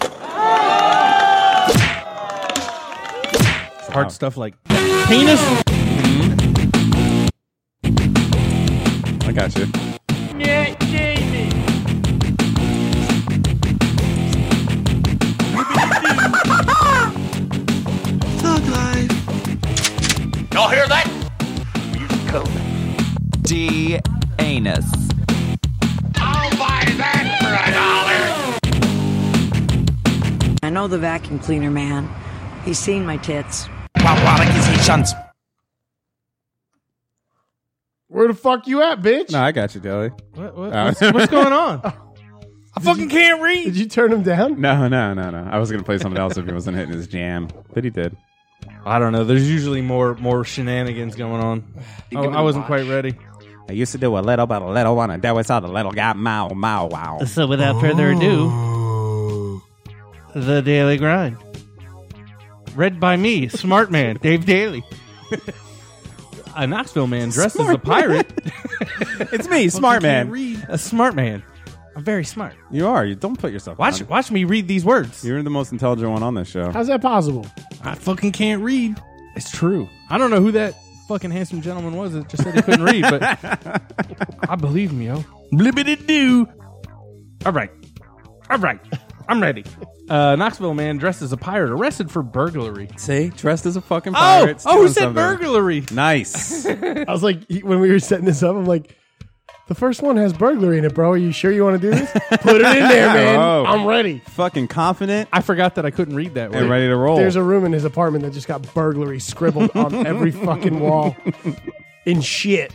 Speaker 1: Hard stuff like penis.
Speaker 3: Mm-hmm. I got you.
Speaker 2: Y'all hear that?
Speaker 8: D. Anus.
Speaker 2: I'll buy that for a dollar.
Speaker 6: I know the vacuum cleaner man. He's seen my tits.
Speaker 4: Where the fuck you at, bitch?
Speaker 3: No, I got you, Dilly.
Speaker 1: What, what- what's, what's going on? I fucking can't
Speaker 4: Did
Speaker 1: read.
Speaker 4: you turn him down?
Speaker 3: No, no, no, no. I was gonna play something else if he wasn't hitting his jam, but he did.
Speaker 1: I don't know. There's usually more more shenanigans going on. I, Oh, I wasn't quite ready.
Speaker 3: I used to do a little, but a little one, and that was how the little got mow, mow, wow.
Speaker 11: So without further ado,
Speaker 1: Oh.
Speaker 11: the Daily Grind.
Speaker 1: Read by me, smart man, Dave Daly. a Knoxville man dressed as a pirate.
Speaker 3: It's me, smart
Speaker 1: Can't
Speaker 3: man.
Speaker 1: read. A smart man. I'm very smart.
Speaker 3: You are. You don't put yourself.
Speaker 1: Watch
Speaker 3: on.
Speaker 1: watch me read these words.
Speaker 3: You're the most intelligent one on this show.
Speaker 4: How's that possible?
Speaker 1: I fucking can't read. It's true. I don't know who that fucking handsome gentleman was that just said he couldn't read, but I believe him, yo. Blibbity doo. All right. All right. I'm ready. Uh, Knoxville man dressed as a pirate arrested for burglary.
Speaker 3: See, dressed as a fucking
Speaker 1: Oh,
Speaker 3: pirate.
Speaker 1: oh,
Speaker 3: stealing
Speaker 1: who said
Speaker 3: something.
Speaker 1: burglary?
Speaker 3: Nice.
Speaker 4: I was like, he- when we were setting this up, I'm like, the first one has burglary in it, bro. Are you sure you want to do this? Put it in there, man.
Speaker 3: Oh.
Speaker 4: I'm ready.
Speaker 3: fucking confident
Speaker 1: I forgot that I couldn't read that
Speaker 3: and
Speaker 1: word.
Speaker 3: ready to roll.
Speaker 4: There's a room in his apartment that just got burglary scribbled on every fucking wall in shit.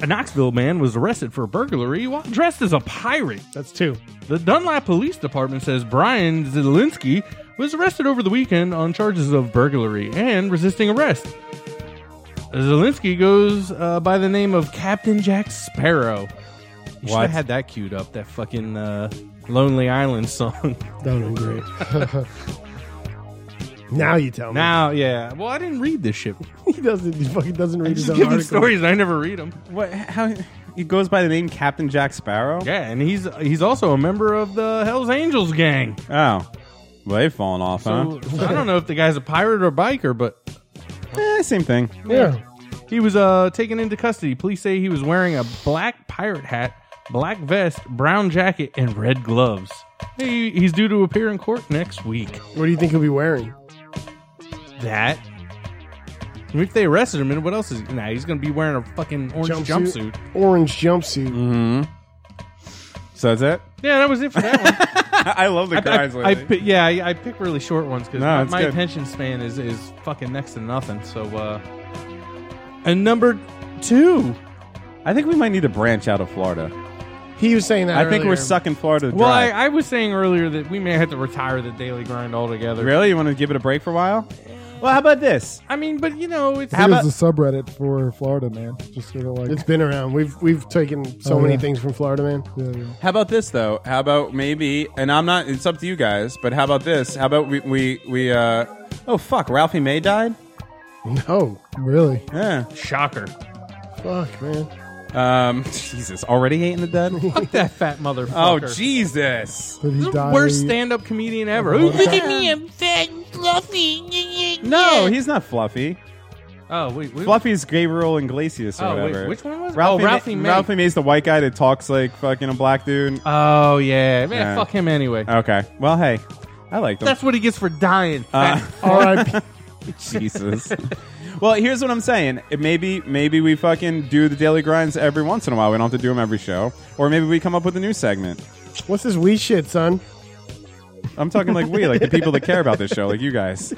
Speaker 1: A Knoxville man was arrested for burglary while dressed as a pirate.
Speaker 4: That's two.
Speaker 1: The Dunlap Police Department says Brian Zielinski was arrested over the weekend on charges of burglary and resisting arrest. Zielinski goes uh, by the name of Captain Jack Sparrow. You should
Speaker 3: What?
Speaker 1: have had that queued up, that fucking uh, Lonely Island song.
Speaker 4: That would great. now you tell me.
Speaker 1: now, yeah. Well, I didn't read this shit.
Speaker 4: he doesn't. He fucking doesn't read his
Speaker 1: Just
Speaker 4: own
Speaker 1: give me
Speaker 4: article.
Speaker 1: stories and I never read them.
Speaker 3: what? How? He goes by the name Captain Jack Sparrow.
Speaker 1: Yeah, and he's he's also a member of the Hell's Angels gang.
Speaker 3: Oh, well, they've fallen off,
Speaker 1: So, I don't know if the guy's a pirate or a biker, but
Speaker 3: huh? Eh, same thing.
Speaker 4: Yeah.
Speaker 1: He was uh, taken into custody. Police say he was wearing a black pirate hat, black vest, brown jacket, and red gloves. He, he's due to appear in court next week.
Speaker 4: What do you think he'll be wearing?
Speaker 1: That. I mean, if they arrested him, then what else is Nah, he's going to be wearing a fucking orange jumpsuit. Mm.
Speaker 4: Orange jumpsuit.
Speaker 3: So that's it.
Speaker 1: Yeah, that was it for that one.
Speaker 3: I love the
Speaker 1: I,
Speaker 3: guys.
Speaker 1: I, pi- yeah, I, I pick really short ones because
Speaker 3: No,
Speaker 1: my,
Speaker 3: it's
Speaker 1: my
Speaker 3: good.
Speaker 1: attention span is, is fucking next to nothing. So, uh. And number two.
Speaker 3: I think we might need to branch out of Florida.
Speaker 4: He was saying that.
Speaker 3: I think
Speaker 4: earlier.
Speaker 3: we're sucking Florida dry.
Speaker 1: Well, I, I was saying earlier that we may have to retire the daily grind altogether.
Speaker 3: Really? You want to give it a break for a while? Well, how about this?
Speaker 1: I mean, but you know, it's
Speaker 9: How
Speaker 3: about-
Speaker 9: the subreddit for Florida, man? Just sort of like,
Speaker 4: It's been around. We've we've taken so
Speaker 9: Oh,
Speaker 4: many
Speaker 9: yeah.
Speaker 4: things from Florida, man.
Speaker 9: yeah, yeah.
Speaker 3: How about this though? How about maybe? And I'm not. It's up to you guys. But how about this? How about we we we? Uh, oh fuck! Ralphie May died.
Speaker 4: No,
Speaker 9: really.
Speaker 3: Yeah.
Speaker 1: shocker.
Speaker 4: fuck, man.
Speaker 3: Um. Jesus. Already hating the dead.
Speaker 1: Fuck that fat motherfucker.
Speaker 3: oh Jesus.
Speaker 9: Did he
Speaker 1: He's the
Speaker 9: die?
Speaker 1: worst stand-up comedian ever. Ooh, look at me, I'm fat and fluffy.
Speaker 3: No, he's not Fluffy.
Speaker 1: Oh wait, wait.
Speaker 3: Fluffy's Gabriel Iglesias or
Speaker 1: Oh, wait,
Speaker 3: whatever.
Speaker 1: which one was it?
Speaker 3: Ralphie
Speaker 1: Oh, Ralphie
Speaker 3: Ma-
Speaker 1: May.
Speaker 3: Ralphie May's the white guy that talks like fucking a black dude.
Speaker 1: Oh yeah, man,
Speaker 3: Yeah.
Speaker 1: fuck him anyway.
Speaker 3: Okay. Well, hey, I like them.
Speaker 1: That's what he gets for dying.
Speaker 3: Uh,
Speaker 4: R.I.P.
Speaker 3: Jesus. well, here's what I'm saying. It- Maybe maybe we fucking do the daily grinds every once in a while. We don't have to do them every show. Or maybe we come up with a new segment.
Speaker 4: What's this wee shit, son?
Speaker 3: I'm talking like we, like the people that care about this show, like you guys.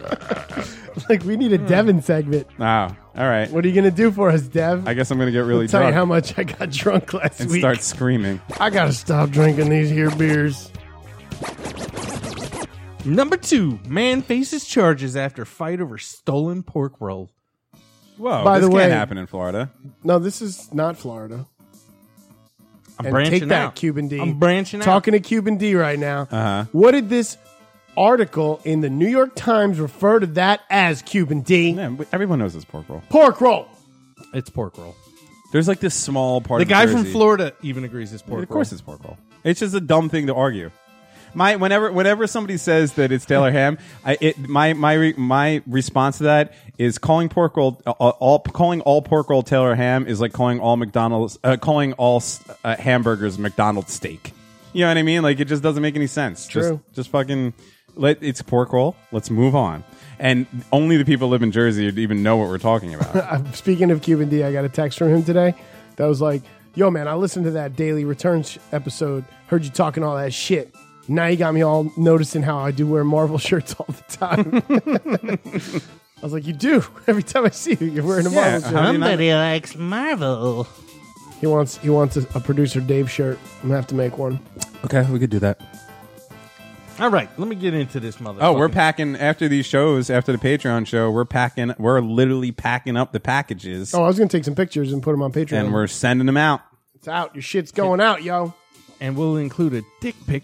Speaker 4: Like we need a Devin segment.
Speaker 3: Wow. All right.
Speaker 4: What are you gonna do for us, Dev?
Speaker 3: I guess I'm gonna get really
Speaker 4: I'll tell you how
Speaker 3: drunk
Speaker 4: much I got drunk last
Speaker 3: and
Speaker 4: week.
Speaker 3: start screaming.
Speaker 4: I gotta stop drinking these here beers.
Speaker 1: Number two, man faces charges after fight over stolen pork roll.
Speaker 3: Whoa.
Speaker 4: By
Speaker 3: this
Speaker 4: the
Speaker 3: can't
Speaker 4: way-
Speaker 3: happen in Florida.
Speaker 4: No, this is not Florida.
Speaker 1: I'm
Speaker 4: And
Speaker 1: branching
Speaker 4: take that,
Speaker 1: out.
Speaker 4: Cuban D.
Speaker 1: I'm branching out. Uh-huh.
Speaker 4: Talking to Cuban D right now.
Speaker 3: Uh huh.
Speaker 4: What did this article in the New York Times referred to that as Cuban D.
Speaker 3: everyone knows it's pork roll.
Speaker 4: Pork roll.
Speaker 1: It's pork roll.
Speaker 3: There's like this small part.
Speaker 1: the
Speaker 3: of
Speaker 1: guy from
Speaker 3: Jersey-
Speaker 1: Florida even agrees it's pork
Speaker 3: Of course, it's pork roll. It's just a dumb thing to argue. My whenever whenever somebody says that it's Taylor Ham, I, it my my re, my response to that is calling pork roll uh, all calling all pork roll Taylor Ham is like calling all McDonald's uh, calling all s- uh, hamburgers McDonald's steak. You know what I mean? Like it just doesn't make any sense.
Speaker 4: True.
Speaker 3: Just, just fucking let it's pork roll. Let's move on. And only the people who live in Jersey would even know what we're talking about.
Speaker 4: I'm speaking of Cuban D, I got a text from him today that was like, "Yo, man, I listened to that Daily Returns episode. Heard you talking all that shit. Now you got me all noticing how I do wear Marvel shirts all the time." I was like, "You do every time I see you. You're wearing a Marvel shirt."
Speaker 1: uh-huh.
Speaker 11: Somebody likes Marvel.
Speaker 4: He wants he wants a, a producer Dave shirt. I'm gonna have to make one.
Speaker 3: Okay, we could do that.
Speaker 1: All right, let me get into this mother.
Speaker 3: Oh, we're packing after these shows, after the Patreon show, we're packing we're literally packing up the packages
Speaker 4: Oh, I was gonna take some pictures and put them on Patreon.
Speaker 3: and we're sending them out.
Speaker 4: it's out. Your shit's going out, yo.
Speaker 1: and we'll include a dick pic.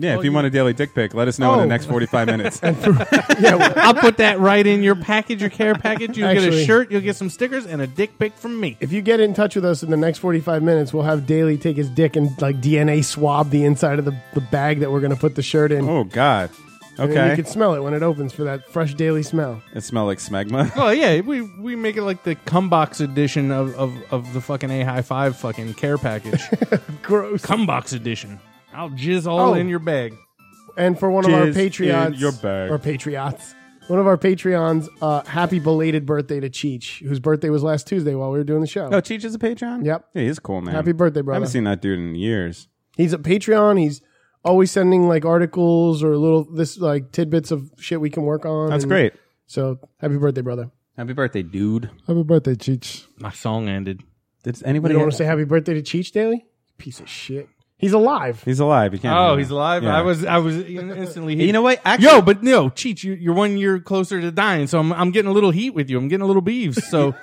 Speaker 3: Yeah,
Speaker 1: Oh,
Speaker 3: if you
Speaker 1: you-
Speaker 3: want a daily dick pic, let us know in
Speaker 4: Oh.
Speaker 3: the next 45 minutes.
Speaker 1: I'll put that right in your package, your care package. You'll get
Speaker 4: Actually-
Speaker 1: a shirt, you'll get some stickers, and a dick pic from me.
Speaker 4: If you get in touch with us in the next 45 minutes, we'll have Daly take his dick and like DNA swab the inside of the, the bag that we're gonna put the shirt in.
Speaker 3: oh god.
Speaker 4: And then
Speaker 3: Okay.
Speaker 4: you can smell it when it opens for that fresh daily smell.
Speaker 3: It smells like smegma.
Speaker 1: Oh yeah, we we make it like the cumbox edition of of, of the fucking a high five fucking care package.
Speaker 4: Gross.
Speaker 1: cumbox edition. I'll jizz all
Speaker 4: Oh.
Speaker 1: in your bag.
Speaker 4: And for one of
Speaker 3: Jizz
Speaker 4: our
Speaker 3: in
Speaker 4: Patreons,
Speaker 3: your bag.
Speaker 4: or Patriots, one of our Patreons, uh, happy belated birthday to Cheech, whose birthday was last Tuesday while we were doing the show.
Speaker 3: Oh, Cheech is a Patreon?
Speaker 4: Yep.
Speaker 3: Yeah, he's cool, man.
Speaker 4: Happy birthday,
Speaker 3: I
Speaker 4: brother.
Speaker 3: haven't seen that dude in years.
Speaker 4: He's a Patreon. He's always sending like articles or little this like tidbits of shit we can work on.
Speaker 3: That's
Speaker 4: And
Speaker 3: great.
Speaker 4: So happy birthday, brother.
Speaker 3: Happy birthday, dude.
Speaker 9: Happy birthday, Cheech.
Speaker 1: My song ended.
Speaker 3: Did
Speaker 4: You
Speaker 3: anybody
Speaker 4: don't want to say happy birthday to Cheech Daily? Piece of shit. He's alive.
Speaker 3: He's alive. You can't
Speaker 1: Oh,
Speaker 3: hear
Speaker 1: he's
Speaker 3: that.
Speaker 1: alive.
Speaker 3: Yeah.
Speaker 1: I was I was instantly.
Speaker 3: You know what? Actually,
Speaker 1: Yo, but no, Cheech, you, you're one year closer to dying, so I'm I'm getting a little heat with you. I'm getting a little beeves. So,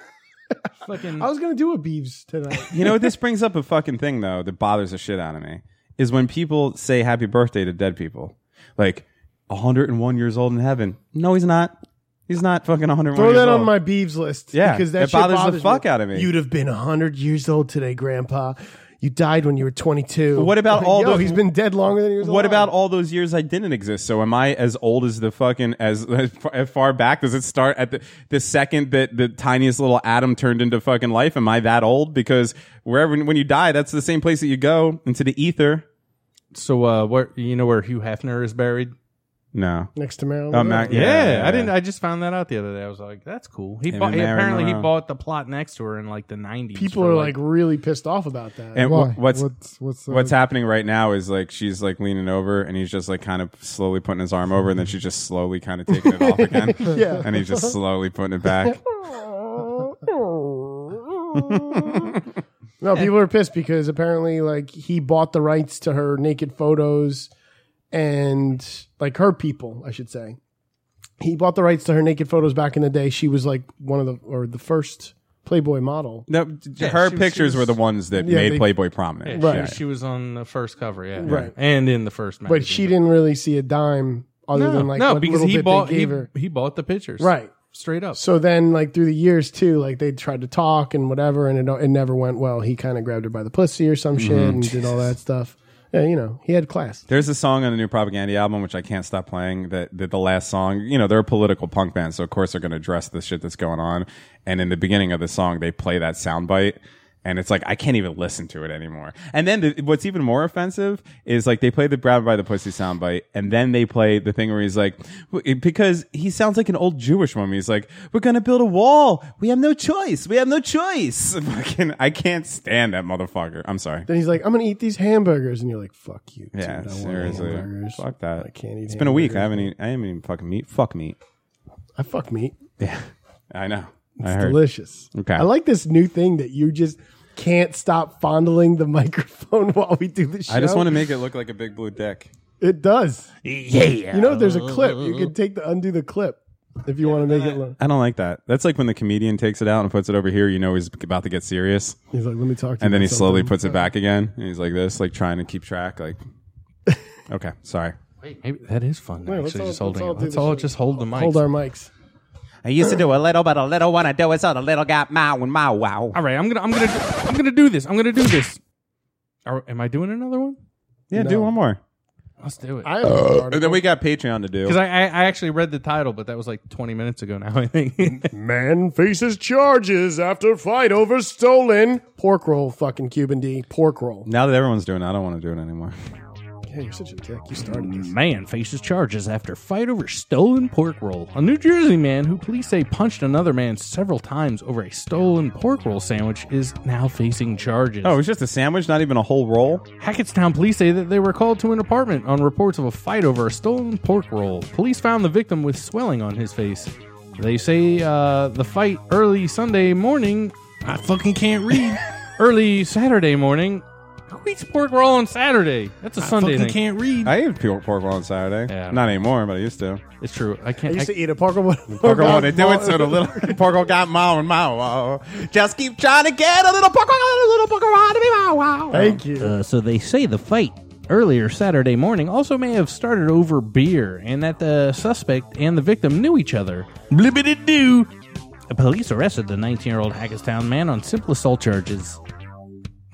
Speaker 1: fucking.
Speaker 4: I was gonna do a Beeves tonight.
Speaker 3: you know what this brings up a fucking thing though that bothers the shit out of me is when people say happy birthday to dead people like 101 years old in heaven no he's not he's not fucking 101
Speaker 4: Throw
Speaker 3: years
Speaker 4: that
Speaker 3: old.
Speaker 4: on my Beeves list.
Speaker 3: Yeah,
Speaker 4: because that
Speaker 3: it
Speaker 4: shit
Speaker 3: bothers the
Speaker 4: me.
Speaker 3: fuck out of me.
Speaker 4: You'd have been hundred years old today, Grandpa. You died when you were twenty-two.
Speaker 3: What about all
Speaker 4: Yo,
Speaker 3: those-
Speaker 4: He's been dead longer than he was.
Speaker 3: what
Speaker 4: alive.
Speaker 3: about all those years I didn't exist? So am I as old as the fucking as, as far- as far back? Does it start at the the second that the tiniest little atom turned into fucking life? Am I that old? Because wherever when you die, that's the same place that you go into the ether.
Speaker 1: So, uh, where you know where Hugh Hefner is buried?
Speaker 3: No,
Speaker 4: next to Marilyn?
Speaker 3: Oh,
Speaker 4: Monroe.
Speaker 3: Mac-
Speaker 1: Yeah,
Speaker 3: Yeah.
Speaker 1: I didn't. I just found that out the other day. I was like, "That's cool." He
Speaker 3: Him
Speaker 1: bought.
Speaker 3: and
Speaker 1: He,
Speaker 3: Marilyn
Speaker 1: apparently, he
Speaker 3: Monroe.
Speaker 1: bought the plot next to her in like the nineties.
Speaker 4: People are like really pissed off about that.
Speaker 3: and
Speaker 9: Why?
Speaker 3: wh- what's
Speaker 9: what's what's, uh,
Speaker 3: What's happening right now is like she's like leaning over and he's just like kind of slowly putting his arm over and then she's just slowly kind of taking it off again.
Speaker 4: Yeah.
Speaker 3: And he's just slowly putting it back.
Speaker 4: no, people are pissed because apparently, like, he bought the rights to her naked photos and, like, her people, I should say. He bought the rights to her naked photos back in the day. She was, like, one of the, or the first Playboy model.
Speaker 3: No, her
Speaker 1: she was-
Speaker 3: pictures
Speaker 1: she
Speaker 3: were
Speaker 1: was-
Speaker 3: the ones that
Speaker 4: Yeah,
Speaker 3: made
Speaker 4: they-
Speaker 3: Playboy prominent.
Speaker 1: right.
Speaker 4: Right.
Speaker 1: She, was on the first cover, yeah,
Speaker 4: Right.
Speaker 1: and in the first. Magazine.
Speaker 4: But she didn't really see a dime other
Speaker 1: No,
Speaker 4: than, like,
Speaker 1: no,
Speaker 4: what
Speaker 1: because
Speaker 4: little
Speaker 1: he
Speaker 4: bit
Speaker 1: bought.
Speaker 4: they gave
Speaker 1: he,
Speaker 4: her.
Speaker 1: he bought the pictures,
Speaker 4: Right.
Speaker 1: Straight up.
Speaker 4: So then, like through the years too, like they tried to talk and whatever, and it, it never went well. He kind of grabbed her by the pussy or some
Speaker 3: Mm-hmm.
Speaker 4: shit and did all that stuff. Yeah, you know, he had class.
Speaker 3: There's a song on the new Propaganda album, which I can't stop playing, that, that the last song, you know, they're a political punk band, so of course they're going to address the shit that's going on. And in the beginning of the song, they play that soundbite. And it's like I can't even listen to it anymore. And then the, what's even more offensive is like they play the grab by the pussy soundbite, and then they play the thing where he's like, w- because he sounds like an old Jewish woman. He's like, "We're gonna build a wall. We have no choice. We have no choice." Fucking, I can't stand that motherfucker. I'm sorry.
Speaker 4: Then he's like, "I'm gonna eat these hamburgers," and you're like, "Fuck you, dude. I
Speaker 3: Yeah,
Speaker 4: want
Speaker 3: seriously.
Speaker 4: hamburgers.
Speaker 3: Fuck that.
Speaker 4: I can't eat.
Speaker 3: It's been a week. I
Speaker 4: hamburgers.
Speaker 3: haven't eaten. I haven't eaten fucking meat. Fuck meat.
Speaker 4: I fuck meat.
Speaker 3: Yeah, I know. I
Speaker 4: It's
Speaker 3: heard.
Speaker 4: delicious.
Speaker 3: Okay.
Speaker 4: I like this new thing that you just can't stop fondling the microphone while we do the show.
Speaker 3: I just want to make it look like a big blue dick.
Speaker 4: It does.
Speaker 11: Yeah.
Speaker 4: You know, there's a clip. You can take the undo the clip if you want to make it look.
Speaker 3: I don't like that. That's like when the comedian takes it out and puts it over here. You know he's about to get serious,
Speaker 4: He's like, "Let me talk to."
Speaker 3: and
Speaker 4: you
Speaker 3: then he
Speaker 4: about
Speaker 3: slowly
Speaker 4: something."
Speaker 3: puts it back again. And he's like this, like trying to keep track. Like, okay, sorry.
Speaker 1: Maybe that is fun.
Speaker 4: Yeah, let's
Speaker 1: actually,
Speaker 4: all-
Speaker 1: just
Speaker 4: let's
Speaker 1: holding
Speaker 4: all
Speaker 1: it.
Speaker 4: do
Speaker 1: Let's
Speaker 4: the
Speaker 1: all
Speaker 4: show.
Speaker 1: just hold the mic.
Speaker 4: Hold our mics.
Speaker 8: I used to do a little, but a little wanna do it, so the little got my and my wow.
Speaker 1: All right, I'm gonna, I'm gonna, do- I'm gonna do this. I'm gonna do this. Are, am I doing another one?
Speaker 3: Yeah, do one more.
Speaker 1: Let's do it.
Speaker 4: I
Speaker 3: Uh, and then we got Patreon to do.
Speaker 1: Because I, I, I actually read the title, but that was like 20 minutes ago now. I think.
Speaker 4: Man faces charges after fight over stolen pork roll. Fucking Cuban D pork roll.
Speaker 3: now that everyone's doing it, I don't want to do it anymore.
Speaker 4: Yeah, you're such a dick. You started
Speaker 3: Mm.
Speaker 4: this.
Speaker 1: Man faces charges after fight over stolen pork roll. A New Jersey man who police say punched another man several times over a stolen pork roll sandwich is now facing charges.
Speaker 3: Oh, it's just a sandwich, not even a whole roll.
Speaker 1: Hackettstown police say that they were called to an apartment on reports of a fight over a stolen pork roll. Police found the victim with swelling on his face. They say uh, the fight early Sunday morning. I fucking can't read. early Saturday morning. Who eats pork roll on Saturday? That's a Sunday
Speaker 11: fucking
Speaker 1: thing.
Speaker 11: can't read.
Speaker 3: I ate pork pork roll on Saturday.
Speaker 1: Yeah.
Speaker 3: Not anymore, but I used to.
Speaker 1: It's true. I
Speaker 4: I
Speaker 1: can't.
Speaker 4: used
Speaker 1: I,
Speaker 4: to eat a pork roll.
Speaker 3: Pork roll, they do it so the little pork roll got my and my wow. Just keep trying to get a little pork roll, a little pork roll to be my wow.
Speaker 4: Thank you.
Speaker 1: Uh, so they say the fight earlier Saturday morning also may have started over beer, and that the suspect and the victim knew each other. Blibbity do. The police arrested the 19-year-old Hackettstown man on simple assault charges.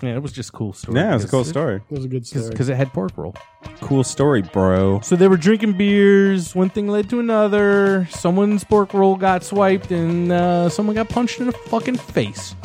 Speaker 1: Yeah, it was just a cool story.
Speaker 3: Yeah, it's a cool story.
Speaker 4: That was a good story.
Speaker 1: Because it had pork roll.
Speaker 3: Cool story, bro.
Speaker 1: So they were drinking beers. One thing led to another. Someone's pork roll got swiped, and uh, someone got punched in the fucking face.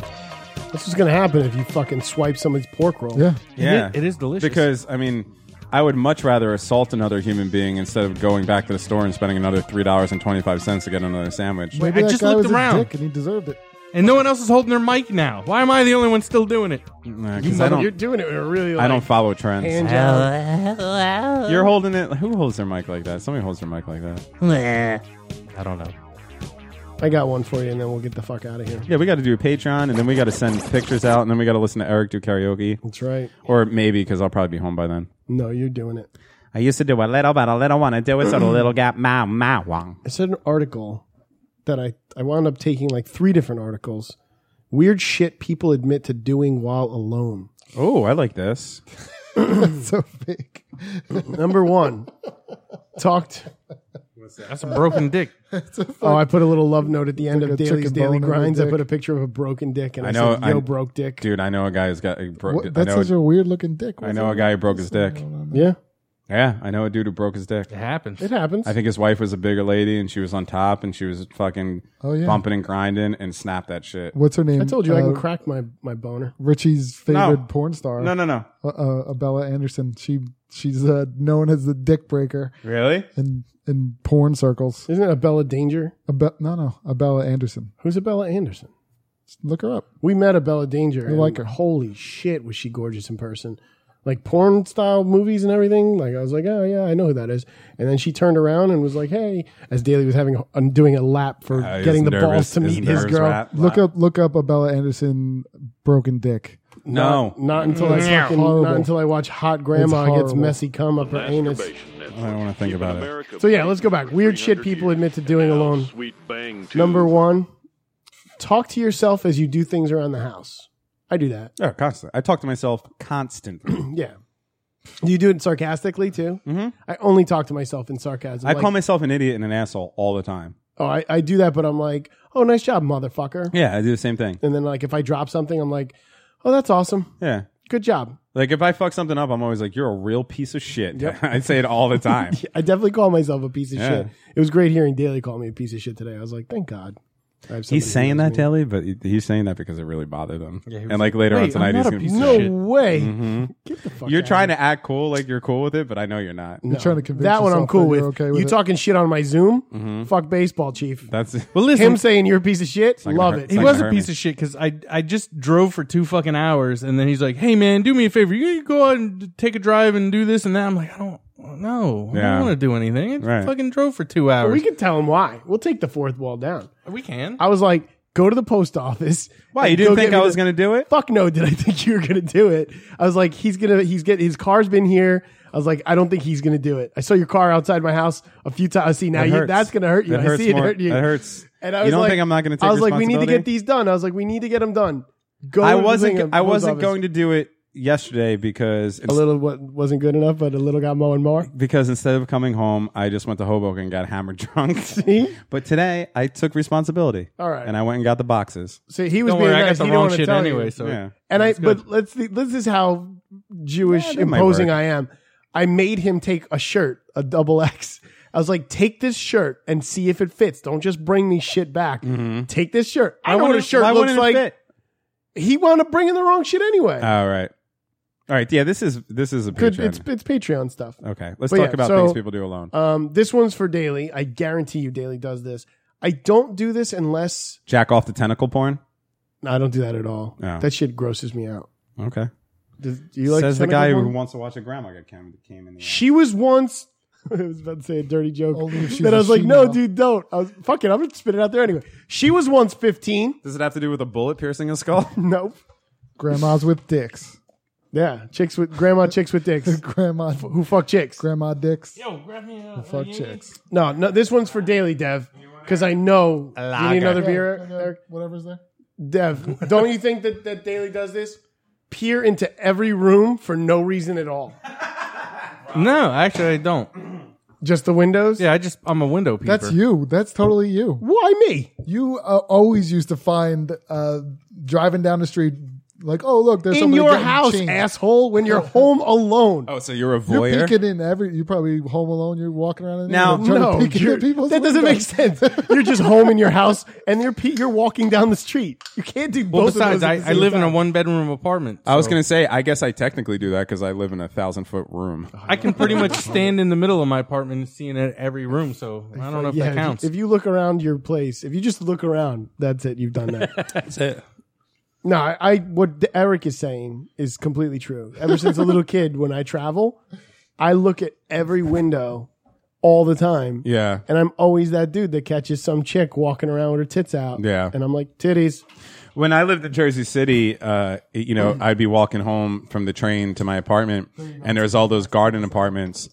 Speaker 4: That's what's gonna happen if you fucking swipe somebody's pork roll.
Speaker 9: Yeah.
Speaker 3: Yeah,
Speaker 1: It is- it is delicious.
Speaker 3: Because I mean, I would much rather assault another human being instead of going back to the store and spending another three dollars and twenty five cents to get another sandwich.
Speaker 1: I just looked around.
Speaker 9: a dick and he deserved it.
Speaker 1: And no one else is holding their mic now. Why am I the only one still doing it?
Speaker 3: Mm, Nah, 'cause
Speaker 4: You
Speaker 3: I
Speaker 4: mother-
Speaker 3: don't.
Speaker 4: you're doing it with a really. Like,
Speaker 3: I don't follow trends.
Speaker 4: hand job.
Speaker 3: You're holding it. Who holds their mic like that? Somebody holds their mic like that.
Speaker 1: I don't know.
Speaker 4: I got one for you, and then we'll get the fuck out of here.
Speaker 3: Yeah, we got to do Patreon, and then we got to send pictures out, and then we got to listen to Eric do karaoke,
Speaker 4: That's right.
Speaker 3: or maybe because I'll probably be home by then.
Speaker 4: No, you're doing it.
Speaker 8: I used to do a little, but a little wanna do it, so the little got my my wow.
Speaker 4: I said an article that I I wound up taking like three different articles. Weird shit people admit to doing while alone.
Speaker 3: Oh, I like this.
Speaker 9: So fake.
Speaker 4: Number one, talked.
Speaker 1: That's a broken dick.
Speaker 4: Oh, I put a little love note at the end
Speaker 9: like
Speaker 4: of
Speaker 9: a
Speaker 4: Daily's
Speaker 9: chicken
Speaker 4: Daily
Speaker 9: bone on your
Speaker 4: Grinds. I
Speaker 9: dick.
Speaker 4: put a picture of a broken dick, and I,
Speaker 3: I know,
Speaker 4: said, "Yo,
Speaker 3: I'm-
Speaker 4: broke dick."
Speaker 3: Dude, I know a guy who's got. a Bro-
Speaker 9: What,
Speaker 3: I
Speaker 9: that's
Speaker 3: know.
Speaker 9: such a weird looking dick.
Speaker 3: I know a guy who broke his dick.
Speaker 4: Yeah,
Speaker 3: Yeah, I know a dude who broke his dick.
Speaker 1: It happens.
Speaker 4: it happens.
Speaker 3: I think his wife was a bigger lady, and she was on top, and she was fucking
Speaker 9: Oh, yeah.
Speaker 3: bumping and grinding, and snapped that shit.
Speaker 9: What's her name?
Speaker 4: I told you I
Speaker 9: Uh,
Speaker 4: can crack my my boner.
Speaker 9: Richie's favorite porn star.
Speaker 3: No, no, no.
Speaker 9: Uh, uh, Abella Anderson. She she's uh, known as the dick breaker
Speaker 3: Really?
Speaker 9: in in porn circles.
Speaker 4: Isn't it Abella Danger?
Speaker 9: Abe- no, no, Abella Anderson.
Speaker 4: Who's Abella Anderson?
Speaker 9: Look her up.
Speaker 4: We met Abella Danger. and
Speaker 9: like her.
Speaker 4: Holy shit, was she gorgeous in person? Like porn style movies and everything. Like I was like, oh yeah, I know who that is. And then she turned around and was like, hey, as Daly was having um, doing a lap for
Speaker 3: Uh, he
Speaker 4: getting the
Speaker 3: was nervous.
Speaker 4: balls to meet his
Speaker 3: nerves
Speaker 4: girl.
Speaker 3: wrap-
Speaker 9: Look up look up Abella Anderson broken dick.
Speaker 3: No.
Speaker 4: Not until I
Speaker 11: Yeah.
Speaker 4: fucking,
Speaker 9: Horrible.
Speaker 4: not until I watch Hot Grandma gets
Speaker 9: horrible.
Speaker 4: messy cum up her anus.
Speaker 3: I don't want to think about it.
Speaker 4: So yeah, let's go back. Weird shit people admit to doing alone. Number one, talk to yourself as you do things around the house. I do that.
Speaker 3: Yeah, constantly. I talk to myself constantly.
Speaker 4: Yeah. Do you do it sarcastically too? Mm-hmm. I only talk to myself in sarcasm.
Speaker 3: I
Speaker 4: Like,
Speaker 3: call myself an idiot and an asshole all the time.
Speaker 4: oh, I, I do that, but I'm like, oh, nice job, motherfucker.
Speaker 3: Yeah, I do the same thing.
Speaker 4: And then like if I drop something, I'm like, oh, that's awesome,
Speaker 3: Yeah.
Speaker 4: good job.
Speaker 3: Like if I fuck something up, I'm always like, "You're a real piece of shit." I say it all the time.
Speaker 4: I definitely call myself a piece of
Speaker 3: Yeah.
Speaker 4: shit. It was great hearing Daly call me a piece of shit today. I was like, thank God. I have somebody who
Speaker 3: He's saying
Speaker 4: knows
Speaker 3: that,
Speaker 4: me.
Speaker 3: Telly, but he- he's saying that because it really bothered him.
Speaker 1: Yeah, he was
Speaker 3: and like later on
Speaker 1: "Wait,
Speaker 3: tonight,
Speaker 1: I'm not
Speaker 3: he's
Speaker 1: a
Speaker 3: gonna
Speaker 1: piece
Speaker 3: be.
Speaker 1: of
Speaker 4: No
Speaker 1: shit.
Speaker 4: way.
Speaker 3: Mm-hmm.
Speaker 4: Get the fuck.
Speaker 3: You're
Speaker 4: out of
Speaker 3: trying to act cool, like you're cool with it, but I know you're not.
Speaker 9: You're trying to convince
Speaker 4: that one I'm
Speaker 9: yourself
Speaker 4: cool
Speaker 9: that
Speaker 4: with.
Speaker 9: you're okay with
Speaker 4: you
Speaker 9: it.
Speaker 4: talking shit on my Zoom?
Speaker 3: Mm-hmm.
Speaker 4: Fuck baseball, chief.
Speaker 3: That's
Speaker 1: Well, listen,
Speaker 4: Him saying you're a piece of
Speaker 3: not
Speaker 4: shit.
Speaker 3: gonna
Speaker 4: Love
Speaker 3: hurt.
Speaker 4: it.
Speaker 3: It's
Speaker 1: he
Speaker 3: not
Speaker 1: was
Speaker 3: gonna
Speaker 1: a
Speaker 3: hurt
Speaker 1: piece
Speaker 3: me.
Speaker 1: of shit because I I just drove for two fucking hours, and then he's like, "Hey man, do me a favor. You go out and d- take a drive and do this and that." I'm like, I don't. No, I
Speaker 3: Yeah.
Speaker 1: don't want to do anything. I just
Speaker 3: Right.
Speaker 1: fucking drove for two hours.
Speaker 4: we can tell him why. We'll take the fourth wall down.
Speaker 1: We can.
Speaker 4: I was like, go to the post office.
Speaker 3: Why you
Speaker 4: and go
Speaker 3: didn't think
Speaker 4: get me
Speaker 3: I
Speaker 4: the-
Speaker 3: was gonna do it?
Speaker 4: Fuck no, did I think you were gonna do it? I was like, he's gonna, he's get his car's been here. I was like, I don't think he's gonna do it. I saw your car outside my house a few times. I see now
Speaker 3: That
Speaker 4: you,
Speaker 3: hurts.
Speaker 4: that's gonna hurt you.
Speaker 3: That
Speaker 4: I
Speaker 3: hurts
Speaker 4: see it
Speaker 3: more.
Speaker 4: hurt you.
Speaker 3: That hurts.
Speaker 4: And I
Speaker 3: You
Speaker 4: was
Speaker 3: don't
Speaker 4: like,
Speaker 3: think I'm not gonna take
Speaker 4: I was like, we need to
Speaker 3: responsibility?
Speaker 4: get these done. I was like, we need to get them done. Go.
Speaker 3: I
Speaker 4: to the thing at
Speaker 3: wasn't.
Speaker 4: the
Speaker 3: I
Speaker 4: post
Speaker 3: wasn't
Speaker 4: office.
Speaker 3: going to do it yesterday because
Speaker 4: A little what wasn't good enough, but a little got more and more.
Speaker 3: because instead of coming home, I just went to Hoboken and got hammered drunk. but today I took responsibility.
Speaker 4: All right.
Speaker 3: And I went and got the boxes.
Speaker 4: See, he was
Speaker 1: Don't
Speaker 4: being
Speaker 1: worry, I got
Speaker 4: nice.
Speaker 1: the
Speaker 4: He didn't
Speaker 1: wrong
Speaker 4: want to
Speaker 1: shit
Speaker 4: tell
Speaker 1: anyway,
Speaker 4: you.
Speaker 1: so
Speaker 3: Yeah.
Speaker 4: and I,
Speaker 1: that's good.
Speaker 4: but let's. see- This is how Jewish
Speaker 3: Yeah, that might
Speaker 4: imposing
Speaker 3: work.
Speaker 4: I am. I made him take a shirt, a double X. I was like, take this shirt and see if it fits. Don't just bring me shit back.
Speaker 3: Mm-hmm.
Speaker 4: Take this shirt.
Speaker 3: Why
Speaker 4: I, know what a
Speaker 3: wouldn't-
Speaker 4: shirt
Speaker 3: why
Speaker 4: looks
Speaker 3: wouldn't it
Speaker 4: like.
Speaker 3: fit?
Speaker 4: He wound up bringing the wrong shit anyway.
Speaker 3: All right. All right. Yeah, this is this is a
Speaker 4: Good,
Speaker 3: picture.
Speaker 4: it's it's Patreon stuff.
Speaker 3: Okay, let's
Speaker 4: But
Speaker 3: talk
Speaker 4: yeah,
Speaker 3: about
Speaker 4: so,
Speaker 3: things people do alone.
Speaker 4: Um, this one's for Daily. I guarantee you, Daily does this. I don't do this unless
Speaker 3: Jack off the tentacle porn.
Speaker 4: no, I don't do that at all.
Speaker 3: Oh.
Speaker 4: That shit grosses me out.
Speaker 3: Okay.
Speaker 4: Does, do you like
Speaker 3: Says the
Speaker 4: tentacle
Speaker 3: guy who
Speaker 4: porn?
Speaker 3: wants to watch a grandma get cam- came in the
Speaker 4: She was once. I was about to say a dirty joke.
Speaker 9: Only if she's
Speaker 4: Then I
Speaker 9: a
Speaker 4: was like, no,
Speaker 9: female.
Speaker 4: dude, don't. I was fuck it. I'm gonna spit it out there anyway. She was once 15.
Speaker 3: Does it have to do with a bullet piercing a skull?
Speaker 4: Nope.
Speaker 9: Grandmas with dicks.
Speaker 4: Yeah, chicks with grandma, chicks with dicks.
Speaker 9: Grandma,
Speaker 4: Who fuck chicks?
Speaker 9: grandma dicks.
Speaker 11: Yo, grab me a.
Speaker 9: Fuck chicks.
Speaker 4: No, no. This one's for Daily Dev because I know. You need another beer, Eric?
Speaker 9: Whatever's there.
Speaker 4: Dev, don't you think that, that Daily does this? Peer into every room for no reason at all.
Speaker 1: No, actually, I don't.
Speaker 4: Just the windows?
Speaker 1: Yeah, I just I'm a window peeper.
Speaker 9: That's you. That's totally you.
Speaker 4: Why me?
Speaker 9: You uh, always used to find uh, driving down the street, like, oh look, there's
Speaker 4: In
Speaker 9: somebody
Speaker 4: your
Speaker 9: getting
Speaker 4: house,
Speaker 9: changed.
Speaker 4: asshole, when you're home alone.
Speaker 3: Oh, so you're a
Speaker 9: You're
Speaker 3: voyeur.
Speaker 9: peeking in every. You're probably home alone. You're walking around. In the
Speaker 3: Now-
Speaker 9: neighborhood, trying
Speaker 4: No,
Speaker 9: to peek into
Speaker 4: you're-
Speaker 9: people's
Speaker 4: that doesn't make
Speaker 9: windows.
Speaker 4: sense. You're just home in your house, and you're pe- you're walking down the street. You can't do
Speaker 1: Well,
Speaker 4: both.
Speaker 1: besides, I,
Speaker 4: of those at the
Speaker 1: I
Speaker 4: same
Speaker 1: live in a
Speaker 4: time.
Speaker 1: one bedroom apartment.
Speaker 3: I was
Speaker 1: so
Speaker 3: gonna say, I guess I technically do that because I live in a thousand foot room.
Speaker 1: I can pretty much stand in the middle of my apartment and see in every room. So I don't know if
Speaker 4: Yeah,
Speaker 1: that
Speaker 4: if-
Speaker 1: counts.
Speaker 4: If you look around your place, if you just look around, that's it. You've done that.
Speaker 3: That's it.
Speaker 4: no, I, I what Eric is saying is completely true. Ever since a little kid, when I travel, I look at every window all the time.
Speaker 3: Yeah.
Speaker 4: And I'm always that dude that catches some chick walking around with her tits out.
Speaker 3: Yeah.
Speaker 4: And I'm like, titties.
Speaker 3: When I lived in Jersey City, uh, you know, I'd be walking home from the train to my apartment, and there's all those garden apartments,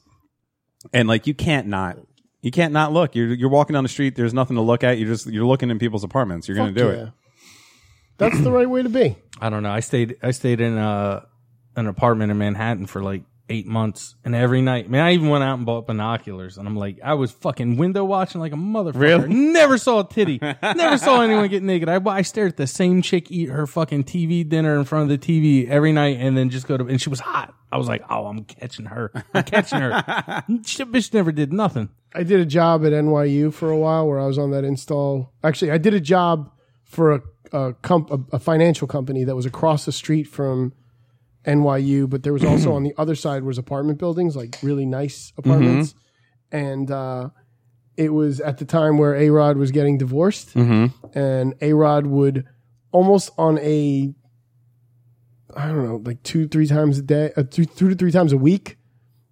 Speaker 3: and like you can't not, you can't not look. You're you're walking down the street. There's nothing to look at. You're just you're looking in people's apartments. You're gonna do
Speaker 4: Yeah.
Speaker 3: it.
Speaker 4: That's the right way to be.
Speaker 1: I don't know. I stayed I stayed in uh an apartment in Manhattan for like eight months, and every night, man, I even went out and bought binoculars, and I'm like, I was fucking window watching like a motherfucker.
Speaker 3: Really?
Speaker 1: Never saw a titty. Never saw anyone get naked. I, I stared at the same chick eat her fucking TV dinner in front of the TV every night, and then just go to. And she was hot. I was like, oh, I'm catching her. I'm catching her. Shit, bitch never did nothing.
Speaker 4: I did a job at NYU for a while where I was on that install. Actually, I did a job for a a, comp, a, a financial company that was across the street from NYU, but there was also on the other side was apartment buildings, like really nice apartments, and uh, it was at the time where A Rod was getting divorced, and A Rod would almost on a I don't know, like two three times a day, uh, two, two to three times a week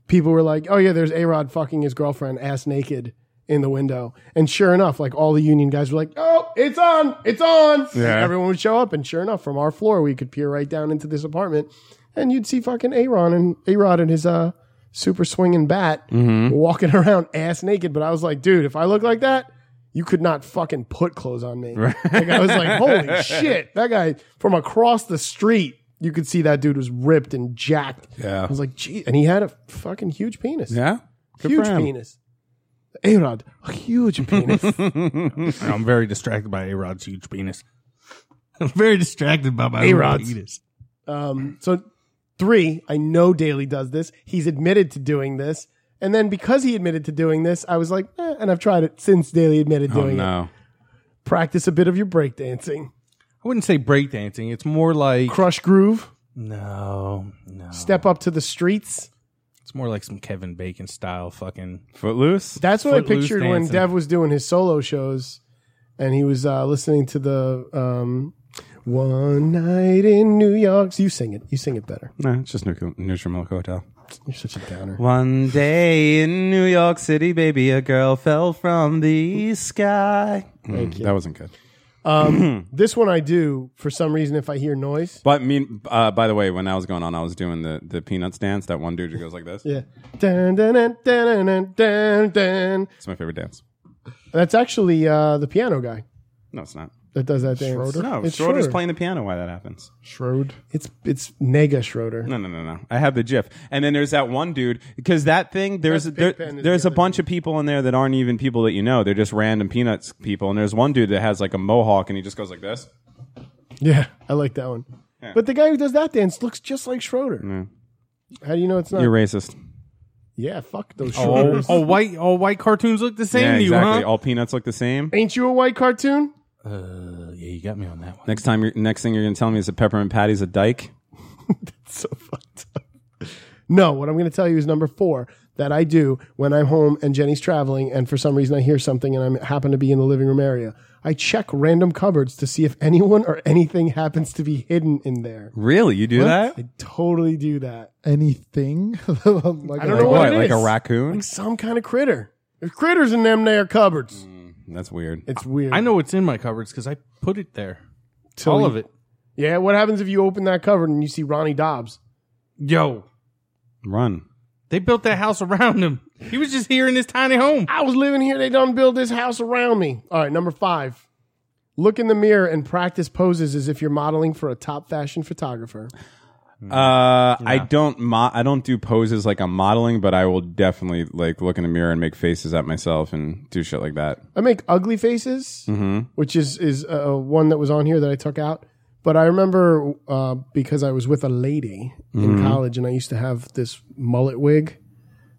Speaker 4: people were like, "Oh yeah, there's A Rod fucking his girlfriend ass naked in the window." And sure enough, like all the union guys were like, "Oh, it's on, it's on!" And
Speaker 3: Yeah.
Speaker 4: everyone would show up, and sure enough, from our floor, we could peer right down into this apartment, and you'd see fucking A Rod and A Rod and his uh super swinging bat
Speaker 3: Mm-hmm.
Speaker 4: walking around ass naked. But I was like, dude, if I look like that. You could not fucking put clothes on me. Like I was like, holy shit, that guy from across the street. You could see that dude was ripped and jacked.
Speaker 3: Yeah.
Speaker 4: I was like, gee, and he had a fucking huge penis.
Speaker 3: Yeah. Good
Speaker 4: huge
Speaker 3: for him.
Speaker 4: penis. Arod, a huge penis.
Speaker 1: I'm very distracted by A Rod's huge penis. I'm very distracted by my
Speaker 4: A-Rod's.
Speaker 1: own penis.
Speaker 4: um, so three, I know Daly does this. He's admitted to doing this, and then because he admitted to doing this, I was like, eh, and I've tried it since Daly admitted
Speaker 3: Oh
Speaker 4: doing it.
Speaker 3: no.
Speaker 4: Practice a bit of your breakdancing,
Speaker 1: I wouldn't say breakdancing. It's more like
Speaker 4: crush groove,
Speaker 1: no, no.
Speaker 4: step up to the streets.
Speaker 1: It's more like some Kevin Bacon style fucking.
Speaker 3: Footloose.
Speaker 4: That's what I
Speaker 1: Footloose
Speaker 4: pictured when
Speaker 1: dancing.
Speaker 4: Dev was doing his solo shows, and he was uh, listening to the um, "One Night in New York." You sing it. You sing it better.
Speaker 3: No, it's just Neutral, Neutral Milk Hotel.
Speaker 4: You're such a downer.
Speaker 3: One day in New York City, baby, a girl fell from the sky. Mm, That wasn't good.
Speaker 4: This one I do for some reason if I hear noise.
Speaker 3: But mean, uh, by the way, when that was going on, I was doing the the peanuts dance. That one dude who goes like this.
Speaker 4: Yeah. Dun, dun, dun, dun, dun, dun, dun.
Speaker 3: It's my favorite dance.
Speaker 4: That's actually uh, the piano guy.
Speaker 3: No, it's not.
Speaker 4: that does that dance.
Speaker 3: Schroeder? No, Schroeder's
Speaker 4: It's Schroeder.
Speaker 3: playing the piano while that happens.
Speaker 9: Schroed.
Speaker 4: It's it's Nega Schroeder.
Speaker 3: No, no, no, no. I have the GIF, and then there's that one dude because that thing there's there,
Speaker 4: Pigpen is
Speaker 3: there's a bunch of people in there that aren't even people that you know. They're just random peanuts people, and there's one dude that has like a mohawk and he just goes like this.
Speaker 4: Yeah, I like that one.
Speaker 3: Yeah.
Speaker 4: But the guy who does that dance looks just like Schroeder.
Speaker 3: Yeah.
Speaker 4: How do you know it's not?
Speaker 3: You're racist.
Speaker 4: Yeah, fuck those
Speaker 1: Oh,
Speaker 4: Schroeders.
Speaker 1: all white, all white cartoons look the same
Speaker 3: yeah,
Speaker 1: to you,
Speaker 3: exactly.
Speaker 1: huh?
Speaker 3: All peanuts look the same.
Speaker 4: Ain't you a white cartoon?
Speaker 1: Uh, yeah, you got me on that one.
Speaker 3: Next time, you're, next thing you're gonna tell me is that peppermint patty's a dyke.
Speaker 4: so fucked up. No, what I'm going to tell you is number four that I do when I'm home and Jenny's traveling, and for some reason I hear something and I happen to be in the living room area. I check random cupboards to see if anyone or anything happens to be hidden in there.
Speaker 3: Really, you do
Speaker 4: What?
Speaker 3: that?
Speaker 4: I totally do that.
Speaker 9: Anything? like I don't
Speaker 4: I don't know what, it
Speaker 3: Like a
Speaker 4: is.
Speaker 3: raccoon?
Speaker 4: Like some kind of critter. There's critters in them there cupboards.
Speaker 3: That's weird.
Speaker 4: It's weird.
Speaker 1: I know it's in my cupboards because I put it there.
Speaker 4: Till
Speaker 1: all
Speaker 4: you-
Speaker 1: of it.
Speaker 4: Yeah, what happens if you open that cupboard and you see Ronnie Dobbs?
Speaker 1: Yo,
Speaker 3: Run.
Speaker 1: they built that house around him. He was just here in his tiny home.
Speaker 4: I was living here. They done build this house around me. All right, number five. Look in the mirror and practice poses as if you're modeling for a top fashion photographer.
Speaker 3: Uh, I don't mo- I don't do poses like I'm modeling, but I will definitely like look in the mirror and make faces at myself and do shit like that.
Speaker 4: I make ugly faces, which is is uh, one that was on here that I took out. But I remember uh, because I was with a lady in college, and I used to have this mullet wig,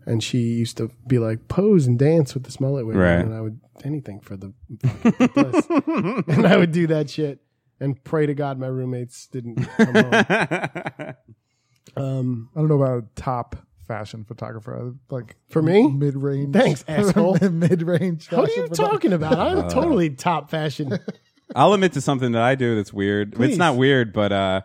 Speaker 4: and she used to be like pose and dance with this mullet wig,
Speaker 3: Right.
Speaker 4: and I would anything for the, fucking bliss. and I would do that shit, and pray to God my roommates didn't come home. Um,
Speaker 9: I don't know about a top fashion photographer. Like
Speaker 4: For me?
Speaker 9: mid range.
Speaker 4: Thanks, asshole.
Speaker 9: mid range.
Speaker 4: What are you talking about? I'm totally top fashion.
Speaker 3: I'll admit to something that I do that's weird.
Speaker 4: Please.
Speaker 3: It's not weird, but uh,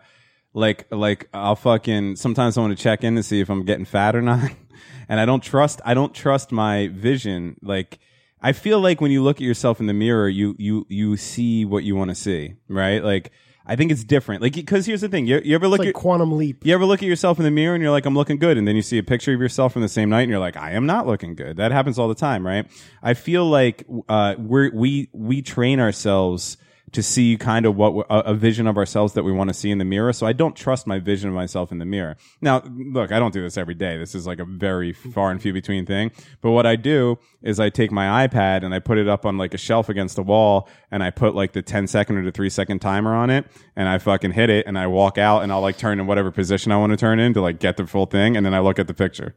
Speaker 3: like like I'll fucking sometimes I want to check in to see if I'm getting fat or not, and I don't trust I don't trust my vision. Like I feel like when you look at yourself in the mirror, you you you see what you want to see, right? Like I think it's different. Like because here's the thing: you, you ever
Speaker 4: It's
Speaker 3: look
Speaker 4: like
Speaker 3: at
Speaker 4: quantum leap.
Speaker 3: you ever look at yourself in the mirror and you're like, I'm looking good. And then you see a picture of yourself from the same night and you're like, I am not looking good. That happens all the time, right? I feel like, uh, we're, we, we train ourselves to see kind of what we- a, a vision of ourselves that we want to see in the mirror. So I don't trust my vision of myself in the mirror. Now, look, I don't do this every day. This is like a very far and few between thing. But what I do is I take my iPad and I put it up on like a shelf against the wall and I put like the 10 second or the three second timer on it and I fucking hit it and I walk out and I'll like turn in whatever position I want to turn in to like get the full thing. And then I look at the picture.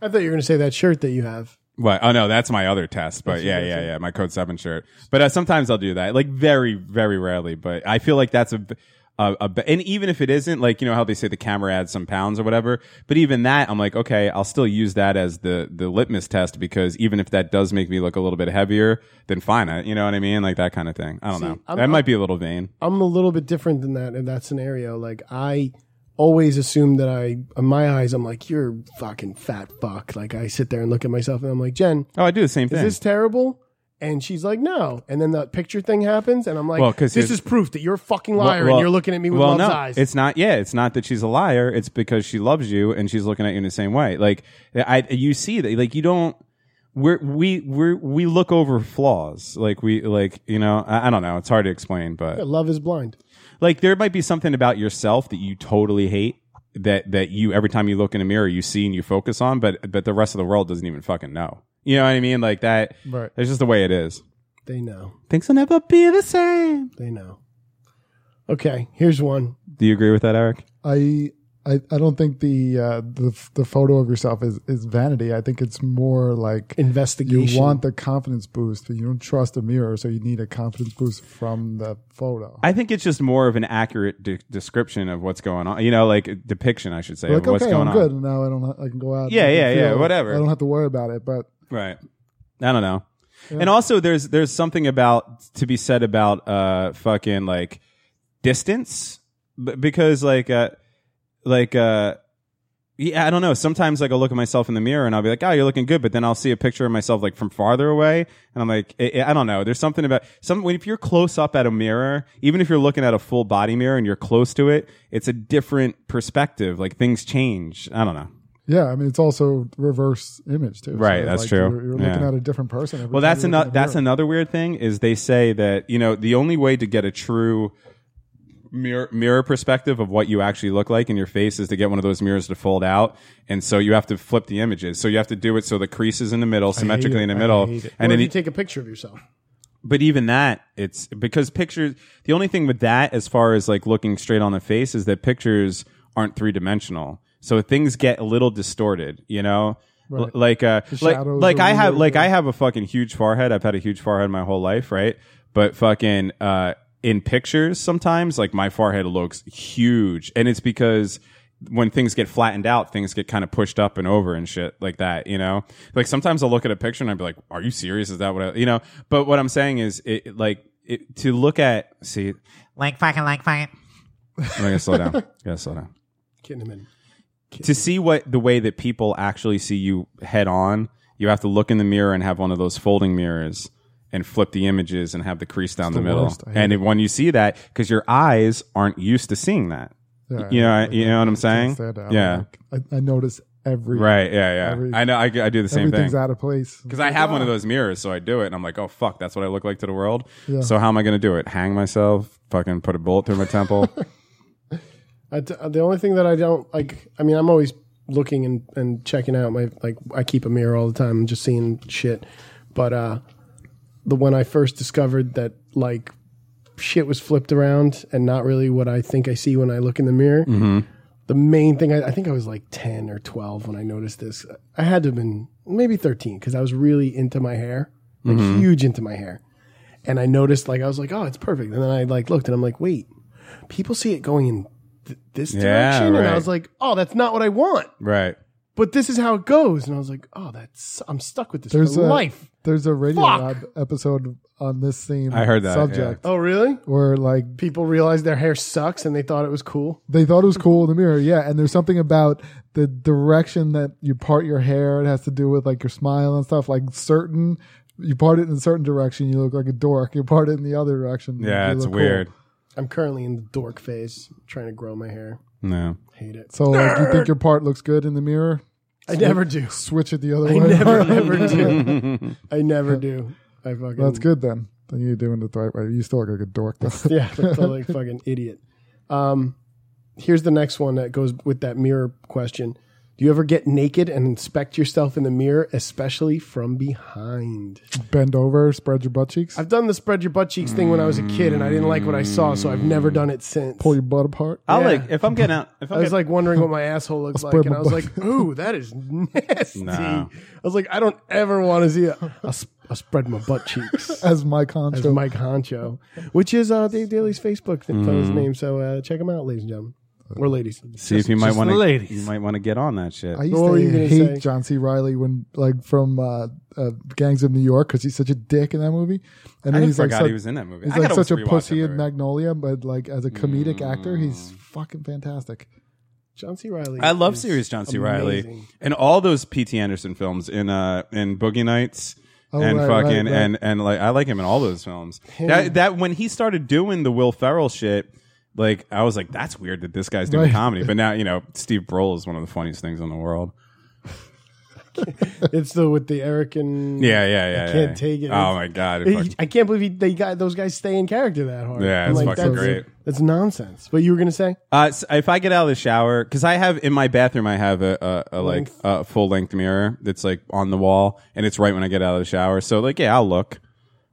Speaker 4: I thought you were going to say that shirt that you have.
Speaker 3: What? Oh no, that's my other test. But yeah, yeah, yeah, my code seven shirt. But uh, sometimes I'll do that. Like very, very rarely. But I feel like that's a, b- a, a b- and even if it isn't, like you know how they say the camera adds some pounds or whatever. But even that, I'm like, okay, I'll still use that as the the litmus test because even if that does make me look a little bit heavier, then fine. I, you know what I mean? Like that kind of thing. I don't know.
Speaker 4: I'm-
Speaker 3: that might be a little vain.
Speaker 4: I'm a little bit different than that in that scenario. Like I always assume that I, in my eyes, I'm like you're fucking fat fuck. Like I sit there and look at myself and I'm like, Jen,
Speaker 3: Oh, I do the same
Speaker 4: is
Speaker 3: thing.
Speaker 4: this terrible? And she's like, no. And then that picture thing happens, and I'm like,
Speaker 3: Well, 'cause
Speaker 4: this
Speaker 3: here's-
Speaker 4: is proof that you're a fucking liar and you're looking at me with
Speaker 3: well,
Speaker 4: love's
Speaker 3: no,
Speaker 4: eyes.
Speaker 3: It's not. Yeah, it's not that she's a liar. It's because she loves you and she's looking at you in the same way. Like I, you see that. Like you don't. We're, we we we look over flaws. Like we like you know. I, I don't know. It's hard to explain, but
Speaker 4: love is blind.
Speaker 3: like there might be something about yourself that you totally hate that that you every time you look in a mirror you see and you focus on, but but the rest of the world doesn't even fucking know. You know what I mean? Like that.
Speaker 4: Right.
Speaker 3: It's just the way it is.
Speaker 4: They know.
Speaker 3: Things will never be the same.
Speaker 4: They know. Okay, here's one.
Speaker 3: Do you agree with that, Eric?
Speaker 9: I I, I don't think the uh, the the photo of yourself is, is vanity. I think it's more like
Speaker 4: Investigation.
Speaker 9: you want the confidence boost, but you don't trust a mirror, so you need a confidence boost from the photo.
Speaker 3: I think it's just more of an accurate de- description of what's going on. You know, like a depiction, I should say,
Speaker 9: like
Speaker 3: of what's
Speaker 9: okay,
Speaker 3: going
Speaker 9: I'm
Speaker 3: on.
Speaker 9: good and now. I don't I can go out. and
Speaker 3: Yeah,
Speaker 9: I can
Speaker 3: yeah, yeah,
Speaker 9: feel-
Speaker 3: whatever.
Speaker 9: I don't have to worry about it. But
Speaker 3: Right. I don't know. And also, there's there's something about to be said about uh fucking like distance B- because like uh like uh. Yeah, I don't know. Sometimes like I'll look at myself in the mirror and I'll be like, "Oh, you're looking good," but then I'll see a picture of myself like from farther away, and I'm like, I, I- "I don't know." There's something about some. When if you're close up at a mirror, even if you're looking at a full body mirror and you're close to it, it's a different perspective. Like things change. I don't know.
Speaker 9: Yeah, I mean it's also reverse image too.
Speaker 3: Right, that's
Speaker 9: like,
Speaker 3: true.
Speaker 9: You're, you're looking
Speaker 3: Yeah.
Speaker 9: at a different person. Every
Speaker 3: well,
Speaker 9: time
Speaker 3: that's
Speaker 9: you're
Speaker 3: another
Speaker 9: looking in the
Speaker 3: that's another weird thing is they say that you know the only way to get a true mirror mirror perspective of what you actually look like in your face is to get one of those mirrors to fold out, and so you have to flip the images. So you have to do it so the crease is in the middle, symmetrically in the middle,
Speaker 4: I hate it.
Speaker 3: and
Speaker 4: or
Speaker 3: then
Speaker 4: if
Speaker 3: you
Speaker 4: you take a picture of yourself.
Speaker 3: but even that it's because pictures the only thing with that as far as like looking straight on the face is that pictures aren't three-dimensional so things get a little distorted you know L-
Speaker 9: Right.
Speaker 3: like uh
Speaker 9: The
Speaker 3: like,
Speaker 9: shadows
Speaker 3: like
Speaker 9: are
Speaker 3: i have
Speaker 9: weird,
Speaker 3: like i have a fucking huge forehead i've had a huge forehead my whole life right but fucking uh in pictures sometimes like my forehead looks huge and it's because when things get flattened out, things get kind of pushed up and over and shit like that, you know? Like sometimes I'll look at a picture and I'll be like, are you serious? Is that what I, you know? But what I'm saying is, it, it- like, it, to look at, see,
Speaker 7: Like fucking like fucking.
Speaker 3: I'm gonna slow down. Gotta slow down.
Speaker 4: Getting him in.
Speaker 3: To see what the way that people actually see you head on, you have to look in the mirror and have one of those folding mirrors and flip the images and have the crease down
Speaker 9: It's
Speaker 3: the,
Speaker 9: the
Speaker 3: middle.
Speaker 9: worst. I hate
Speaker 3: And if, when you see that, because your eyes aren't used to seeing that.
Speaker 9: Yeah,
Speaker 3: you know, you know what I'm saying?
Speaker 9: stand out.
Speaker 3: Yeah.
Speaker 9: mirror. I, I notice every
Speaker 3: Right. Yeah. Yeah.
Speaker 9: every-
Speaker 3: I know. I, I do the same
Speaker 9: everything's
Speaker 3: thing.
Speaker 9: out of place.
Speaker 3: Because I have one of those mirrors, so I do it, and I'm like, oh fuck, that's what I look like to the world.
Speaker 9: Yeah.
Speaker 3: So how am I going to do it? Hang myself? Fucking put a bullet through my temple?
Speaker 4: I t- the only thing that I don't like, I mean, I'm always looking and, and checking out my, like, I keep a mirror all the time and just seeing shit. But, uh, the when I first discovered that, like, shit was flipped around and not really what I think I see when I look in the mirror,
Speaker 3: Mhm.
Speaker 4: the main thing, I, I think I was like 10 or 12 when I noticed this. I had to have been maybe 13 because I was really into my hair, like,
Speaker 12: Mhm.
Speaker 4: huge into my hair. And I noticed, like, I was like, oh, it's perfect. And then I, like, looked and I'm like, wait, people see it going in th- this
Speaker 3: Yeah,
Speaker 4: direction. And
Speaker 3: right.
Speaker 4: I was like, oh, that's not what I want.
Speaker 3: right.
Speaker 4: But this is how it goes. And I was like, oh, that's, I'm stuck with this
Speaker 9: There's
Speaker 4: for
Speaker 9: a
Speaker 4: life.
Speaker 9: there's a radio
Speaker 4: Fuck.
Speaker 9: lab episode on this same.
Speaker 3: I heard that,
Speaker 9: subject
Speaker 4: Oh, really?
Speaker 9: where like
Speaker 4: People realized their hair sucks and they thought it was cool.
Speaker 9: They thought it was cool in the mirror, yeah. And there's something about the direction that you part your hair. It has to do with like your smile and stuff. Like certain, you part it in a certain direction, you look like a dork. You part it in the other direction,
Speaker 3: Yeah,
Speaker 9: you
Speaker 3: it's
Speaker 9: look cool.
Speaker 3: weird.
Speaker 4: I'm currently in the dork phase, trying to grow my hair.
Speaker 3: No.
Speaker 4: Hate it.
Speaker 9: So like, you think your part looks good in the mirror?
Speaker 4: I never do.
Speaker 9: Switch it the other
Speaker 4: I
Speaker 9: way.
Speaker 4: never, ever do. I never do. I fucking.
Speaker 9: That's good then. Then you're doing it the right way. You still look like a dork. Though.
Speaker 4: yeah, I feel like a fucking idiot. Um, here's the next one that goes with that mirror question. Do you ever get naked and inspect yourself in the mirror, especially from behind?
Speaker 9: Bend over, spread your butt cheeks,
Speaker 4: I've done the spread your butt cheeks thing when I was a kid, and I didn't like what I saw, so I've never done it since.
Speaker 9: pull your butt apart.
Speaker 3: I'll
Speaker 4: Yeah.
Speaker 3: like if I'm getting out. If
Speaker 4: I
Speaker 3: I'm
Speaker 4: was
Speaker 3: getting,
Speaker 4: like wondering what my asshole looks
Speaker 9: I'll
Speaker 4: like,
Speaker 9: spread
Speaker 4: and
Speaker 9: my
Speaker 4: I was
Speaker 9: butt.
Speaker 4: like, "Ooh, that is nasty."
Speaker 3: Nah.
Speaker 4: I was like, "I don't ever want to see it." I spread my butt cheeks.
Speaker 9: as my concho.
Speaker 4: as Mike Honcho, which is uh, Dave Daly's Facebook th- his
Speaker 3: Mhm.
Speaker 4: name. So uh, check him out, ladies and gentlemen, or ladies.
Speaker 3: see if you might
Speaker 11: just
Speaker 3: want
Speaker 11: the
Speaker 3: to.
Speaker 11: ladies.
Speaker 3: You might want to get on that shit.
Speaker 9: I used
Speaker 4: What were you
Speaker 9: to
Speaker 4: gonna
Speaker 9: hate
Speaker 4: say?
Speaker 9: John C. Riley when, like, from uh, uh, Gangs of New York because he's such a dick in that movie. And
Speaker 3: I
Speaker 9: he's
Speaker 3: forgot
Speaker 9: such-
Speaker 3: he was in that movie.
Speaker 9: He's
Speaker 3: I
Speaker 9: like
Speaker 3: gotta
Speaker 9: such a
Speaker 3: rewatch
Speaker 9: pussy
Speaker 3: that
Speaker 9: in
Speaker 3: movie. Mm.
Speaker 9: Magnolia, but like as a comedic actor, he's fucking fantastic.
Speaker 4: John C. Riley.
Speaker 3: I love
Speaker 4: is
Speaker 3: serious John C.
Speaker 4: amazing.
Speaker 3: Riley and all those P.T. Anderson films in uh in Boogie Nights.
Speaker 9: Oh,
Speaker 3: and
Speaker 9: right,
Speaker 3: fucking
Speaker 9: right, right.
Speaker 3: and and like I like him in all those films. That, that when he started doing the Will Ferrell shit, like I was like, that's weird that this guy's doing
Speaker 9: Right.
Speaker 3: comedy. But now you know Steve Brohl is one of the funniest things in the world.
Speaker 4: It's the with the Eric and
Speaker 3: Yeah, yeah, yeah.
Speaker 4: I
Speaker 3: yeah.
Speaker 4: can't take it.
Speaker 3: Oh my god, it
Speaker 4: He-
Speaker 3: fucking-
Speaker 4: I can't believe he, they got those guys stay in character that hard.
Speaker 3: Yeah,
Speaker 4: I'm
Speaker 3: it's fucking
Speaker 4: that's,
Speaker 3: great.
Speaker 4: That's nonsense. What you were gonna say?
Speaker 3: Uh, s if I get out of the shower, because I have in my bathroom, I have a, a, a like a full length mirror that's like on the wall, and it's right when I get out of the shower. So like, yeah, I'll look,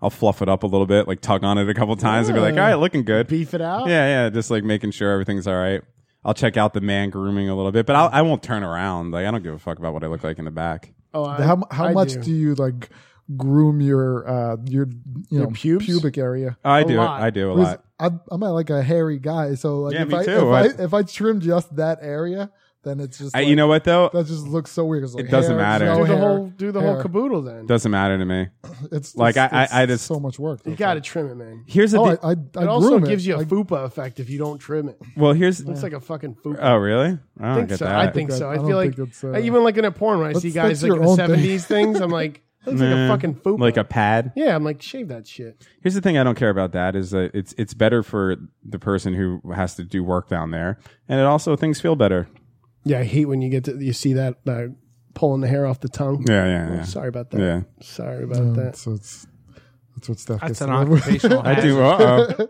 Speaker 3: I'll fluff it up a little bit, like tug on it a couple times, and be like, all right, looking good.
Speaker 4: Beef it out.
Speaker 3: Yeah, yeah, just like making sure everything's all right. I'll check out the man grooming a little bit, but I'll, I won't turn around. Like I don't give a fuck about what I look like in the back.
Speaker 4: Oh, I,
Speaker 9: how how
Speaker 4: I
Speaker 9: much
Speaker 4: do.
Speaker 9: do. you like groom your uh your you know
Speaker 4: pubes?
Speaker 9: pubic area?
Speaker 3: I
Speaker 4: A
Speaker 3: do
Speaker 4: lot.
Speaker 3: it. I do a
Speaker 9: Because
Speaker 3: lot.
Speaker 9: I'm, I'm a, like a hairy guy, so like
Speaker 3: Yeah,
Speaker 9: if,
Speaker 3: me
Speaker 9: I,
Speaker 3: too.
Speaker 9: if
Speaker 3: I-
Speaker 9: I if I trim just that area, then it's just
Speaker 3: I,
Speaker 9: like,
Speaker 3: you know what though?
Speaker 9: that just looks so weird. 'cause, like,
Speaker 3: It doesn't
Speaker 9: hair,
Speaker 3: matter.
Speaker 9: no
Speaker 4: do the
Speaker 9: hair,
Speaker 4: whole do the whole
Speaker 9: hair.
Speaker 4: caboodle then?
Speaker 3: Doesn't matter to me.
Speaker 9: It's
Speaker 3: Like,
Speaker 9: it's-
Speaker 3: I- I-
Speaker 9: it's
Speaker 3: I just-
Speaker 9: so much work.
Speaker 4: You got to trim it, man.
Speaker 3: Here's the
Speaker 9: Oh,
Speaker 3: thing.
Speaker 9: I, I, I
Speaker 4: It also
Speaker 9: groom
Speaker 4: gives
Speaker 9: it.
Speaker 4: you a
Speaker 9: I-
Speaker 4: fupa effect if you don't trim it.
Speaker 3: well, here's.
Speaker 4: It's like a fucking fupa.
Speaker 3: Oh really? I don't
Speaker 4: I think
Speaker 3: get
Speaker 4: so.
Speaker 3: that.
Speaker 4: I think
Speaker 9: I-
Speaker 4: so.
Speaker 9: I
Speaker 4: I,
Speaker 9: don't
Speaker 4: feel like
Speaker 9: think it's, uh,
Speaker 4: even like in a porn when I
Speaker 9: that's-
Speaker 4: see
Speaker 9: that's
Speaker 4: guys like
Speaker 9: your
Speaker 4: in the
Speaker 9: own thing.
Speaker 4: seventies things, I'm like, that's like a
Speaker 3: Nah.
Speaker 4: fucking fupa.
Speaker 3: like a pad.
Speaker 4: yeah, I'm like shave that shit.
Speaker 3: Here's the thing I don't care about that is that it's it's better for the person who has to do work down there, and it also things feel better.
Speaker 4: Yeah, I hate when you get to you see that uh, pulling the hair off the tongue.
Speaker 3: Yeah, yeah,
Speaker 4: Oh,
Speaker 3: yeah.
Speaker 4: Sorry about that.
Speaker 3: Yeah.
Speaker 4: Sorry about
Speaker 9: Um,
Speaker 4: that.
Speaker 9: So it's that's what Steph
Speaker 1: That's
Speaker 9: gets.
Speaker 1: an
Speaker 9: to live with.
Speaker 1: occupational I do,
Speaker 3: hazard.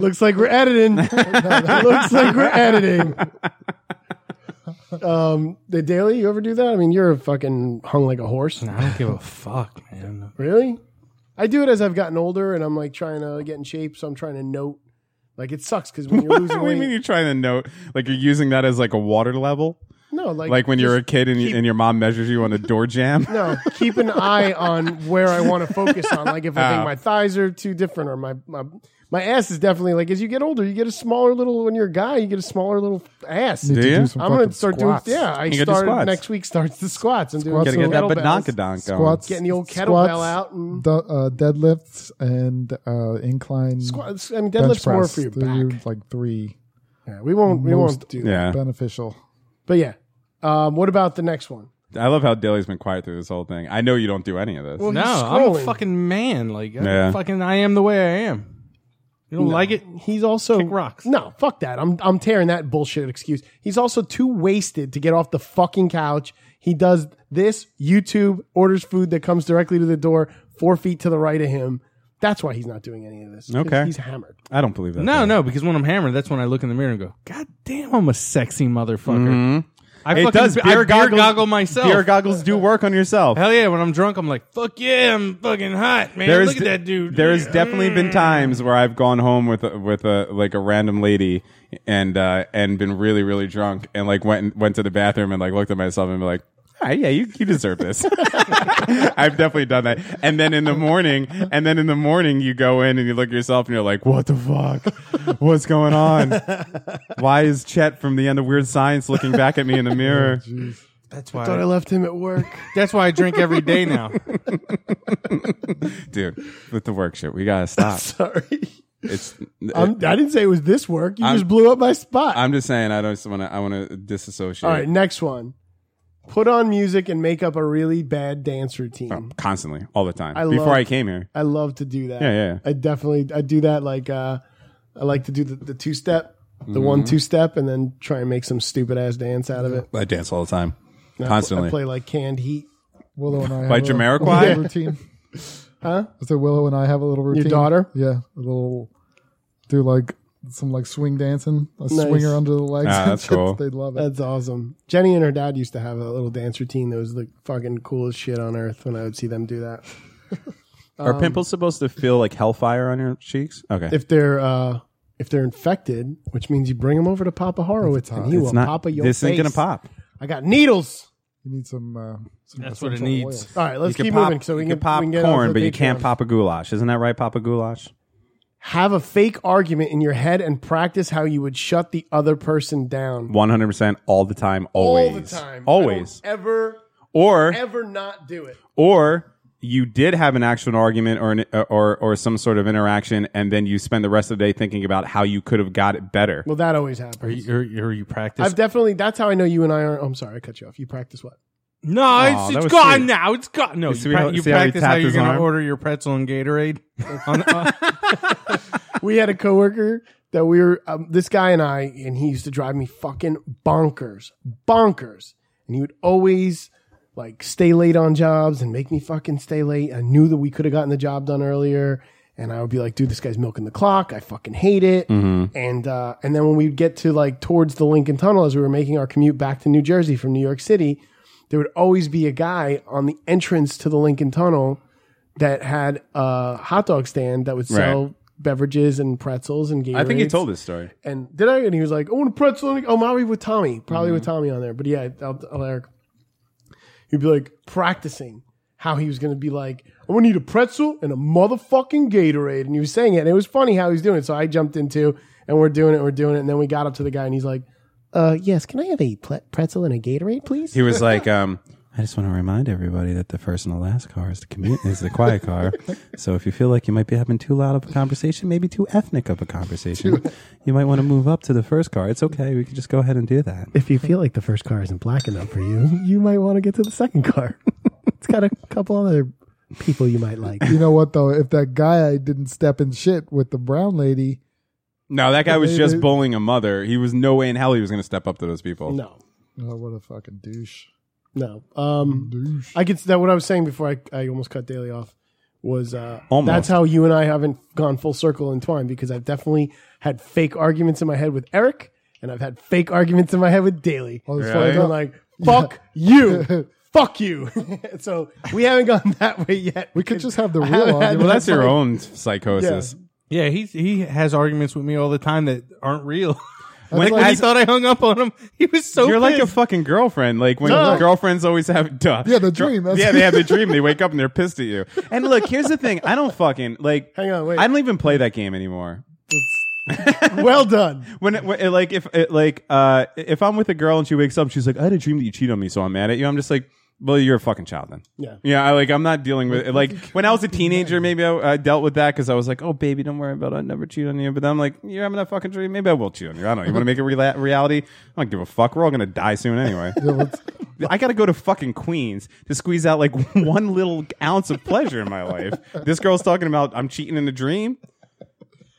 Speaker 4: Looks like we're editing. Looks like we're editing. Um, the daily, you ever do that? I mean, you're fucking hung like a horse.
Speaker 1: I don't give a fuck, man.
Speaker 4: Really? I do it as I've gotten older and I'm like trying to get in shape, so I'm trying to note. Like it sucks because when you're
Speaker 3: what
Speaker 4: losing
Speaker 3: do you
Speaker 4: weight,
Speaker 3: mean you're trying to note? Like you're using that as like a water level?
Speaker 4: no, like
Speaker 3: Like, when you're a kid and, you
Speaker 4: keep-
Speaker 3: and your mom measures you on a door jam?
Speaker 4: No, keep an eye on where I want to focus on. Like if I think
Speaker 3: Oh.
Speaker 4: my thighs are too different or my, my my ass is definitely like as you get older, you get a smaller little when you're a guy, you get a smaller little ass.
Speaker 9: Need to
Speaker 3: Do you?
Speaker 9: do some
Speaker 4: I'm gonna
Speaker 9: fucking
Speaker 4: start
Speaker 9: squats.
Speaker 4: doing yeah. I
Speaker 3: You gotta do
Speaker 4: start
Speaker 3: squats.
Speaker 4: next week starts the squats and doing
Speaker 9: Gotta
Speaker 4: some
Speaker 9: get that
Speaker 4: kettlebells.
Speaker 3: badonkadonk going.
Speaker 9: Squats,
Speaker 4: Getting the old kettlebell
Speaker 9: squats,
Speaker 4: out and-
Speaker 9: du- uh, deadlifts and uh, incline.
Speaker 4: Squats. I mean,
Speaker 9: bench
Speaker 4: deadlifts more
Speaker 9: press.
Speaker 4: for your
Speaker 9: They're
Speaker 4: back.
Speaker 9: like three
Speaker 4: Yeah, we won't we won't
Speaker 9: Most-
Speaker 4: do that.
Speaker 3: Yeah.
Speaker 9: beneficial.
Speaker 4: But yeah, um, what about the next one?
Speaker 3: I love how Dilly's been quiet through this whole thing. I know you don't do any of this.
Speaker 4: Well,
Speaker 1: No,
Speaker 4: he's
Speaker 1: I'm a
Speaker 4: scrolling.
Speaker 1: fucking man. Like, I'm
Speaker 3: Yeah.
Speaker 1: fucking, I am the way I am. You don't like it?
Speaker 4: He's also
Speaker 1: Kick rocks.
Speaker 4: No, fuck that. I'm I'm tearing that bullshit excuse. He's also too wasted to get off the fucking couch. He does this YouTube orders food that comes directly to the door, four feet to the right of him. That's why he's not doing any of this. 'Cause
Speaker 3: Okay.
Speaker 4: he's hammered.
Speaker 3: I don't believe that.
Speaker 1: No, no, because when I'm hammered, that's when I look in the mirror and go, God damn, I'm a sexy motherfucker. I
Speaker 3: It
Speaker 1: fucking
Speaker 3: does.
Speaker 1: I
Speaker 3: Beer goggles-
Speaker 1: goggle myself.
Speaker 3: Beer goggles do work on yourself.
Speaker 1: Hell yeah, when I'm drunk, I'm like, fuck yeah, I'm fucking hot, man.
Speaker 3: There is
Speaker 1: Look at
Speaker 3: de-
Speaker 1: that dude.
Speaker 3: There has definitely been times where I've gone home with a, with a like a random lady and uh, and been really really drunk and like went went to the bathroom and like looked at myself and be like. "Ah, yeah, you, you deserve this. I've definitely done that. And then in the morning, and then in the morning, you go in and you look at yourself and you're like, what the fuck? What's going on? Why is Chet from the end of Weird Science looking back at me in the mirror?
Speaker 1: Oh, That's
Speaker 4: Thought I
Speaker 1: why.
Speaker 4: left him at work.
Speaker 1: That's why I drink every day now.
Speaker 3: Dude, with the work shit, we gotta
Speaker 9: Ah.
Speaker 3: stop.
Speaker 4: Sorry.
Speaker 3: It's
Speaker 4: I'm, I didn't say it was this work. You
Speaker 3: I'm-
Speaker 4: just blew up my spot.
Speaker 3: I'm just saying I don't want to. I want to disassociate.
Speaker 4: All right, next one. Put on music and make up a really bad dance routine.
Speaker 3: Oh, constantly, all the time.
Speaker 4: I
Speaker 3: Before
Speaker 4: love-
Speaker 3: I came here,
Speaker 4: I love to do that.
Speaker 3: Yeah, yeah.
Speaker 4: I definitely I do that. Like uh, I like to do the, the two step, the
Speaker 3: Mm-hmm.
Speaker 4: one two step, and then try and make some stupid ass dance out of it.
Speaker 3: I dance all the time,
Speaker 4: And I pl-
Speaker 3: constantly.
Speaker 4: I play like canned heat.
Speaker 9: Willow and I
Speaker 3: By
Speaker 9: have a-
Speaker 3: Jamiroquai?
Speaker 9: a little routine. huh? So Willow and I have a little routine.
Speaker 4: daughter?
Speaker 9: Yeah, a little do like some like swing dancing, a
Speaker 4: Nice.
Speaker 9: swinger under the legs.
Speaker 3: Ah,
Speaker 9: and
Speaker 3: that's
Speaker 9: shit.
Speaker 3: cool.
Speaker 9: They'd love it.
Speaker 4: That's awesome. Jenny and her dad used to have a little dance routine that was the fucking coolest shit on earth. When I would see them do that,
Speaker 3: Are pimples supposed to feel like hellfire on your cheeks? Okay,
Speaker 4: um, if they're uh, if they're infected, which means you bring them over to Papa Horowitz and he will pop a your
Speaker 3: this ain't
Speaker 4: face.
Speaker 3: gonna pop.
Speaker 4: I got needles.
Speaker 9: you need some. Uh, some
Speaker 1: That's what it
Speaker 9: essential
Speaker 1: needs.
Speaker 9: oils.
Speaker 4: All right, let's
Speaker 3: you
Speaker 4: keep
Speaker 3: can pop,
Speaker 4: moving. So we
Speaker 3: you
Speaker 4: can,
Speaker 3: pop
Speaker 4: we can get onto
Speaker 3: corn,
Speaker 4: the
Speaker 3: but you can't
Speaker 4: Patreon.
Speaker 3: pop a goulash. Isn't that right? Pop a goulash.
Speaker 4: have a fake argument in your head and practice how you would shut the other person down
Speaker 3: One hundred percent, all the time, always,
Speaker 4: all the time.
Speaker 3: always.
Speaker 4: I don't ever,
Speaker 3: Or
Speaker 4: ever not do it.
Speaker 3: or you did have an actual argument or an, or or some sort of interaction, and then you spend the rest of the day thinking about how you could have got it better.
Speaker 4: Well, that always happens.
Speaker 1: Are you, are, you- are you practicing?
Speaker 4: I've definitely. That's how I know you and I are. Oh, I'm sorry, I cut you off. You practice what?
Speaker 1: no,
Speaker 3: Aw,
Speaker 1: it's,
Speaker 3: that
Speaker 1: it's
Speaker 3: was
Speaker 1: gone
Speaker 3: sweet.
Speaker 1: now. It's gone. No,
Speaker 3: You
Speaker 1: you,
Speaker 3: see
Speaker 1: pra-
Speaker 3: how-
Speaker 1: you
Speaker 3: see how he
Speaker 1: practice how,
Speaker 3: tapped
Speaker 1: you're
Speaker 3: his
Speaker 1: going to
Speaker 3: arm?
Speaker 1: order your pretzel and Gatorade. on, uh,
Speaker 4: We had a coworker that we were. Um, this guy and I, and he used to drive me fucking bonkers, bonkers. And he would always like stay late on jobs and make me fucking stay late. I knew that we could have gotten the job done earlier. And I would be like, dude, this guy's milking the clock. I fucking hate it.
Speaker 3: Mm-hmm.
Speaker 4: And uh, and then when we'd get to like towards the Lincoln Tunnel as we were making our commute back to New Jersey from New York City, there would always be a guy on the entrance to the Lincoln Tunnel that had a hot dog stand that would sell
Speaker 3: Right.
Speaker 4: beverages and pretzels and Gatorades.
Speaker 3: I think you told this story.
Speaker 4: And did I? And he was like, "I want a pretzel." And a- oh, Maui with Tommy, probably with Tommy on there. But yeah, I'll, I'll Eric. He'd be like practicing how he was going to be like, "I'm going to need a pretzel and a motherfucking Gatorade," and he was saying it, and it was funny how he was doing it. So I jumped into, and we're doing it, we're doing it, and then we got up to the guy, and he's like, "Uh, yes, can I have a ple- pretzel and a Gatorade, please?"
Speaker 3: He was like, um, I just want to remind everybody that the first and the last car is the commute is the quiet car. So if you feel like you might be having too loud of a conversation, maybe too ethnic of a conversation, you might want to move up to the first car. It's okay. We could just go ahead and do that.
Speaker 4: If you feel like the first car isn't black enough for you, you might want to get to the second car. it's got a couple other people you might like.
Speaker 9: You know what though? If that guy didn't step in shit with the brown lady,
Speaker 3: No, that guy was
Speaker 9: They-
Speaker 3: just
Speaker 9: they-
Speaker 3: bullying a mother. He was no way in hell he was going to step up to those people.
Speaker 4: No.
Speaker 9: Oh, what a fucking douche.
Speaker 4: No. Um, I could that what I was saying before I, I almost cut Daly off was uh,
Speaker 9: Almost.
Speaker 4: that's how you and I haven't gone full circle in twine because I've definitely had fake arguments in my head with Eric and I've had fake arguments in my head with Daly.
Speaker 9: that's
Speaker 4: So
Speaker 9: why I
Speaker 4: I've been
Speaker 9: got-
Speaker 4: like fuck you. Fuck you. so we haven't gone that way yet. We could just have the
Speaker 3: well, that's your own psychosis.
Speaker 1: Yeah, he he has arguments with me all the time that aren't real.
Speaker 3: That's
Speaker 1: when
Speaker 3: like-
Speaker 1: I thought I hung up on him, he was so.
Speaker 3: You're like a
Speaker 1: pissed.
Speaker 3: fucking girlfriend. Like when
Speaker 1: Duh.
Speaker 3: girlfriends always have duh.
Speaker 1: Yeah, the dream, that's-
Speaker 3: Yeah, they have the dream. They wake up and they're pissed at you. And look, here's the thing. I don't fucking like.
Speaker 4: Hang on, wait.
Speaker 3: I don't even play that game anymore.
Speaker 4: well done.
Speaker 3: When, it, when it, like if it, like uh if I'm with a girl and she wakes up, she's like, "I had a dream that you cheated on me, so I'm mad at you." I'm just like, "Well, you're a fucking child then."
Speaker 4: Yeah.
Speaker 3: Yeah, I, like I'm not dealing with it. Like when I was a teenager, maybe I, I dealt with that because I was like, "Oh, baby, don't worry about it. I never cheat on you." But then I'm like, "You're having that fucking dream. Maybe I will cheat on you. I don't know. You want to make it rela- reality? I don't give a fuck. We're all gonna die soon anyway. I gotta go to fucking Queens to squeeze out like one little ounce of pleasure in my life. This girl's talking about I'm cheating in a dream.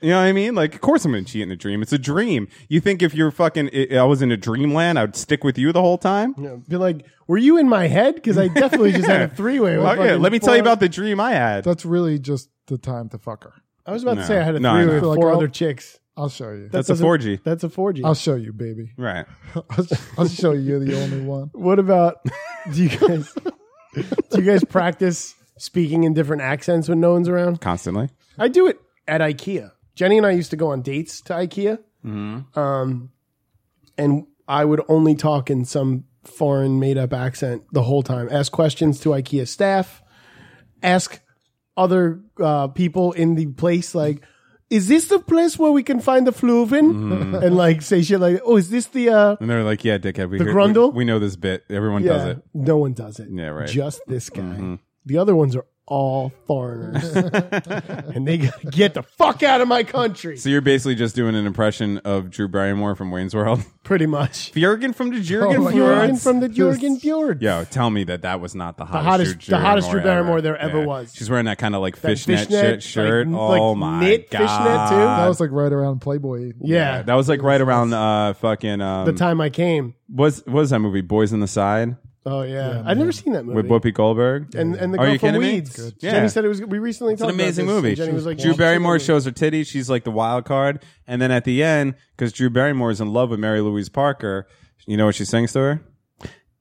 Speaker 3: You know what I mean? Like, of course I'm going to cheat in a dream. It's a dream. You think if you're fucking, i I was in a dreamland, I would stick with you the whole time?
Speaker 4: Be like, were you in my head? Because I definitely just had a three way.
Speaker 3: Oh, yeah. Let me tell you about the dream I had.
Speaker 9: That's really just the time to fuck her.
Speaker 4: I was about
Speaker 3: No.
Speaker 4: to say I had a
Speaker 3: No, I
Speaker 4: three
Speaker 3: know.
Speaker 4: with
Speaker 9: Like,
Speaker 4: four
Speaker 9: I'll-
Speaker 4: other chicks.
Speaker 9: I'll show you.
Speaker 3: That's a 4G.
Speaker 4: That's a 4G.
Speaker 9: I'll show you, baby.
Speaker 3: Right.
Speaker 9: I'll, I'll show you. You're the only one.
Speaker 4: What about do you guys do you guys practice speaking in different accents when no one's around?
Speaker 3: Constantly.
Speaker 4: I do it at IKEA. Jenny and I used to go on dates to IKEA.
Speaker 3: Mhm.
Speaker 4: Um and I would only talk in some foreign made up accent the whole time. Ask questions to IKEA staff. Ask other uh, people in the place like is this the place where we can find the fluven?
Speaker 3: Mhm.
Speaker 4: And like say shit like, oh, is this the uh
Speaker 3: And they're like, yeah, dickhead. We
Speaker 4: The
Speaker 3: heard-
Speaker 4: grundle?
Speaker 3: We, we know this bit. Everyone
Speaker 4: yeah,
Speaker 3: does it.
Speaker 4: No one does it.
Speaker 3: Yeah, right. Mm-hmm.
Speaker 4: Just this guy. The other ones are all foreigners, and they gotta get the fuck out of my country.
Speaker 3: So you're basically just doing an impression of Drew Barrymore from Wayne's World.
Speaker 4: Pretty much.
Speaker 3: Bjergen from the
Speaker 4: Jurgen Bjorn
Speaker 3: Fjords.
Speaker 4: Oh, from the Jurgen Fjord.
Speaker 3: Yo, tell me that that was not the hottest,
Speaker 4: hottest-
Speaker 3: Drew
Speaker 4: the hottest Drew Barrymore
Speaker 3: ever.
Speaker 4: there ever was.
Speaker 3: She's wearing that kind of like
Speaker 4: That
Speaker 3: fishnet,
Speaker 4: fishnet,
Speaker 3: shit, shirt.
Speaker 4: like-
Speaker 3: oh
Speaker 4: like
Speaker 3: my
Speaker 4: knit
Speaker 3: god,
Speaker 4: fishnet, too?
Speaker 9: That was like right around Playboy.
Speaker 4: Yeah.
Speaker 3: that was like right around uh fucking um,
Speaker 4: the time I came.
Speaker 3: Was what was that movie Boys in the Side
Speaker 4: Oh yeah, I've never seen that
Speaker 3: with
Speaker 4: movie.
Speaker 3: Whoopi Goldberg
Speaker 4: and and the
Speaker 3: Are
Speaker 4: girl
Speaker 3: you
Speaker 4: from
Speaker 3: kidding me?
Speaker 4: Weeds.
Speaker 3: It's good. Yeah.
Speaker 4: Jenny said it was. We recently
Speaker 3: It's an
Speaker 4: talked
Speaker 3: amazing
Speaker 4: about this, and
Speaker 3: movie.
Speaker 4: Jenny was like,
Speaker 3: Drew Barrymore shows her titties. She's like the wild card, and then at the end, because Drew Barrymore is in love with Mary Louise Parker, you know what she sings to her?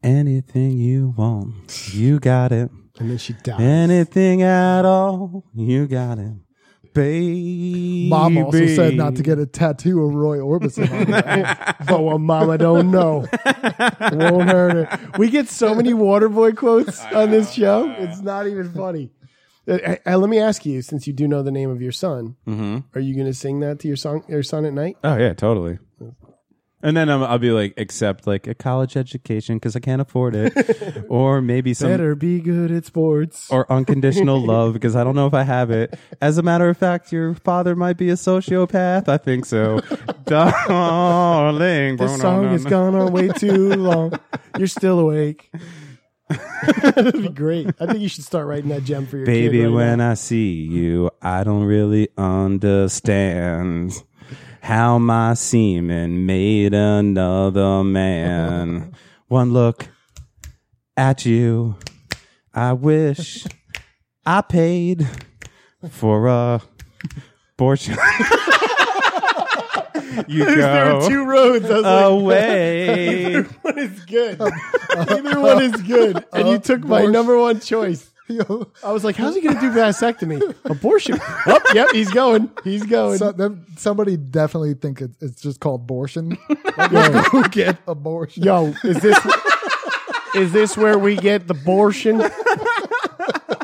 Speaker 3: Anything you want, you got it.
Speaker 4: And then she dies.
Speaker 3: Anything at all, you got it, baby.
Speaker 9: Mom also said not to get a tattoo of Roy Orbison. on her.
Speaker 4: But what Mama don't know won't hurt her. We get so many Waterboy quotes on this show. It's not even funny. Uh, uh, uh, let me ask you, since you do know the name of your son,
Speaker 3: Mm-hmm.
Speaker 4: are you going to sing that to your son, your son at night?
Speaker 3: Oh yeah, totally. And then I'm, I'll be like, accept like a college education because I can't afford it, or maybe some
Speaker 4: Better be good at sports.
Speaker 3: Um, or unconditional love because I don't know if I have it. As a matter of fact, your father might be a sociopath. I think so, darling.
Speaker 4: This song has gone on way too long. You're still awake. That'd be great. I think you should start writing that gem for your
Speaker 3: Baby,
Speaker 4: Kid right
Speaker 3: when
Speaker 4: now.
Speaker 3: I see you, I don't really understand how my semen made another man. One look at you, I wish I paid for a abortion. you go
Speaker 4: there were two roads. I was
Speaker 3: away.
Speaker 4: like, one is good. Either one is good. And you took my number one choice. I was like, how's he going to do vasectomy? Abortion. Oh, yep, he's going. He's going.
Speaker 9: So, them- somebody definitely think it, it's just called abortion.
Speaker 4: yo,
Speaker 9: Who get abortion?
Speaker 4: yo, is this is this where we get the abortion?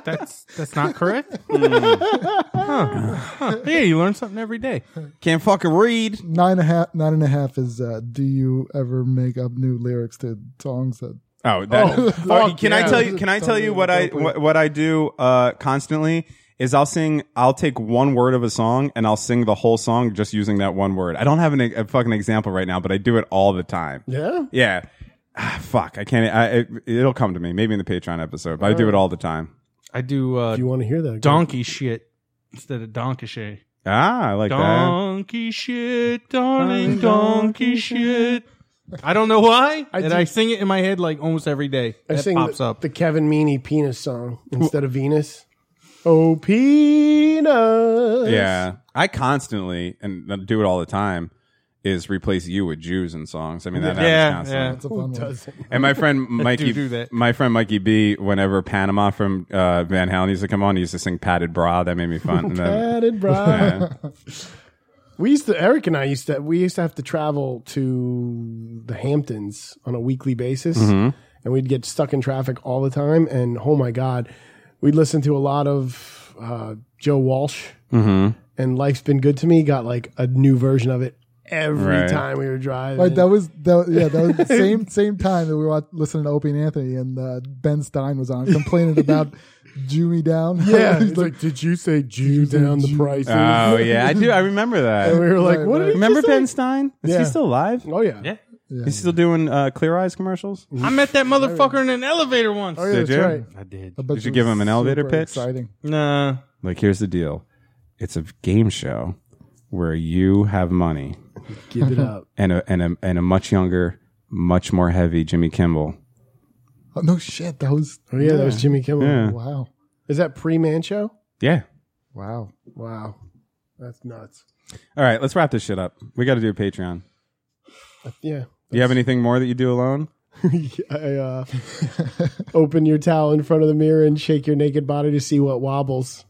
Speaker 1: That's that's not correct. Huh. Huh. Yeah, you learn something every day.
Speaker 3: Can't fucking read.
Speaker 9: Nine and a half. Nine and a half is. Uh, do you ever make up new lyrics to songs that?
Speaker 3: Oh, that,
Speaker 9: Oh,
Speaker 3: Oh,
Speaker 9: fuck
Speaker 3: can I
Speaker 9: yeah.
Speaker 3: tell you? Can I tell you what I what, what I do uh, constantly is I'll sing. I'll take one word of a song and I'll sing the whole song just using that one word. I don't have an, e, a fucking example right now, but I do it all the time.
Speaker 4: Yeah.
Speaker 3: Yeah. Ah, fuck, I can't. I, it, it'll come to me. Maybe in the Patreon episode, but I do it all the time.
Speaker 1: I do uh,
Speaker 4: If you want to hear that,
Speaker 1: donkey shit instead of donkey shit.
Speaker 3: Ah, I like that.
Speaker 1: Donkey shit, darling, donkey shit. I don't know why,
Speaker 4: I
Speaker 1: and
Speaker 4: do-
Speaker 1: I sing it in my head like almost every day.
Speaker 4: I
Speaker 1: It
Speaker 4: sing
Speaker 1: pops
Speaker 4: the,
Speaker 1: up.
Speaker 4: the Kevin Meaney penis song instead of Venus. Oh, penis.
Speaker 3: Yeah, I constantly and uh, do it all the time. Is replace you with Jews in songs. I mean that
Speaker 1: Yeah,
Speaker 3: happens constantly.
Speaker 1: yeah. That's a
Speaker 4: Who
Speaker 1: fun one.
Speaker 4: doesn't?
Speaker 3: And my friend
Speaker 1: I
Speaker 3: Mikey,
Speaker 1: do do that.
Speaker 3: my friend Mikey B, whenever Panama from uh, Van Halen used to come on, he used to sing "Padded Bra." That made me fun. And then-
Speaker 4: Padded bra. we used to Eric and I used to we used to have to travel to the Hamptons on a weekly basis,
Speaker 3: Mhm.
Speaker 4: and we'd get stuck in traffic all the time. And oh my god, we'd listen to a lot of uh, Joe Walsh.
Speaker 3: Mhm.
Speaker 4: And life's been good to me. Got like a new version of it every
Speaker 3: Right.
Speaker 4: time we were driving.
Speaker 9: Right, that was that. Yeah, that was the same same time that we were listening to Opie and Anthony, and uh, Ben Stein was on complaining about Jew me down.
Speaker 4: yeah,
Speaker 9: He's
Speaker 4: it's like, did you say Jew down the prices?
Speaker 3: Oh yeah, I do. I remember that.
Speaker 4: And we were like, what? Did he
Speaker 3: Remember
Speaker 4: just say?
Speaker 3: Ben Stein? Is
Speaker 4: Yeah.
Speaker 3: he still alive?
Speaker 4: Oh yeah.
Speaker 1: Yeah.
Speaker 3: He's still doing uh, Clear Eyes commercials.
Speaker 1: I met that motherfucker in an elevator once.
Speaker 4: Oh yeah, that's
Speaker 3: Did you?
Speaker 4: right.
Speaker 1: I did.
Speaker 9: I bet
Speaker 3: Did
Speaker 9: it
Speaker 3: you give
Speaker 9: was
Speaker 3: him an elevator
Speaker 9: super
Speaker 3: pitch?
Speaker 9: Exciting.
Speaker 1: Nah.
Speaker 3: Like, here's the deal: it's a game show where you have money
Speaker 4: Give it up.
Speaker 3: and a and a and a much younger, much more heavy Jimmy Kimmel.
Speaker 9: Oh, no shit, that was.
Speaker 4: Oh yeah, that was Jimmy Kimmel.
Speaker 3: Yeah,
Speaker 9: Wow,
Speaker 4: Is that pre Man Show?
Speaker 3: yeah.
Speaker 9: wow.
Speaker 4: Wow, that's nuts.
Speaker 3: All right, let's wrap this shit up. We got to do a Patreon.
Speaker 4: Yeah.
Speaker 3: Do you have anything more that you do alone?
Speaker 4: I, uh, open your towel in front of the mirror and shake your naked body to see what wobbles.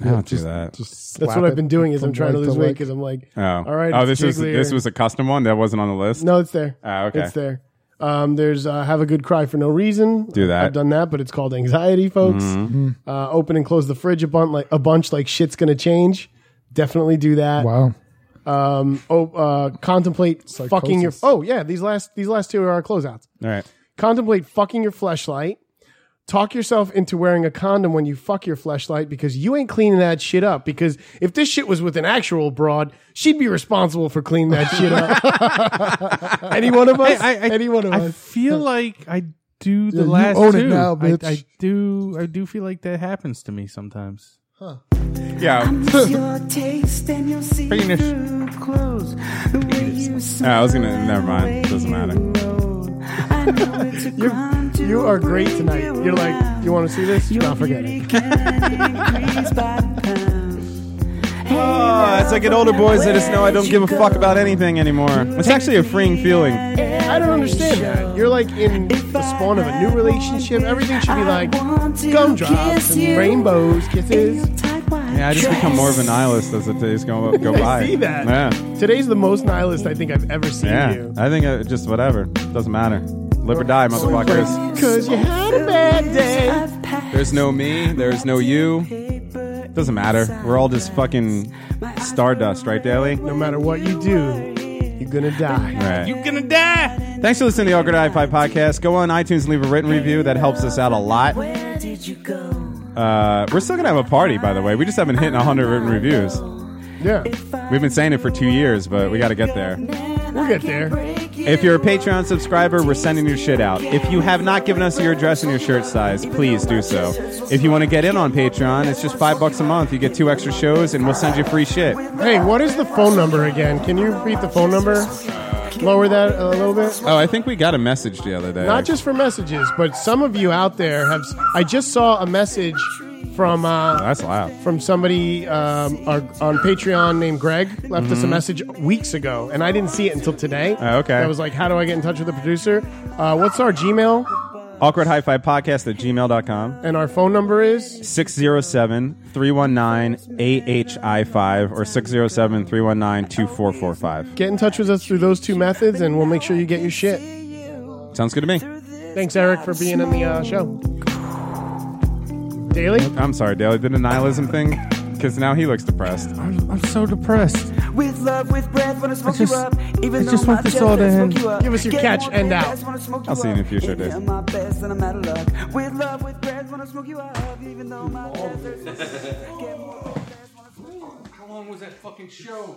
Speaker 3: I don't do that.
Speaker 9: Just
Speaker 4: That's
Speaker 9: slap
Speaker 4: what
Speaker 9: it
Speaker 4: I've been doing is
Speaker 9: from
Speaker 4: I'm trying to
Speaker 9: leg
Speaker 4: lose weight
Speaker 9: leg.
Speaker 4: because I'm like,
Speaker 3: Oh,
Speaker 4: all right.
Speaker 3: Oh,
Speaker 4: it's
Speaker 3: this was
Speaker 4: jiggly
Speaker 3: this
Speaker 4: or-
Speaker 3: was a custom one that wasn't on the list.
Speaker 4: no, it's there.
Speaker 3: Oh, okay.
Speaker 4: It's there. Um, there's uh, have a good cry for no reason.
Speaker 3: Do that. Mm-hmm.
Speaker 4: I've done that, but it's called anxiety, folks.
Speaker 9: Mm-hmm.
Speaker 4: Uh, open and close the fridge a bunch like a bunch like shit's gonna change. Definitely do that.
Speaker 9: Wow.
Speaker 4: Um, oh, uh, contemplate fucking your.
Speaker 9: Psychosis.
Speaker 4: Oh yeah, these last these last two are our closeouts.
Speaker 3: All right.
Speaker 4: contemplate fucking your fleshlight talk yourself into wearing a condom when you fuck your fleshlight because you ain't cleaning that shit up because if this shit was with an actual broad she'd be responsible for cleaning that shit up any one of us
Speaker 1: I- I-
Speaker 4: any one of
Speaker 1: I
Speaker 4: us
Speaker 1: feel like I do
Speaker 9: Yeah,
Speaker 1: the
Speaker 9: you
Speaker 1: last
Speaker 9: own it
Speaker 1: two.
Speaker 9: now,
Speaker 1: I,
Speaker 9: bitch.
Speaker 1: I do. I do feel like that happens to me sometimes.
Speaker 3: Yeah.
Speaker 1: Pretty much.
Speaker 3: Oh, I was gonna. Never mind. Doesn't matter.
Speaker 4: you, you are great tonight you're like you want to see this not forget it
Speaker 3: Oh, as I get older, boys, I just know I don't give a fuck about anything anymore. It's actually a freeing feeling.
Speaker 4: i don't understand that you're like in the spawn of a new relationship everything should be like gumdrops and rainbows kisses
Speaker 3: Yeah, I just become more of a nihilist as the days go go by.
Speaker 4: see that.
Speaker 3: Yeah,
Speaker 4: today's the most nihilist i think i've ever seen
Speaker 3: yeah.
Speaker 4: you
Speaker 3: I think uh just whatever doesn't matter. Live or die, motherfuckers.
Speaker 4: Cause you had a bad day.
Speaker 3: There's no me. There's no you. Doesn't matter. We're all just fucking stardust, right, Daly?
Speaker 4: No matter what you do, you're gonna die.
Speaker 3: Right. You're gonna die. Thanks for listening to the All Good High Five podcast. Go on iTunes and leave a written review. That helps us out a lot. Uh, we're still gonna have a party, by the way. We just haven't hit 100 written reviews.
Speaker 4: Yeah,
Speaker 3: We've been saying it for two years, but we got to get there.
Speaker 4: we'll get there.
Speaker 3: If you're a Patreon subscriber, we're sending your shit out. If you have not given us your address and your shirt size, please do so. If you want to get in on Patreon, it's just five bucks a month. You get two extra shows, and we'll send you free shit.
Speaker 4: Hey, what is the phone number again? Can you repeat the phone number? Lower that a little bit.
Speaker 3: Oh, I think we got a message the other day.
Speaker 4: Not just for messages, but some of you out there have. I just saw a message from uh,
Speaker 3: That's loud.
Speaker 4: from somebody um, our, on Patreon named Greg. Left us a message weeks ago, and I didn't see it until today.
Speaker 3: Oh, Mm-hmm. okay.
Speaker 4: I was like, "How do I get in touch with the producer? Uh, what's our Gmail
Speaker 3: Awkward High Five Podcast at gmail.com.
Speaker 4: and our phone number is?"
Speaker 3: 607 319 AHI5 or 607 319 2445.
Speaker 4: Get in touch with us through those two methods, and we'll make sure you get your shit.
Speaker 3: Sounds good to me.
Speaker 4: Thanks, Eric, for being on the uh, show. Daily?
Speaker 3: I'm sorry, Dale. I did a nihilism thing because now he looks depressed.
Speaker 1: I'm, I'm so depressed.
Speaker 12: With love, with breath, wanna smoke
Speaker 1: just-
Speaker 12: you up. Even
Speaker 1: I just
Speaker 12: though
Speaker 1: want
Speaker 12: my
Speaker 1: this
Speaker 12: chest
Speaker 1: all to
Speaker 12: doesn't
Speaker 1: end.
Speaker 12: smoke you up.
Speaker 4: Give us your
Speaker 12: Get
Speaker 4: catch,
Speaker 12: more
Speaker 4: end
Speaker 12: than
Speaker 4: out.
Speaker 12: best, wanna smoke
Speaker 3: I'll see you in
Speaker 12: up.
Speaker 3: a future
Speaker 12: Even
Speaker 3: days.
Speaker 12: though my best and I'm out of luck. With love, with breath, wanna smoke you up. Even though my best is- Get more than best, wanna smoke you up.
Speaker 1: How long was that fucking show?